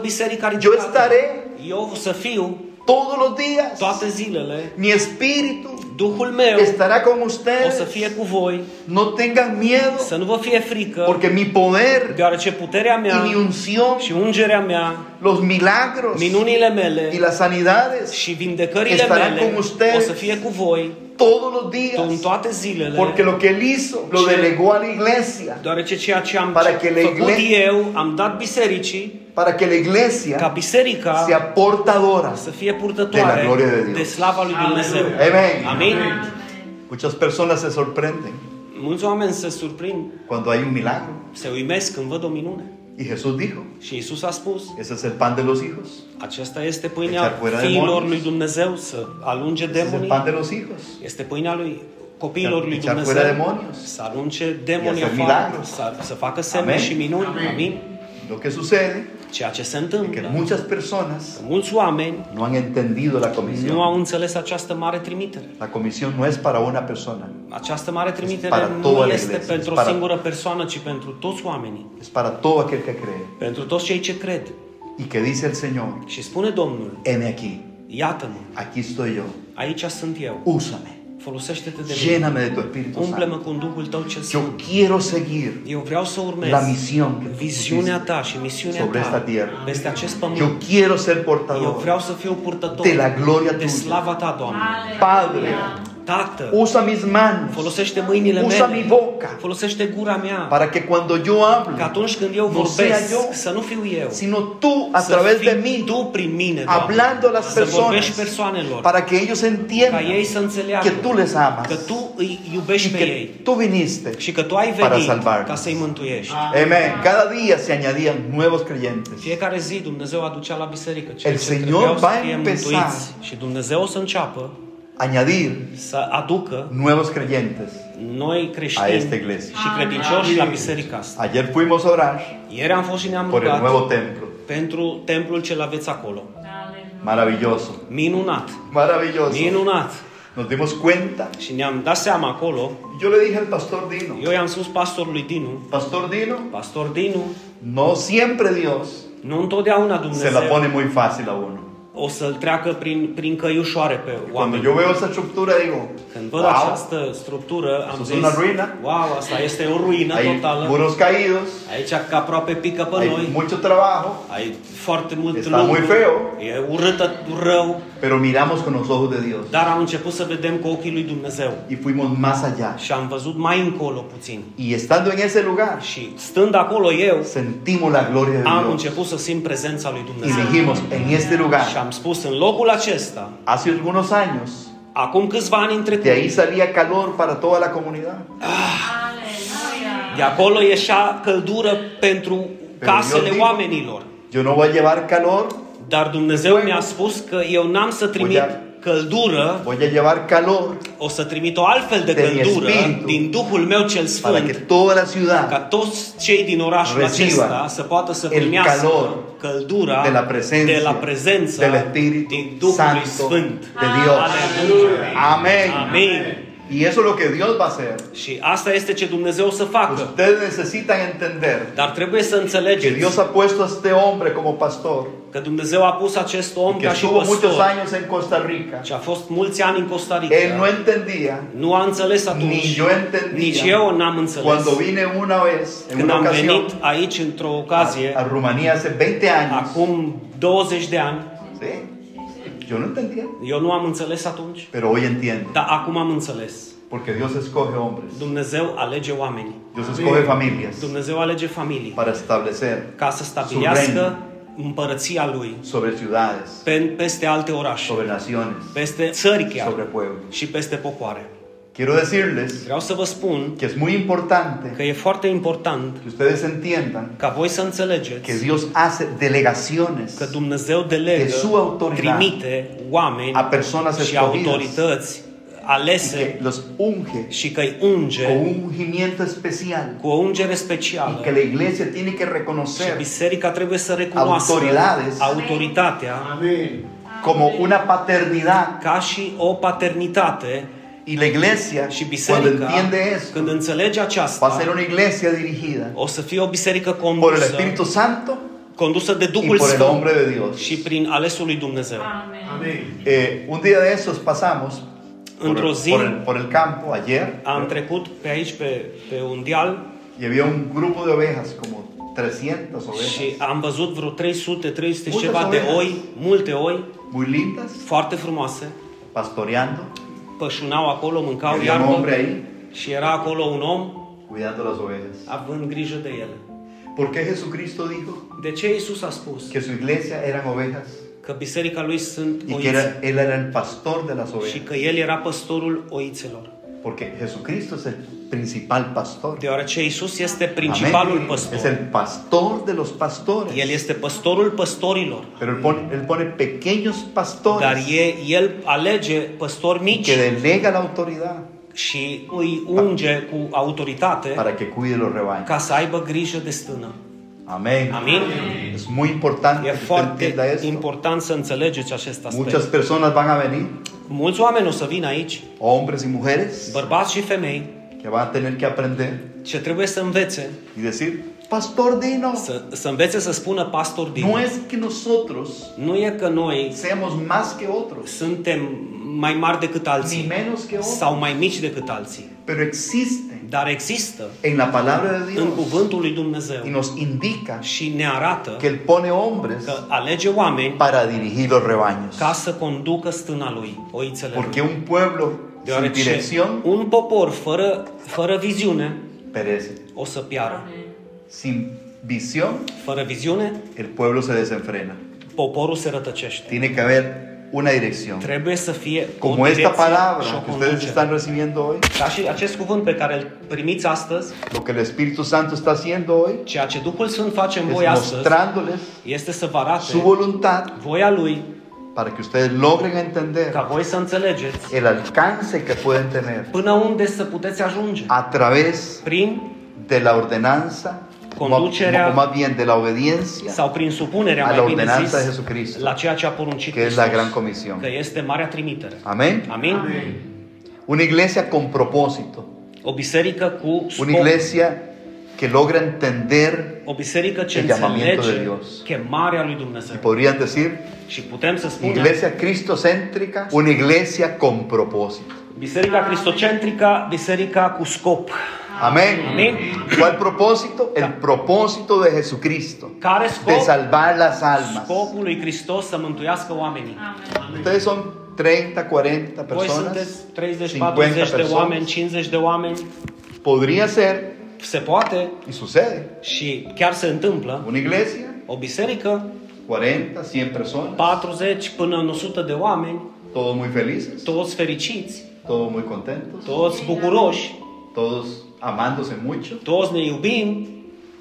[SPEAKER 1] Yo
[SPEAKER 2] biserica ridicată.
[SPEAKER 1] estaré
[SPEAKER 2] Eu o să fiu
[SPEAKER 1] todos los días,
[SPEAKER 2] toate zilele.
[SPEAKER 1] mi espíritu
[SPEAKER 2] Duhul meu
[SPEAKER 1] estará con
[SPEAKER 2] o să
[SPEAKER 1] ustedes,
[SPEAKER 2] fie cu voi.
[SPEAKER 1] no tengan miedo,
[SPEAKER 2] Să nu vă fie frică,
[SPEAKER 1] porque mi poder
[SPEAKER 2] deoarece puterea
[SPEAKER 1] y
[SPEAKER 2] mea
[SPEAKER 1] mi unción,
[SPEAKER 2] și ungerea mea,
[SPEAKER 1] los milagros
[SPEAKER 2] minunile
[SPEAKER 1] y
[SPEAKER 2] mele
[SPEAKER 1] las sanidades
[SPEAKER 2] și vindecările
[SPEAKER 1] estarán
[SPEAKER 2] mele
[SPEAKER 1] con ustedes.
[SPEAKER 2] o să fie cu voi
[SPEAKER 1] todos los
[SPEAKER 2] în
[SPEAKER 1] días,
[SPEAKER 2] toate zilele.
[SPEAKER 1] porque lo que Él hizo lo delegó a la iglesia.
[SPEAKER 2] Deoarece ceea ce am
[SPEAKER 1] Para que le
[SPEAKER 2] făcut
[SPEAKER 1] igle-
[SPEAKER 2] eu, am dat bisericii,
[SPEAKER 1] para que la
[SPEAKER 2] ca
[SPEAKER 1] iglesia
[SPEAKER 2] biserica
[SPEAKER 1] sea portadora.
[SPEAKER 2] să fie
[SPEAKER 1] De la gloria de
[SPEAKER 2] purtătoare
[SPEAKER 1] Dios.
[SPEAKER 2] de slava lui Dumnezeu.
[SPEAKER 1] Amen.
[SPEAKER 2] Amin?
[SPEAKER 1] Muchas personas se sorprenden
[SPEAKER 2] Mulți oameni se surprind,
[SPEAKER 1] cuando hay un milagro.
[SPEAKER 2] se uimesc când văd o minune.
[SPEAKER 1] Y Jesús dijo,
[SPEAKER 2] Și Isus a spus,
[SPEAKER 1] ese es el pan de los hijos.
[SPEAKER 2] aceasta este
[SPEAKER 1] Echar
[SPEAKER 2] pâinea
[SPEAKER 1] fuera
[SPEAKER 2] fiilor
[SPEAKER 1] demonii.
[SPEAKER 2] lui Dumnezeu să alunge
[SPEAKER 1] Ese es el pan
[SPEAKER 2] demonii.
[SPEAKER 1] de los hijos.
[SPEAKER 2] Este pâinea lui copiilor lui
[SPEAKER 1] Echar fuera
[SPEAKER 2] Dumnezeu
[SPEAKER 1] demonios.
[SPEAKER 2] să alunge demonii
[SPEAKER 1] hacer
[SPEAKER 2] afară,
[SPEAKER 1] milagros.
[SPEAKER 2] să, să facă semne
[SPEAKER 1] Amen.
[SPEAKER 2] și minuni.
[SPEAKER 3] Amen.
[SPEAKER 2] Amin?
[SPEAKER 1] Lo que sucede
[SPEAKER 2] Ceea ce se
[SPEAKER 1] es que
[SPEAKER 2] întâmplă.
[SPEAKER 1] muchas personas
[SPEAKER 2] Mulți oameni
[SPEAKER 1] no han entendido la
[SPEAKER 2] nu
[SPEAKER 1] comisión.
[SPEAKER 2] au înțeles această mare trimitere.
[SPEAKER 1] La comisión no es para una persona,
[SPEAKER 2] Această mare trimitere
[SPEAKER 1] Para toda
[SPEAKER 2] nu
[SPEAKER 1] la
[SPEAKER 2] este
[SPEAKER 1] iglesia,
[SPEAKER 2] pentru o
[SPEAKER 1] para-
[SPEAKER 2] singură persoană, ci pentru toți oamenii,
[SPEAKER 1] es para todo aquel que cree.
[SPEAKER 2] pentru toți cei ce cred.
[SPEAKER 1] Y que dice el Señor,
[SPEAKER 2] Și spune Domnul,
[SPEAKER 1] heme aquí,
[SPEAKER 2] iată-mă,
[SPEAKER 1] aquí estoy yo,
[SPEAKER 2] aici sunt eu,
[SPEAKER 1] úsame,
[SPEAKER 2] folosește-te de mine,
[SPEAKER 1] lléname de tu Espíritu
[SPEAKER 2] umple-mă
[SPEAKER 1] Santo.
[SPEAKER 2] cu Duhul tău cel
[SPEAKER 1] Yo
[SPEAKER 2] Sfânt.
[SPEAKER 1] quiero seguir
[SPEAKER 2] Eu vreau să urmez
[SPEAKER 1] la misión que tú
[SPEAKER 2] viziunea
[SPEAKER 1] pusiste.
[SPEAKER 2] ta și misiunea
[SPEAKER 1] sobre esta
[SPEAKER 2] ta
[SPEAKER 1] tierra.
[SPEAKER 2] peste acest
[SPEAKER 1] Yo
[SPEAKER 2] pământ.
[SPEAKER 1] quiero ser
[SPEAKER 2] Eu
[SPEAKER 1] portador.
[SPEAKER 2] vreau să fiu purtător
[SPEAKER 1] de la gloria
[SPEAKER 2] de
[SPEAKER 1] tuya.
[SPEAKER 2] slava ta, Doamne.
[SPEAKER 1] Padre,
[SPEAKER 2] Tată,
[SPEAKER 1] usa mis manos
[SPEAKER 2] folosește mâinile
[SPEAKER 1] usa mi
[SPEAKER 2] mele,
[SPEAKER 1] boca.
[SPEAKER 2] folosește gura mea,
[SPEAKER 1] para que cuando yo
[SPEAKER 2] că
[SPEAKER 1] hablo,
[SPEAKER 2] atunci când eu
[SPEAKER 1] Nu sea
[SPEAKER 2] vorbesc,
[SPEAKER 1] eu,
[SPEAKER 2] să nu fiu eu,
[SPEAKER 1] sino tú a
[SPEAKER 2] să
[SPEAKER 1] través
[SPEAKER 2] fii
[SPEAKER 1] de mí,
[SPEAKER 2] tu prin mine, Doamne,
[SPEAKER 1] hablando a las
[SPEAKER 2] să vorbești
[SPEAKER 1] personas,
[SPEAKER 2] persoanelor,
[SPEAKER 1] para que ellos
[SPEAKER 2] ca ei
[SPEAKER 1] entiendan
[SPEAKER 2] să înțeleagă
[SPEAKER 1] que tú les amas
[SPEAKER 2] că tu îi
[SPEAKER 1] y
[SPEAKER 2] iubești pe
[SPEAKER 1] que
[SPEAKER 2] ei
[SPEAKER 1] tú viniste.
[SPEAKER 2] și că tu ai
[SPEAKER 1] Para
[SPEAKER 2] venit
[SPEAKER 1] salvarnos.
[SPEAKER 2] ca să-i mântuiești.
[SPEAKER 1] Amén. Cada día se añadían nuevos creyentes.
[SPEAKER 2] Fiecare zi Dumnezeu aducea la biserică cei
[SPEAKER 1] El
[SPEAKER 2] ce
[SPEAKER 1] Señor
[SPEAKER 2] trebuiau să
[SPEAKER 1] va
[SPEAKER 2] fie
[SPEAKER 1] empeza.
[SPEAKER 2] mântuiți și Dumnezeu o să înceapă
[SPEAKER 1] Añadir
[SPEAKER 2] să aducă
[SPEAKER 1] nuevos creyentes.
[SPEAKER 2] noi
[SPEAKER 1] A
[SPEAKER 2] creștini
[SPEAKER 1] este iglesia.
[SPEAKER 2] și credincioși la biserica asta.
[SPEAKER 1] Ayer fuimos a orar
[SPEAKER 2] Ieri am fost și ne-am
[SPEAKER 1] por el
[SPEAKER 2] rugat
[SPEAKER 1] nuevo templo.
[SPEAKER 2] pentru templul ce l aveți acolo.
[SPEAKER 1] Maravilloso,
[SPEAKER 2] Minunat.
[SPEAKER 1] maravilloso.
[SPEAKER 2] Minunat.
[SPEAKER 1] Nos dimos cuenta.
[SPEAKER 2] Și ne-am dat seama acolo.
[SPEAKER 1] Yo le dije al pastor Dino,
[SPEAKER 2] Eu i-am spus pastorului Dinu.
[SPEAKER 1] pastor Dino,
[SPEAKER 2] Pastor Dinu,
[SPEAKER 1] no siempre Dios
[SPEAKER 2] nu
[SPEAKER 1] se
[SPEAKER 2] întotdeauna
[SPEAKER 1] la
[SPEAKER 2] Dumnezeu
[SPEAKER 1] pone muy fácil a uno.
[SPEAKER 2] o să-l treacă prin, prin căi ușoare pe
[SPEAKER 1] Cuando
[SPEAKER 2] oameni.
[SPEAKER 1] yo veo esa estructura digo,
[SPEAKER 2] Când văd
[SPEAKER 1] wow,
[SPEAKER 2] această structură, am
[SPEAKER 1] Asta
[SPEAKER 2] zis,
[SPEAKER 1] sună ruină.
[SPEAKER 2] wow, asta este o ruină
[SPEAKER 1] hay
[SPEAKER 2] totală.
[SPEAKER 1] muros caídos,
[SPEAKER 2] Aici că aproape pică pe
[SPEAKER 1] hay
[SPEAKER 2] noi.
[SPEAKER 1] mucho trabajo,
[SPEAKER 2] Ai foarte mult
[SPEAKER 1] Este
[SPEAKER 2] lucru.
[SPEAKER 1] mult feo.
[SPEAKER 2] E urâtă, rău.
[SPEAKER 1] pero miramos con los ojos de Dios
[SPEAKER 2] Dar am început să vedem cu ochii lui Dumnezeu.
[SPEAKER 1] y fuimos más allá.
[SPEAKER 2] Și am văzut mai încolo puțin.
[SPEAKER 1] Y estando en ese lugar,
[SPEAKER 2] Și stând acolo eu,
[SPEAKER 1] sentimos la gloria de
[SPEAKER 2] am
[SPEAKER 1] Dios.
[SPEAKER 2] început să simt prezența lui
[SPEAKER 1] Y
[SPEAKER 2] Dumnezeu.
[SPEAKER 1] dijimos, en este
[SPEAKER 2] Și
[SPEAKER 1] lugar,
[SPEAKER 2] am spus, în locul acesta,
[SPEAKER 1] hace algunos años,
[SPEAKER 2] acum câțiva ani în trecut,
[SPEAKER 1] de ahí salía calor para toda la comunidad.
[SPEAKER 2] de acolo ieșea căldură pentru casele
[SPEAKER 1] digo-
[SPEAKER 2] oamenilor.
[SPEAKER 1] Yo no voy a llevar calor,
[SPEAKER 2] Dar Dumnezeu mi-a spus că eu n-am să trimit
[SPEAKER 1] Păi Uite.
[SPEAKER 2] căldură,
[SPEAKER 1] voy a llevar calor
[SPEAKER 2] o să trimit o altfel de
[SPEAKER 1] Te
[SPEAKER 2] căldură
[SPEAKER 1] respindu.
[SPEAKER 2] din Duhul meu cel
[SPEAKER 1] para que
[SPEAKER 2] Sfânt,
[SPEAKER 1] toda la ciudad
[SPEAKER 2] ca toți cei din orașul
[SPEAKER 1] Reciba
[SPEAKER 2] acesta să poată să
[SPEAKER 1] el
[SPEAKER 2] primească
[SPEAKER 1] calor
[SPEAKER 2] căldura
[SPEAKER 1] de la presencia,
[SPEAKER 2] de la prezența
[SPEAKER 1] del Espíritu
[SPEAKER 2] din
[SPEAKER 1] Santo
[SPEAKER 2] Duhul Sfânt.
[SPEAKER 1] de Dios.
[SPEAKER 2] Aleluia!
[SPEAKER 1] Amén.
[SPEAKER 2] Amin!
[SPEAKER 1] Y eso es lo que Dios va a hacer.
[SPEAKER 2] Și asta este ce Dumnezeu o să facă.
[SPEAKER 1] Ustedes necesitan entender
[SPEAKER 2] Dar trebuie să
[SPEAKER 1] que Dios
[SPEAKER 2] înțelegeți
[SPEAKER 1] ha puesto a este hombre como pastor,
[SPEAKER 2] că Dumnezeu a pus acest om
[SPEAKER 1] que
[SPEAKER 2] ca și
[SPEAKER 1] estuvo muchos
[SPEAKER 2] păstor
[SPEAKER 1] años en Costa Rica.
[SPEAKER 2] și a fost mulți ani în Costa
[SPEAKER 1] Él no
[SPEAKER 2] Rica.
[SPEAKER 1] entendía
[SPEAKER 2] Nu a înțeles
[SPEAKER 1] Ni
[SPEAKER 2] atunci,
[SPEAKER 1] yo entendía.
[SPEAKER 2] nici eu n-am înțeles.
[SPEAKER 1] cuando vine una vez, en
[SPEAKER 2] Când
[SPEAKER 1] una
[SPEAKER 2] am venit
[SPEAKER 1] ocasión,
[SPEAKER 2] aici într-o
[SPEAKER 1] a, a
[SPEAKER 2] ocazie,
[SPEAKER 1] Rumanía hace 20 años.
[SPEAKER 2] acum 20 de ani,
[SPEAKER 1] ¿sí? Yo no entendía,
[SPEAKER 2] eu nu am înțeles atunci,
[SPEAKER 1] pero hoy entiendo,
[SPEAKER 2] dar acum am înțeles.
[SPEAKER 1] porque Dios escoge hombres,
[SPEAKER 2] Dumnezeu alege oameni,
[SPEAKER 1] Dios escoge familias
[SPEAKER 2] Dumnezeu alege familii
[SPEAKER 1] para establecer
[SPEAKER 2] ca să stabilească împărăția Lui
[SPEAKER 1] sobre ciudades,
[SPEAKER 2] pe- peste alte orașe,
[SPEAKER 1] sobre naciones,
[SPEAKER 2] peste țări
[SPEAKER 1] sobre
[SPEAKER 2] chiar
[SPEAKER 1] pueblos.
[SPEAKER 2] și peste popoare.
[SPEAKER 1] Quiero decirles
[SPEAKER 2] Vreau să vă spun
[SPEAKER 1] que es muy importante
[SPEAKER 2] că e foarte important
[SPEAKER 1] que ustedes entiendan
[SPEAKER 2] ca voi să
[SPEAKER 1] que
[SPEAKER 2] înțelegeți
[SPEAKER 1] Dios hace delegaciones
[SPEAKER 2] că Dumnezeu
[SPEAKER 1] De
[SPEAKER 2] delegă,
[SPEAKER 1] sua autoritate
[SPEAKER 2] trimite oameni
[SPEAKER 1] a personas
[SPEAKER 2] și
[SPEAKER 1] escogidas.
[SPEAKER 2] autorități
[SPEAKER 1] y
[SPEAKER 2] alese
[SPEAKER 1] que los unge
[SPEAKER 2] și că îi
[SPEAKER 1] con
[SPEAKER 2] unge
[SPEAKER 1] un ungimiento especial
[SPEAKER 2] cu o ungere
[SPEAKER 1] y que
[SPEAKER 2] specială
[SPEAKER 1] la iglesia tiene que
[SPEAKER 2] și
[SPEAKER 1] reconocer
[SPEAKER 2] biserica trebuie să recunoască
[SPEAKER 1] Autoridades.
[SPEAKER 2] autoritatea
[SPEAKER 3] Amén.
[SPEAKER 1] como una paternidad
[SPEAKER 2] ca și o paternitate
[SPEAKER 1] y la iglesia
[SPEAKER 2] și
[SPEAKER 1] cuando
[SPEAKER 2] biserica
[SPEAKER 1] entiende eso
[SPEAKER 2] când înțelege
[SPEAKER 1] va a ser
[SPEAKER 2] aceasta
[SPEAKER 1] una iglesia dirigida
[SPEAKER 2] o să fie o biserică
[SPEAKER 1] por el
[SPEAKER 2] condusă,
[SPEAKER 1] Espíritu Santo
[SPEAKER 2] condusă de
[SPEAKER 1] y
[SPEAKER 2] Duhul
[SPEAKER 1] por el hombre
[SPEAKER 2] Sfânt
[SPEAKER 1] de Dios.
[SPEAKER 2] și prin alesul lui Dumnezeu.
[SPEAKER 3] Amén.
[SPEAKER 1] Eh, un día de esos pasamos por,
[SPEAKER 2] Într-o zi-
[SPEAKER 1] por el, por el campo ayer
[SPEAKER 2] Am trecut pe aici, pe, pe un deal
[SPEAKER 1] y había un grupo de ovejas, como 300
[SPEAKER 2] și
[SPEAKER 1] ovejas,
[SPEAKER 2] am văzut vreo 300, 300 și
[SPEAKER 1] Multe
[SPEAKER 2] ceva de
[SPEAKER 1] ovejas.
[SPEAKER 2] oi, multe oi,
[SPEAKER 1] muy lindas,
[SPEAKER 2] foarte frumoase,
[SPEAKER 1] pastoreando.
[SPEAKER 2] pășunau acolo, mâncau
[SPEAKER 1] Había un hombre
[SPEAKER 2] iarbă
[SPEAKER 1] ahí
[SPEAKER 2] și era acolo un om
[SPEAKER 1] cuidando las ovejas.
[SPEAKER 2] având grijă de ele.
[SPEAKER 1] ¿Por qué Jesucristo dijo
[SPEAKER 2] De ce Isus a spus
[SPEAKER 1] que su iglesia eran ovejas
[SPEAKER 2] că biserica lui sunt
[SPEAKER 1] y que
[SPEAKER 2] oițe
[SPEAKER 1] era- él era el pastor de las
[SPEAKER 2] și
[SPEAKER 1] ovejas?
[SPEAKER 2] că el era păstorul oițelor?
[SPEAKER 1] Porque Jesucristo es el principal pastor.
[SPEAKER 2] Deoarece Isus este principalul
[SPEAKER 1] Amén. Es
[SPEAKER 2] păstor.
[SPEAKER 1] el pastor de los pastores.
[SPEAKER 2] El este păstorul păstorilor.
[SPEAKER 1] Pero él pone, él pone pequeños pastores
[SPEAKER 2] Dar e, el alege păstori mici
[SPEAKER 1] que delega la autoridad
[SPEAKER 2] și îi unge cu autoritate
[SPEAKER 1] para que cuide los rebaños.
[SPEAKER 2] ca să aibă grijă de stână.
[SPEAKER 1] Amén.
[SPEAKER 2] Amin?
[SPEAKER 1] Es muy importante
[SPEAKER 2] E
[SPEAKER 1] que usted entienda
[SPEAKER 2] foarte
[SPEAKER 1] esto.
[SPEAKER 2] important să înțelegeți acest
[SPEAKER 1] Muchas
[SPEAKER 2] aspect.
[SPEAKER 1] personas van a venir,
[SPEAKER 2] Mulți oameni o să vină aici,
[SPEAKER 1] hombres y mujeres,
[SPEAKER 2] bărbați și femei,
[SPEAKER 1] que van a tener que aprender
[SPEAKER 2] ce trebuie să învețe,
[SPEAKER 1] y decir, Pastor Dino,
[SPEAKER 2] să, să învețe să spună pastor din.
[SPEAKER 1] no es que nosotros
[SPEAKER 2] Nu e că noi
[SPEAKER 1] seamos más que otros,
[SPEAKER 2] suntem mai mari decât
[SPEAKER 1] ni
[SPEAKER 2] alții
[SPEAKER 1] menos que otros,
[SPEAKER 2] sau mai mici decât alții,
[SPEAKER 1] pero existen
[SPEAKER 2] dar există
[SPEAKER 1] en la palabra de
[SPEAKER 2] în
[SPEAKER 1] Dios
[SPEAKER 2] cuvântul lui Dumnezeu
[SPEAKER 1] y nos indica
[SPEAKER 2] și ne arată
[SPEAKER 1] que Él pone hombres
[SPEAKER 2] că alege oameni
[SPEAKER 1] para dirigir los rebaños.
[SPEAKER 2] ca să conducă stâna lui, oițele
[SPEAKER 1] Porque
[SPEAKER 2] lui.
[SPEAKER 1] un pueblo sin
[SPEAKER 2] Deoarece
[SPEAKER 1] dirección
[SPEAKER 2] un popor fără, fără viziune
[SPEAKER 1] perece.
[SPEAKER 2] o să piară.
[SPEAKER 1] Sin visión,
[SPEAKER 2] Fără viziune,
[SPEAKER 1] el pueblo se desenfrena.
[SPEAKER 2] poporul se rătăcește.
[SPEAKER 1] Tiene que haber una dirección.
[SPEAKER 2] Trebuie să fie o
[SPEAKER 1] Como esta
[SPEAKER 2] direcție și o
[SPEAKER 1] palabra que ustedes
[SPEAKER 2] conducere.
[SPEAKER 1] están recibiendo hoy,
[SPEAKER 2] Ca și acest cuvânt pe care îl primiți astăzi,
[SPEAKER 1] lo que el Espíritu Santo está haciendo hoy
[SPEAKER 2] ceea ce Duhul Sfânt face în
[SPEAKER 1] es
[SPEAKER 2] voi astăzi,
[SPEAKER 1] mostrándoles
[SPEAKER 2] este să vă arate
[SPEAKER 1] su voluntad
[SPEAKER 2] voia Lui
[SPEAKER 1] para que ustedes logren entender
[SPEAKER 2] ca voi să înțelegeți
[SPEAKER 1] el alcance que pueden tener
[SPEAKER 2] până unde să puteți ajunge
[SPEAKER 1] a través
[SPEAKER 2] prin
[SPEAKER 1] de la ordenanza o más, o
[SPEAKER 2] conducerea
[SPEAKER 1] más bien de la obediencia
[SPEAKER 2] sau prin supunerea,
[SPEAKER 1] a la
[SPEAKER 2] mai bine
[SPEAKER 1] ordenanza de
[SPEAKER 2] zis,
[SPEAKER 1] Jesucristo.
[SPEAKER 2] la ceea ce a poruncit
[SPEAKER 1] Că e la
[SPEAKER 2] Hristos,
[SPEAKER 1] Gran Comisión.
[SPEAKER 2] că este marea trimitere.
[SPEAKER 1] Amén.
[SPEAKER 2] Amin?
[SPEAKER 1] Una iglesia con propósito,
[SPEAKER 2] O biserică cu scop,
[SPEAKER 1] una iglesia que logra entender,
[SPEAKER 2] o biserică ce
[SPEAKER 1] de llamamiento de
[SPEAKER 2] înțelege
[SPEAKER 1] Dios.
[SPEAKER 2] chemarea lui Dumnezeu.
[SPEAKER 1] podrían decir,
[SPEAKER 2] Și putem să spunem,
[SPEAKER 1] iglesia cristocéntrica, una iglesia con propósito.
[SPEAKER 2] biserica cristocentrică, biserica cu scop.
[SPEAKER 1] Amén.
[SPEAKER 2] Amén.
[SPEAKER 1] ¿Cuál propósito? El propósito de Jesucristo,
[SPEAKER 2] Care scop?
[SPEAKER 1] de salvar las almas.
[SPEAKER 2] Scopul lui Hristos să mântuiască oamenii.
[SPEAKER 1] Ustedes son 30, 40
[SPEAKER 2] Voi
[SPEAKER 1] personas,
[SPEAKER 2] sunteți 30,
[SPEAKER 1] 50
[SPEAKER 2] 40 de oameni,
[SPEAKER 1] personas.
[SPEAKER 2] 50 de oameni.
[SPEAKER 1] Podría ser,
[SPEAKER 2] Se poate
[SPEAKER 1] y sucede,
[SPEAKER 2] și chiar se întâmplă.
[SPEAKER 1] una iglesia,
[SPEAKER 2] O biserică,
[SPEAKER 1] 40, 100 personas,
[SPEAKER 2] 40 până în 100 de oameni,
[SPEAKER 1] todos muy felices,
[SPEAKER 2] toți fericiți,
[SPEAKER 1] todos muy contentos,
[SPEAKER 2] toți bucuroși,
[SPEAKER 1] todos amándose mucho,
[SPEAKER 2] toți ne iubim,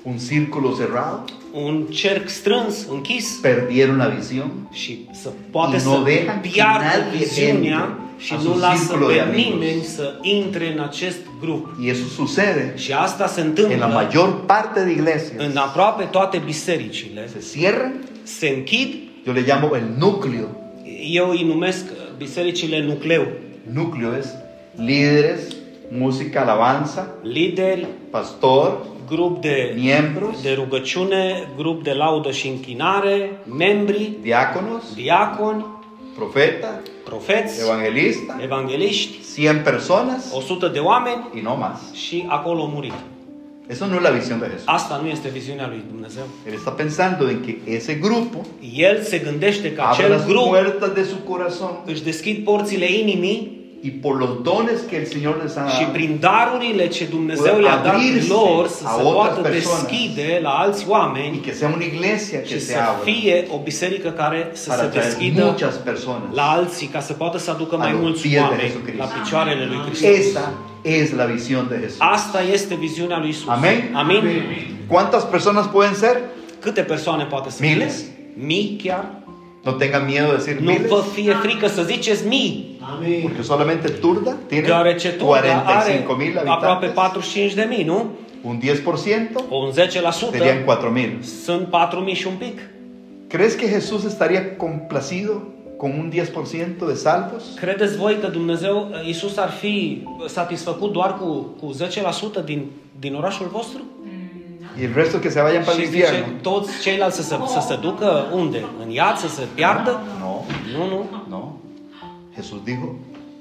[SPEAKER 1] un círculo cerrado,
[SPEAKER 2] un cerc strâns, închis
[SPEAKER 1] perdieron la visión.
[SPEAKER 2] și să poate
[SPEAKER 1] Nu
[SPEAKER 2] să
[SPEAKER 1] deja
[SPEAKER 2] piardă
[SPEAKER 1] nadie
[SPEAKER 2] viziunea
[SPEAKER 1] intre
[SPEAKER 2] și
[SPEAKER 1] a
[SPEAKER 2] nu
[SPEAKER 1] su
[SPEAKER 2] lasă
[SPEAKER 1] círculo de
[SPEAKER 2] pe
[SPEAKER 1] amigos.
[SPEAKER 2] nimeni să intre în acest grup.
[SPEAKER 1] Y eso sucede
[SPEAKER 2] Și asta se
[SPEAKER 1] en la
[SPEAKER 2] întâmplă
[SPEAKER 1] mayor parte de
[SPEAKER 2] în
[SPEAKER 1] iglesias.
[SPEAKER 2] aproape toate bisericile.
[SPEAKER 1] Se cierran,
[SPEAKER 2] Se închid,
[SPEAKER 1] yo le llamo el núcleo
[SPEAKER 2] eu îi numesc uh, bisericile nucleu,
[SPEAKER 1] Núcleo es líderes, música, alabanza,
[SPEAKER 2] lideri,
[SPEAKER 1] pastor,
[SPEAKER 2] grup de,
[SPEAKER 1] miembros,
[SPEAKER 2] de rugăciune, grup de laudă și închinare, membri,
[SPEAKER 1] diáconos,
[SPEAKER 2] diaconi,
[SPEAKER 1] profeta,
[SPEAKER 2] profeți,
[SPEAKER 1] evangelista,
[SPEAKER 2] evangeliști,
[SPEAKER 1] 100 personas
[SPEAKER 2] 100 de oameni
[SPEAKER 1] y no más.
[SPEAKER 2] și acolo murit.
[SPEAKER 1] Eso no es la visión de Jesús.
[SPEAKER 2] Asta nu este viziunea lui Dumnezeu.
[SPEAKER 1] Él está pensando en que ese grupo
[SPEAKER 2] El se gândește că
[SPEAKER 1] abre
[SPEAKER 2] acel
[SPEAKER 1] las
[SPEAKER 2] grup
[SPEAKER 1] puertas de su corazón
[SPEAKER 2] își deschid porțile inimii
[SPEAKER 1] y por los dones que el Señor les ha
[SPEAKER 2] și
[SPEAKER 1] dado,
[SPEAKER 2] prin darurile ce Dumnezeu
[SPEAKER 1] Vor
[SPEAKER 2] le-a dat
[SPEAKER 1] abrirse
[SPEAKER 2] lor să
[SPEAKER 1] a
[SPEAKER 2] se
[SPEAKER 1] otras
[SPEAKER 2] poată
[SPEAKER 1] personas.
[SPEAKER 2] deschide la alți
[SPEAKER 1] y
[SPEAKER 2] oameni
[SPEAKER 1] que sea una iglesia que
[SPEAKER 2] și
[SPEAKER 1] se
[SPEAKER 2] să
[SPEAKER 1] abra
[SPEAKER 2] fie o biserică care să
[SPEAKER 1] para
[SPEAKER 2] se
[SPEAKER 1] traer
[SPEAKER 2] deschidă
[SPEAKER 1] muchas personas.
[SPEAKER 2] la alții ca să poată să aducă mai
[SPEAKER 1] A los
[SPEAKER 2] mulți
[SPEAKER 1] pies de
[SPEAKER 2] oameni
[SPEAKER 1] Jesucristo.
[SPEAKER 2] la picioarele lui Hristos.
[SPEAKER 1] Esa es la visión de Jesús.
[SPEAKER 2] Asta este viziunea lui Isus.
[SPEAKER 1] Amen?
[SPEAKER 2] Amin?
[SPEAKER 1] ¿Cuántas personas pueden ser?
[SPEAKER 2] Câte persoane poate să
[SPEAKER 1] Miles?
[SPEAKER 2] fie? Mii chiar?
[SPEAKER 1] No tengan miedo de decir
[SPEAKER 2] Nu
[SPEAKER 1] miles.
[SPEAKER 2] vă fie frică să ziceți mii.
[SPEAKER 3] Amén.
[SPEAKER 1] Porque solamente Turda tiene
[SPEAKER 2] Deoarece Turda are
[SPEAKER 1] 45 mil
[SPEAKER 2] aproape
[SPEAKER 1] habitantes.
[SPEAKER 2] 45 de mii, nu?
[SPEAKER 1] Un 10%
[SPEAKER 2] O un 10%
[SPEAKER 1] serían 4 mil.
[SPEAKER 2] sunt 4 mii și un pic.
[SPEAKER 1] ¿Crees que Jesús estaría complacido con un 10% de salvos?
[SPEAKER 2] Credeți voi că Dumnezeu, Iisus ar fi satisfăcut doar cu, cu 10% din, din orașul vostru?
[SPEAKER 1] Y el resto que se vayan para el
[SPEAKER 2] și zice,
[SPEAKER 1] infierno.
[SPEAKER 2] toți ceilalți să se, să se ducă unde? În iad, să se piardă?
[SPEAKER 1] No,
[SPEAKER 2] Nu, nu.
[SPEAKER 1] no. Jesús dijo,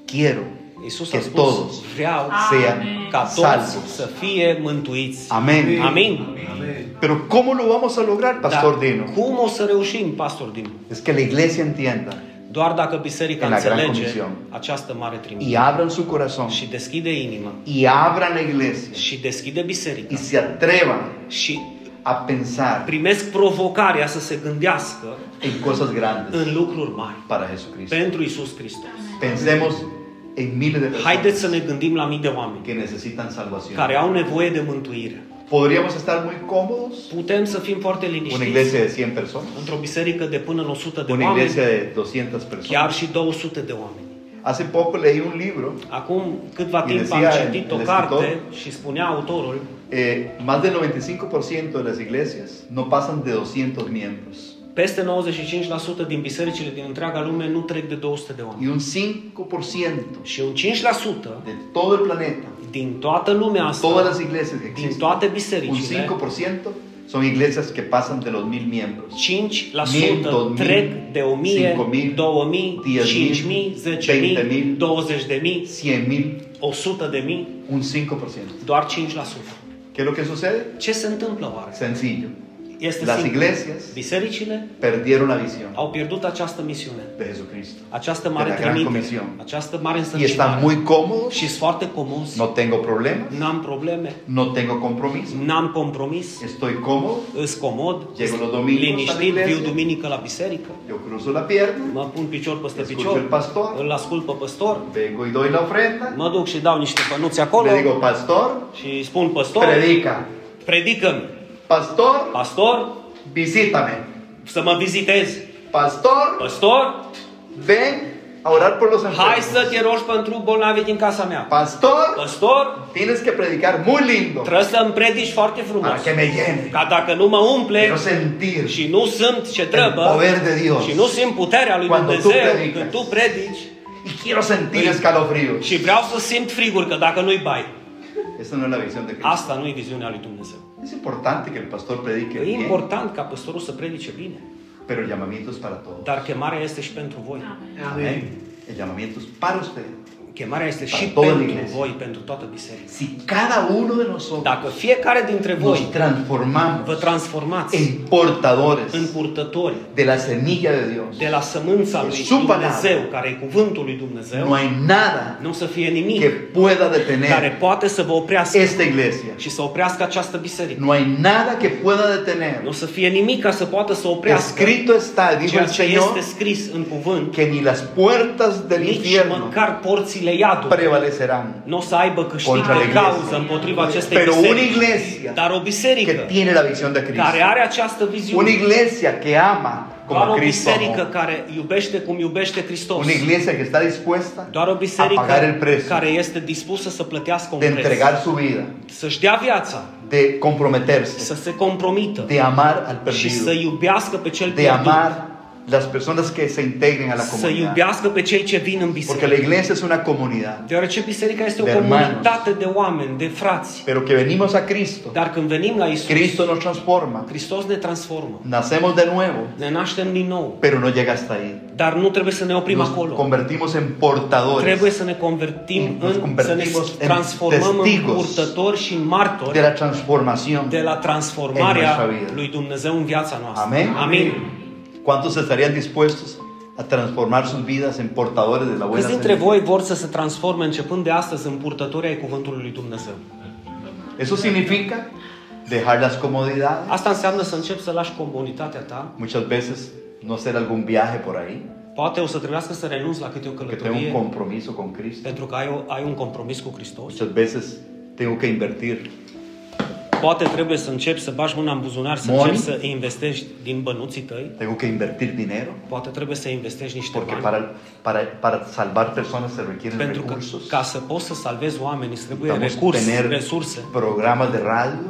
[SPEAKER 1] quiero
[SPEAKER 2] Iisus
[SPEAKER 1] que
[SPEAKER 2] a spus,
[SPEAKER 1] todos
[SPEAKER 2] vreau
[SPEAKER 1] sean
[SPEAKER 2] ca toți
[SPEAKER 1] salvos.
[SPEAKER 2] să fie mântuiți.
[SPEAKER 1] Amén.
[SPEAKER 2] Amén.
[SPEAKER 3] Amén.
[SPEAKER 1] Pero ¿cómo lo vamos a lograr, Pastor
[SPEAKER 2] Dar
[SPEAKER 1] Dino?
[SPEAKER 2] cum o să reușim, Pastor Dinu?
[SPEAKER 1] Es que la iglesia entienda
[SPEAKER 2] Doar dacă biserica
[SPEAKER 1] În la Gran
[SPEAKER 2] înțelege
[SPEAKER 1] Comisión.
[SPEAKER 2] această mare trimitere
[SPEAKER 1] y abran su corazón
[SPEAKER 2] și deschide inima
[SPEAKER 1] y abran la iglesia
[SPEAKER 2] și deschide biserica
[SPEAKER 1] y se atrevan
[SPEAKER 2] și
[SPEAKER 1] a pensar
[SPEAKER 2] primesc provocarea să se gândească
[SPEAKER 1] en cosas grandes
[SPEAKER 2] în lucruri mari
[SPEAKER 1] para Jesucristo.
[SPEAKER 2] pentru Isus Hristos.
[SPEAKER 1] Pensemos en miles de
[SPEAKER 2] Haideți
[SPEAKER 1] personas
[SPEAKER 2] să ne gândim la mii de oameni
[SPEAKER 1] que necesitan salvación.
[SPEAKER 2] care au nevoie de mântuire.
[SPEAKER 1] Podríamos estar muy cómodos.
[SPEAKER 2] Putem să fim foarte
[SPEAKER 1] Una
[SPEAKER 2] liniștiți
[SPEAKER 1] iglesia de 100 personas,
[SPEAKER 2] într-o biserică de până în 100 de
[SPEAKER 1] una
[SPEAKER 2] oameni,
[SPEAKER 1] iglesia de 200 personas.
[SPEAKER 2] chiar și 200 de oameni.
[SPEAKER 1] Hace poco leí un libro,
[SPEAKER 2] Acum câtva
[SPEAKER 1] Îi
[SPEAKER 2] timp am
[SPEAKER 1] decía
[SPEAKER 2] citit o
[SPEAKER 1] el
[SPEAKER 2] carte
[SPEAKER 1] escritor-
[SPEAKER 2] și spunea autorul
[SPEAKER 1] eh, más del 95% de las iglesias no pasan de 200 miembros
[SPEAKER 2] Peste 95% din bisericile din întreaga lume nu trec de 200 de oameni.
[SPEAKER 1] y un 5%
[SPEAKER 2] Și un 5%
[SPEAKER 1] de todo el planeta,
[SPEAKER 2] din toată lumea
[SPEAKER 1] todas
[SPEAKER 2] asta,
[SPEAKER 1] las iglesias que
[SPEAKER 2] din
[SPEAKER 1] existen,
[SPEAKER 2] toate
[SPEAKER 1] un
[SPEAKER 2] bisericile,
[SPEAKER 1] 5% son iglesias que pasan de los 1000 miembros. 1000,
[SPEAKER 2] 5%
[SPEAKER 1] 2000,
[SPEAKER 2] trec de 1000,
[SPEAKER 1] 5000,
[SPEAKER 2] 2000,
[SPEAKER 1] 10.000,
[SPEAKER 2] 5000, 10.000,
[SPEAKER 1] 20.000,
[SPEAKER 2] 20.000,
[SPEAKER 1] 100 mil,
[SPEAKER 2] 100.000,
[SPEAKER 1] un 5%.
[SPEAKER 2] doar 5%.
[SPEAKER 1] ¿Qué es lo que sucede?
[SPEAKER 2] Ce se întâmplă oare?
[SPEAKER 1] Sencillo.
[SPEAKER 2] Este
[SPEAKER 1] Las
[SPEAKER 2] simplu.
[SPEAKER 1] iglesias
[SPEAKER 2] Bisericile
[SPEAKER 1] perdieron la visión
[SPEAKER 2] au pierdut această misiune,
[SPEAKER 1] de Jesucristo.
[SPEAKER 2] această
[SPEAKER 1] De
[SPEAKER 2] mare
[SPEAKER 1] la Gran
[SPEAKER 2] trimitere,
[SPEAKER 1] Comisión.
[SPEAKER 2] această mare
[SPEAKER 1] Y están
[SPEAKER 2] însărcinare.
[SPEAKER 1] muy cómodos.
[SPEAKER 2] Și sunt foarte comuns,
[SPEAKER 1] No tengo problemas,
[SPEAKER 2] n-am probleme,
[SPEAKER 1] no tengo compromiso.
[SPEAKER 2] N-am compromis,
[SPEAKER 1] Estoy cómodo,
[SPEAKER 2] îs comod,
[SPEAKER 1] Llego los domingos la
[SPEAKER 2] liniștit,
[SPEAKER 1] iglesia.
[SPEAKER 2] viu duminică la biserică,
[SPEAKER 1] yo cruzo la pierna,
[SPEAKER 2] mă pun picior peste
[SPEAKER 1] Ascult
[SPEAKER 2] picior,
[SPEAKER 1] pe pastor.
[SPEAKER 2] îl ascult pe pastor,
[SPEAKER 1] vengo y doy la ofrenda,
[SPEAKER 2] mă duc și dau niște bănuți acolo
[SPEAKER 1] le digo, pastor,
[SPEAKER 2] și spun pastor,
[SPEAKER 1] predica,
[SPEAKER 2] predică
[SPEAKER 1] pastor,
[SPEAKER 2] pastor,
[SPEAKER 1] visítame,
[SPEAKER 2] să mă vizitezi,
[SPEAKER 1] pastor,
[SPEAKER 2] pastor,
[SPEAKER 1] ven a orar por los
[SPEAKER 2] Hai să
[SPEAKER 1] enfermos.
[SPEAKER 2] te rogi pentru bolnavii din casa mea.
[SPEAKER 1] Pastor,
[SPEAKER 2] Păstor,
[SPEAKER 1] tienes que predicar muy lindo
[SPEAKER 2] trebuie să îmi predici foarte frumos.
[SPEAKER 1] para que me llene.
[SPEAKER 2] Ca dacă nu mă umple
[SPEAKER 1] Quiero sentir
[SPEAKER 2] și nu sunt ce trebuie
[SPEAKER 1] poder de Dios.
[SPEAKER 2] și nu simt puterea lui
[SPEAKER 1] Cuando tu
[SPEAKER 2] Dumnezeu
[SPEAKER 1] predicas.
[SPEAKER 2] când tu predici
[SPEAKER 1] y quiero sentir escalofríos.
[SPEAKER 2] și vreau să simt friguri că dacă nu-i bai.
[SPEAKER 1] Esa no es la visión de Cristo.
[SPEAKER 2] Asta nu e viziunea lui Dumnezeu.
[SPEAKER 1] Es importante que el pastor predique
[SPEAKER 2] E
[SPEAKER 1] bien,
[SPEAKER 2] important ca păstorul să predice bine,
[SPEAKER 1] pero el llamamiento es para todos.
[SPEAKER 2] dar chemarea este și pentru voi.
[SPEAKER 3] Amén.
[SPEAKER 1] Amén. El llamamiento es para usted.
[SPEAKER 2] Chemarea este și
[SPEAKER 1] Pentru toată
[SPEAKER 2] pentru
[SPEAKER 1] iglesia.
[SPEAKER 2] voi, pentru toată biserica.
[SPEAKER 1] Si cada uno de nosotros
[SPEAKER 2] Dacă fiecare dintre voi
[SPEAKER 1] nos
[SPEAKER 2] vă
[SPEAKER 1] transformamos
[SPEAKER 2] transformați
[SPEAKER 1] en portadores
[SPEAKER 2] în purtători
[SPEAKER 1] de la semilla de Dios,
[SPEAKER 2] de la sămânța lui
[SPEAKER 1] Sub banal.
[SPEAKER 2] Dumnezeu, care e cuvântul lui Dumnezeu,
[SPEAKER 1] no hay nada
[SPEAKER 2] nu o să fie
[SPEAKER 1] que
[SPEAKER 2] nimic
[SPEAKER 1] pueda
[SPEAKER 2] care
[SPEAKER 1] detener
[SPEAKER 2] poate să vă oprească
[SPEAKER 1] esta iglesia.
[SPEAKER 2] și să oprească această biserică.
[SPEAKER 1] No hay nada que pueda
[SPEAKER 2] Nu o
[SPEAKER 1] detener.
[SPEAKER 2] să fie nimic ca să poată să oprească
[SPEAKER 1] Escrito está, dijo
[SPEAKER 2] ceea
[SPEAKER 1] el
[SPEAKER 2] ce
[SPEAKER 1] Señor,
[SPEAKER 2] este scris în cuvânt,
[SPEAKER 1] que ni las puertas del
[SPEAKER 2] nici
[SPEAKER 1] infierno
[SPEAKER 2] măcar porțile iadului
[SPEAKER 1] prevalecerán.
[SPEAKER 2] nu o să aibă câștig
[SPEAKER 1] Contra
[SPEAKER 2] de
[SPEAKER 1] iglesia.
[SPEAKER 2] cauză împotriva acestei
[SPEAKER 1] Pero una
[SPEAKER 2] biserici.
[SPEAKER 1] iglesia
[SPEAKER 2] Dar o
[SPEAKER 1] que
[SPEAKER 2] biserică
[SPEAKER 1] tiene la visión de Cristo,
[SPEAKER 2] care are această
[SPEAKER 1] una
[SPEAKER 2] viziune,
[SPEAKER 1] iglesia que ama
[SPEAKER 2] doar
[SPEAKER 1] como
[SPEAKER 2] o
[SPEAKER 1] Cristo
[SPEAKER 2] biserică
[SPEAKER 1] amó,
[SPEAKER 2] care iubește cum iubește Hristos,
[SPEAKER 1] una iglesia que está dispuesta
[SPEAKER 2] doar o
[SPEAKER 1] a pagar el
[SPEAKER 2] biserică
[SPEAKER 1] precio.
[SPEAKER 2] care este dispusă să plătească un
[SPEAKER 1] de
[SPEAKER 2] preț,
[SPEAKER 1] entregar su vida,
[SPEAKER 2] să-și dea viața,
[SPEAKER 1] de comprometerse,
[SPEAKER 2] să se compromită
[SPEAKER 1] de amar al
[SPEAKER 2] și să
[SPEAKER 1] perdido,
[SPEAKER 2] iubească pe cel
[SPEAKER 1] de
[SPEAKER 2] pierdut,
[SPEAKER 1] amar las personas que se integren a la
[SPEAKER 2] să
[SPEAKER 1] comunidad.
[SPEAKER 2] iubească pe cei ce vin în
[SPEAKER 1] Porque la
[SPEAKER 2] biserică.
[SPEAKER 1] iglesia es una comunidad,
[SPEAKER 2] Deoarece biserica este
[SPEAKER 1] De
[SPEAKER 2] o
[SPEAKER 1] hermanos.
[SPEAKER 2] comunitate de oameni, de frați.
[SPEAKER 1] pero que venimos a Cristo.
[SPEAKER 2] Dar când venim la Isus,
[SPEAKER 1] Cristo nos transforma,
[SPEAKER 2] Hristos ne transformă.
[SPEAKER 1] nacemos de nuevo,
[SPEAKER 2] Ne naștem din nou,
[SPEAKER 1] pero no llega hasta ahí.
[SPEAKER 2] dar nu trebuie să ne oprim
[SPEAKER 1] nos
[SPEAKER 2] acolo.
[SPEAKER 1] convertimos en portadores
[SPEAKER 2] Trebuie să ne convertim
[SPEAKER 1] Nos
[SPEAKER 2] în, să ne
[SPEAKER 1] convertimos en
[SPEAKER 2] transformăm în
[SPEAKER 1] testigos
[SPEAKER 2] purtători și în martori
[SPEAKER 1] de la transformación.
[SPEAKER 2] de la transformarea
[SPEAKER 1] în nașa vie.
[SPEAKER 2] lui Dumnezeu în viața noastră.
[SPEAKER 1] Amen.
[SPEAKER 2] Amin.
[SPEAKER 1] ¿Cuántos estarían dispuestos a transformar sus vidas en portadores de la buena
[SPEAKER 2] Câți dintre
[SPEAKER 1] semilla?
[SPEAKER 2] voi vor să se transforme începând de astăzi en purtători ai Cuvântului lui Dumnezeu?
[SPEAKER 1] Eso significa dejar las comodidades.
[SPEAKER 2] Asta înseamnă să începi să lași comunitatea ta.
[SPEAKER 1] Muchas veces no hacer algún viaje por ahí,
[SPEAKER 2] Poate o să trebuiască să renunți la câte o
[SPEAKER 1] porque tengo un
[SPEAKER 2] călătorie
[SPEAKER 1] compromiso con Cristo.
[SPEAKER 2] pentru că ai, o, ai un compromis cu Hristos.
[SPEAKER 1] Muchas veces tengo que invertir.
[SPEAKER 2] Poate trebuie să începi să bagi mâna în buzunar, să
[SPEAKER 1] Money.
[SPEAKER 2] începi să investești din bănuții tăi.
[SPEAKER 1] Tengo que invertir dinero,
[SPEAKER 2] Poate trebuie să investești niște
[SPEAKER 1] porque
[SPEAKER 2] bani.
[SPEAKER 1] para, para, para salvar personas se requieren
[SPEAKER 2] Pentru că
[SPEAKER 1] recursos.
[SPEAKER 2] ca să poți să salvezi oamenii, îți trebuie
[SPEAKER 1] Necesitamos
[SPEAKER 2] recurse,
[SPEAKER 1] tener
[SPEAKER 2] resurse.
[SPEAKER 1] programas de radio,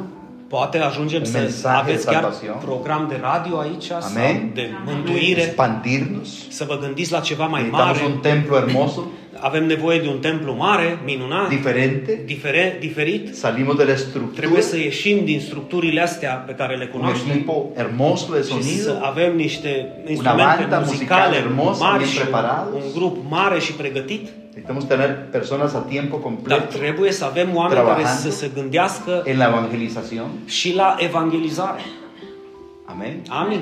[SPEAKER 2] Poate ajungem
[SPEAKER 1] Un
[SPEAKER 2] să
[SPEAKER 1] mesaj de
[SPEAKER 2] aveți chiar
[SPEAKER 1] salvación.
[SPEAKER 2] program de radio aici sau
[SPEAKER 1] Amen.
[SPEAKER 2] de mântuire,
[SPEAKER 1] expandirnos.
[SPEAKER 2] să vă gândiți la ceva mai
[SPEAKER 1] Necesitamos
[SPEAKER 2] mare.
[SPEAKER 1] un templo hermoso,
[SPEAKER 2] Avem nevoie de un templu mare, minunat,
[SPEAKER 1] diferente.
[SPEAKER 2] difere, diferit.
[SPEAKER 1] Salimos de la
[SPEAKER 2] Trebuie
[SPEAKER 1] estructura,
[SPEAKER 2] să ieșim din structurile astea pe care le
[SPEAKER 1] un
[SPEAKER 2] cunoaștem
[SPEAKER 1] equipo hermoso de
[SPEAKER 2] și să
[SPEAKER 1] sonido,
[SPEAKER 2] avem niște
[SPEAKER 1] banda
[SPEAKER 2] instrumente
[SPEAKER 1] musicală
[SPEAKER 2] muzicale
[SPEAKER 1] hermosă,
[SPEAKER 2] mari
[SPEAKER 1] bine
[SPEAKER 2] și
[SPEAKER 1] preparată.
[SPEAKER 2] un grup mare și pregătit,
[SPEAKER 1] necesitamos tener personas a tiempo
[SPEAKER 2] dar
[SPEAKER 1] completo
[SPEAKER 2] trebuie să avem oameni care
[SPEAKER 1] Trabajando.
[SPEAKER 2] să se gândească
[SPEAKER 1] en la evangelización.
[SPEAKER 2] și la evangelizare.
[SPEAKER 1] Amén.
[SPEAKER 2] Amin.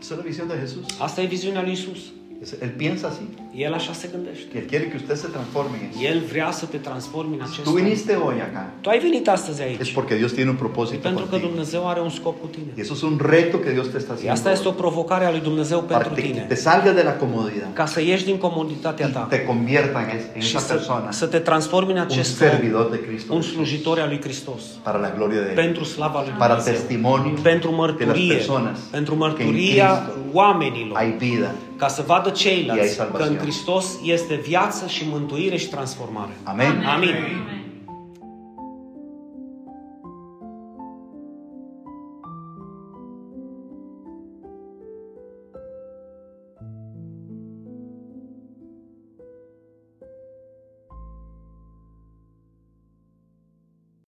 [SPEAKER 1] Esa es la visión de Jesús.
[SPEAKER 2] Asta e viziunea lui Isus.
[SPEAKER 1] Es- Él piensa así,
[SPEAKER 2] El așa se gândește.
[SPEAKER 1] que Él quiere que usted se transforme en eso.
[SPEAKER 2] El vrea să te transformi în acest
[SPEAKER 1] Tú
[SPEAKER 2] om.
[SPEAKER 1] viniste hoy acá,
[SPEAKER 2] Tu ai venit astăzi
[SPEAKER 1] es
[SPEAKER 2] aici
[SPEAKER 1] porque Dios tiene un propósito
[SPEAKER 2] pentru că
[SPEAKER 1] contigo.
[SPEAKER 2] Dumnezeu are un scop cu tine.
[SPEAKER 1] Y eso es un reto que Dios te está
[SPEAKER 2] Și asta este o
[SPEAKER 1] haciendo
[SPEAKER 2] provocare a lui Dumnezeu
[SPEAKER 1] para
[SPEAKER 2] pentru
[SPEAKER 1] que te
[SPEAKER 2] tine.
[SPEAKER 1] salgas de la comodidad
[SPEAKER 2] Ca să ieși din comoditatea ta
[SPEAKER 1] y te conviertas en, es- en
[SPEAKER 2] și
[SPEAKER 1] esa
[SPEAKER 2] să,
[SPEAKER 1] persona,
[SPEAKER 2] să te transformi în
[SPEAKER 1] un
[SPEAKER 2] acest om,
[SPEAKER 1] servidor de Cristo
[SPEAKER 2] un slujitor al lui Hristos,
[SPEAKER 1] para la gloria de Él,
[SPEAKER 2] pentru slava lui
[SPEAKER 1] para
[SPEAKER 2] Dumnezeu,
[SPEAKER 1] testimonio
[SPEAKER 2] pentru
[SPEAKER 1] de las
[SPEAKER 2] mărturie,
[SPEAKER 1] personas
[SPEAKER 2] pentru
[SPEAKER 1] que en
[SPEAKER 2] mărturia
[SPEAKER 1] Cristo hay
[SPEAKER 2] oamenilor,
[SPEAKER 1] vida.
[SPEAKER 2] ca să vadă
[SPEAKER 1] Y hay
[SPEAKER 2] ceilalți că
[SPEAKER 1] salvación.
[SPEAKER 2] în Hristos este viață și mântuire și transformare.
[SPEAKER 1] Amén.
[SPEAKER 2] Amin.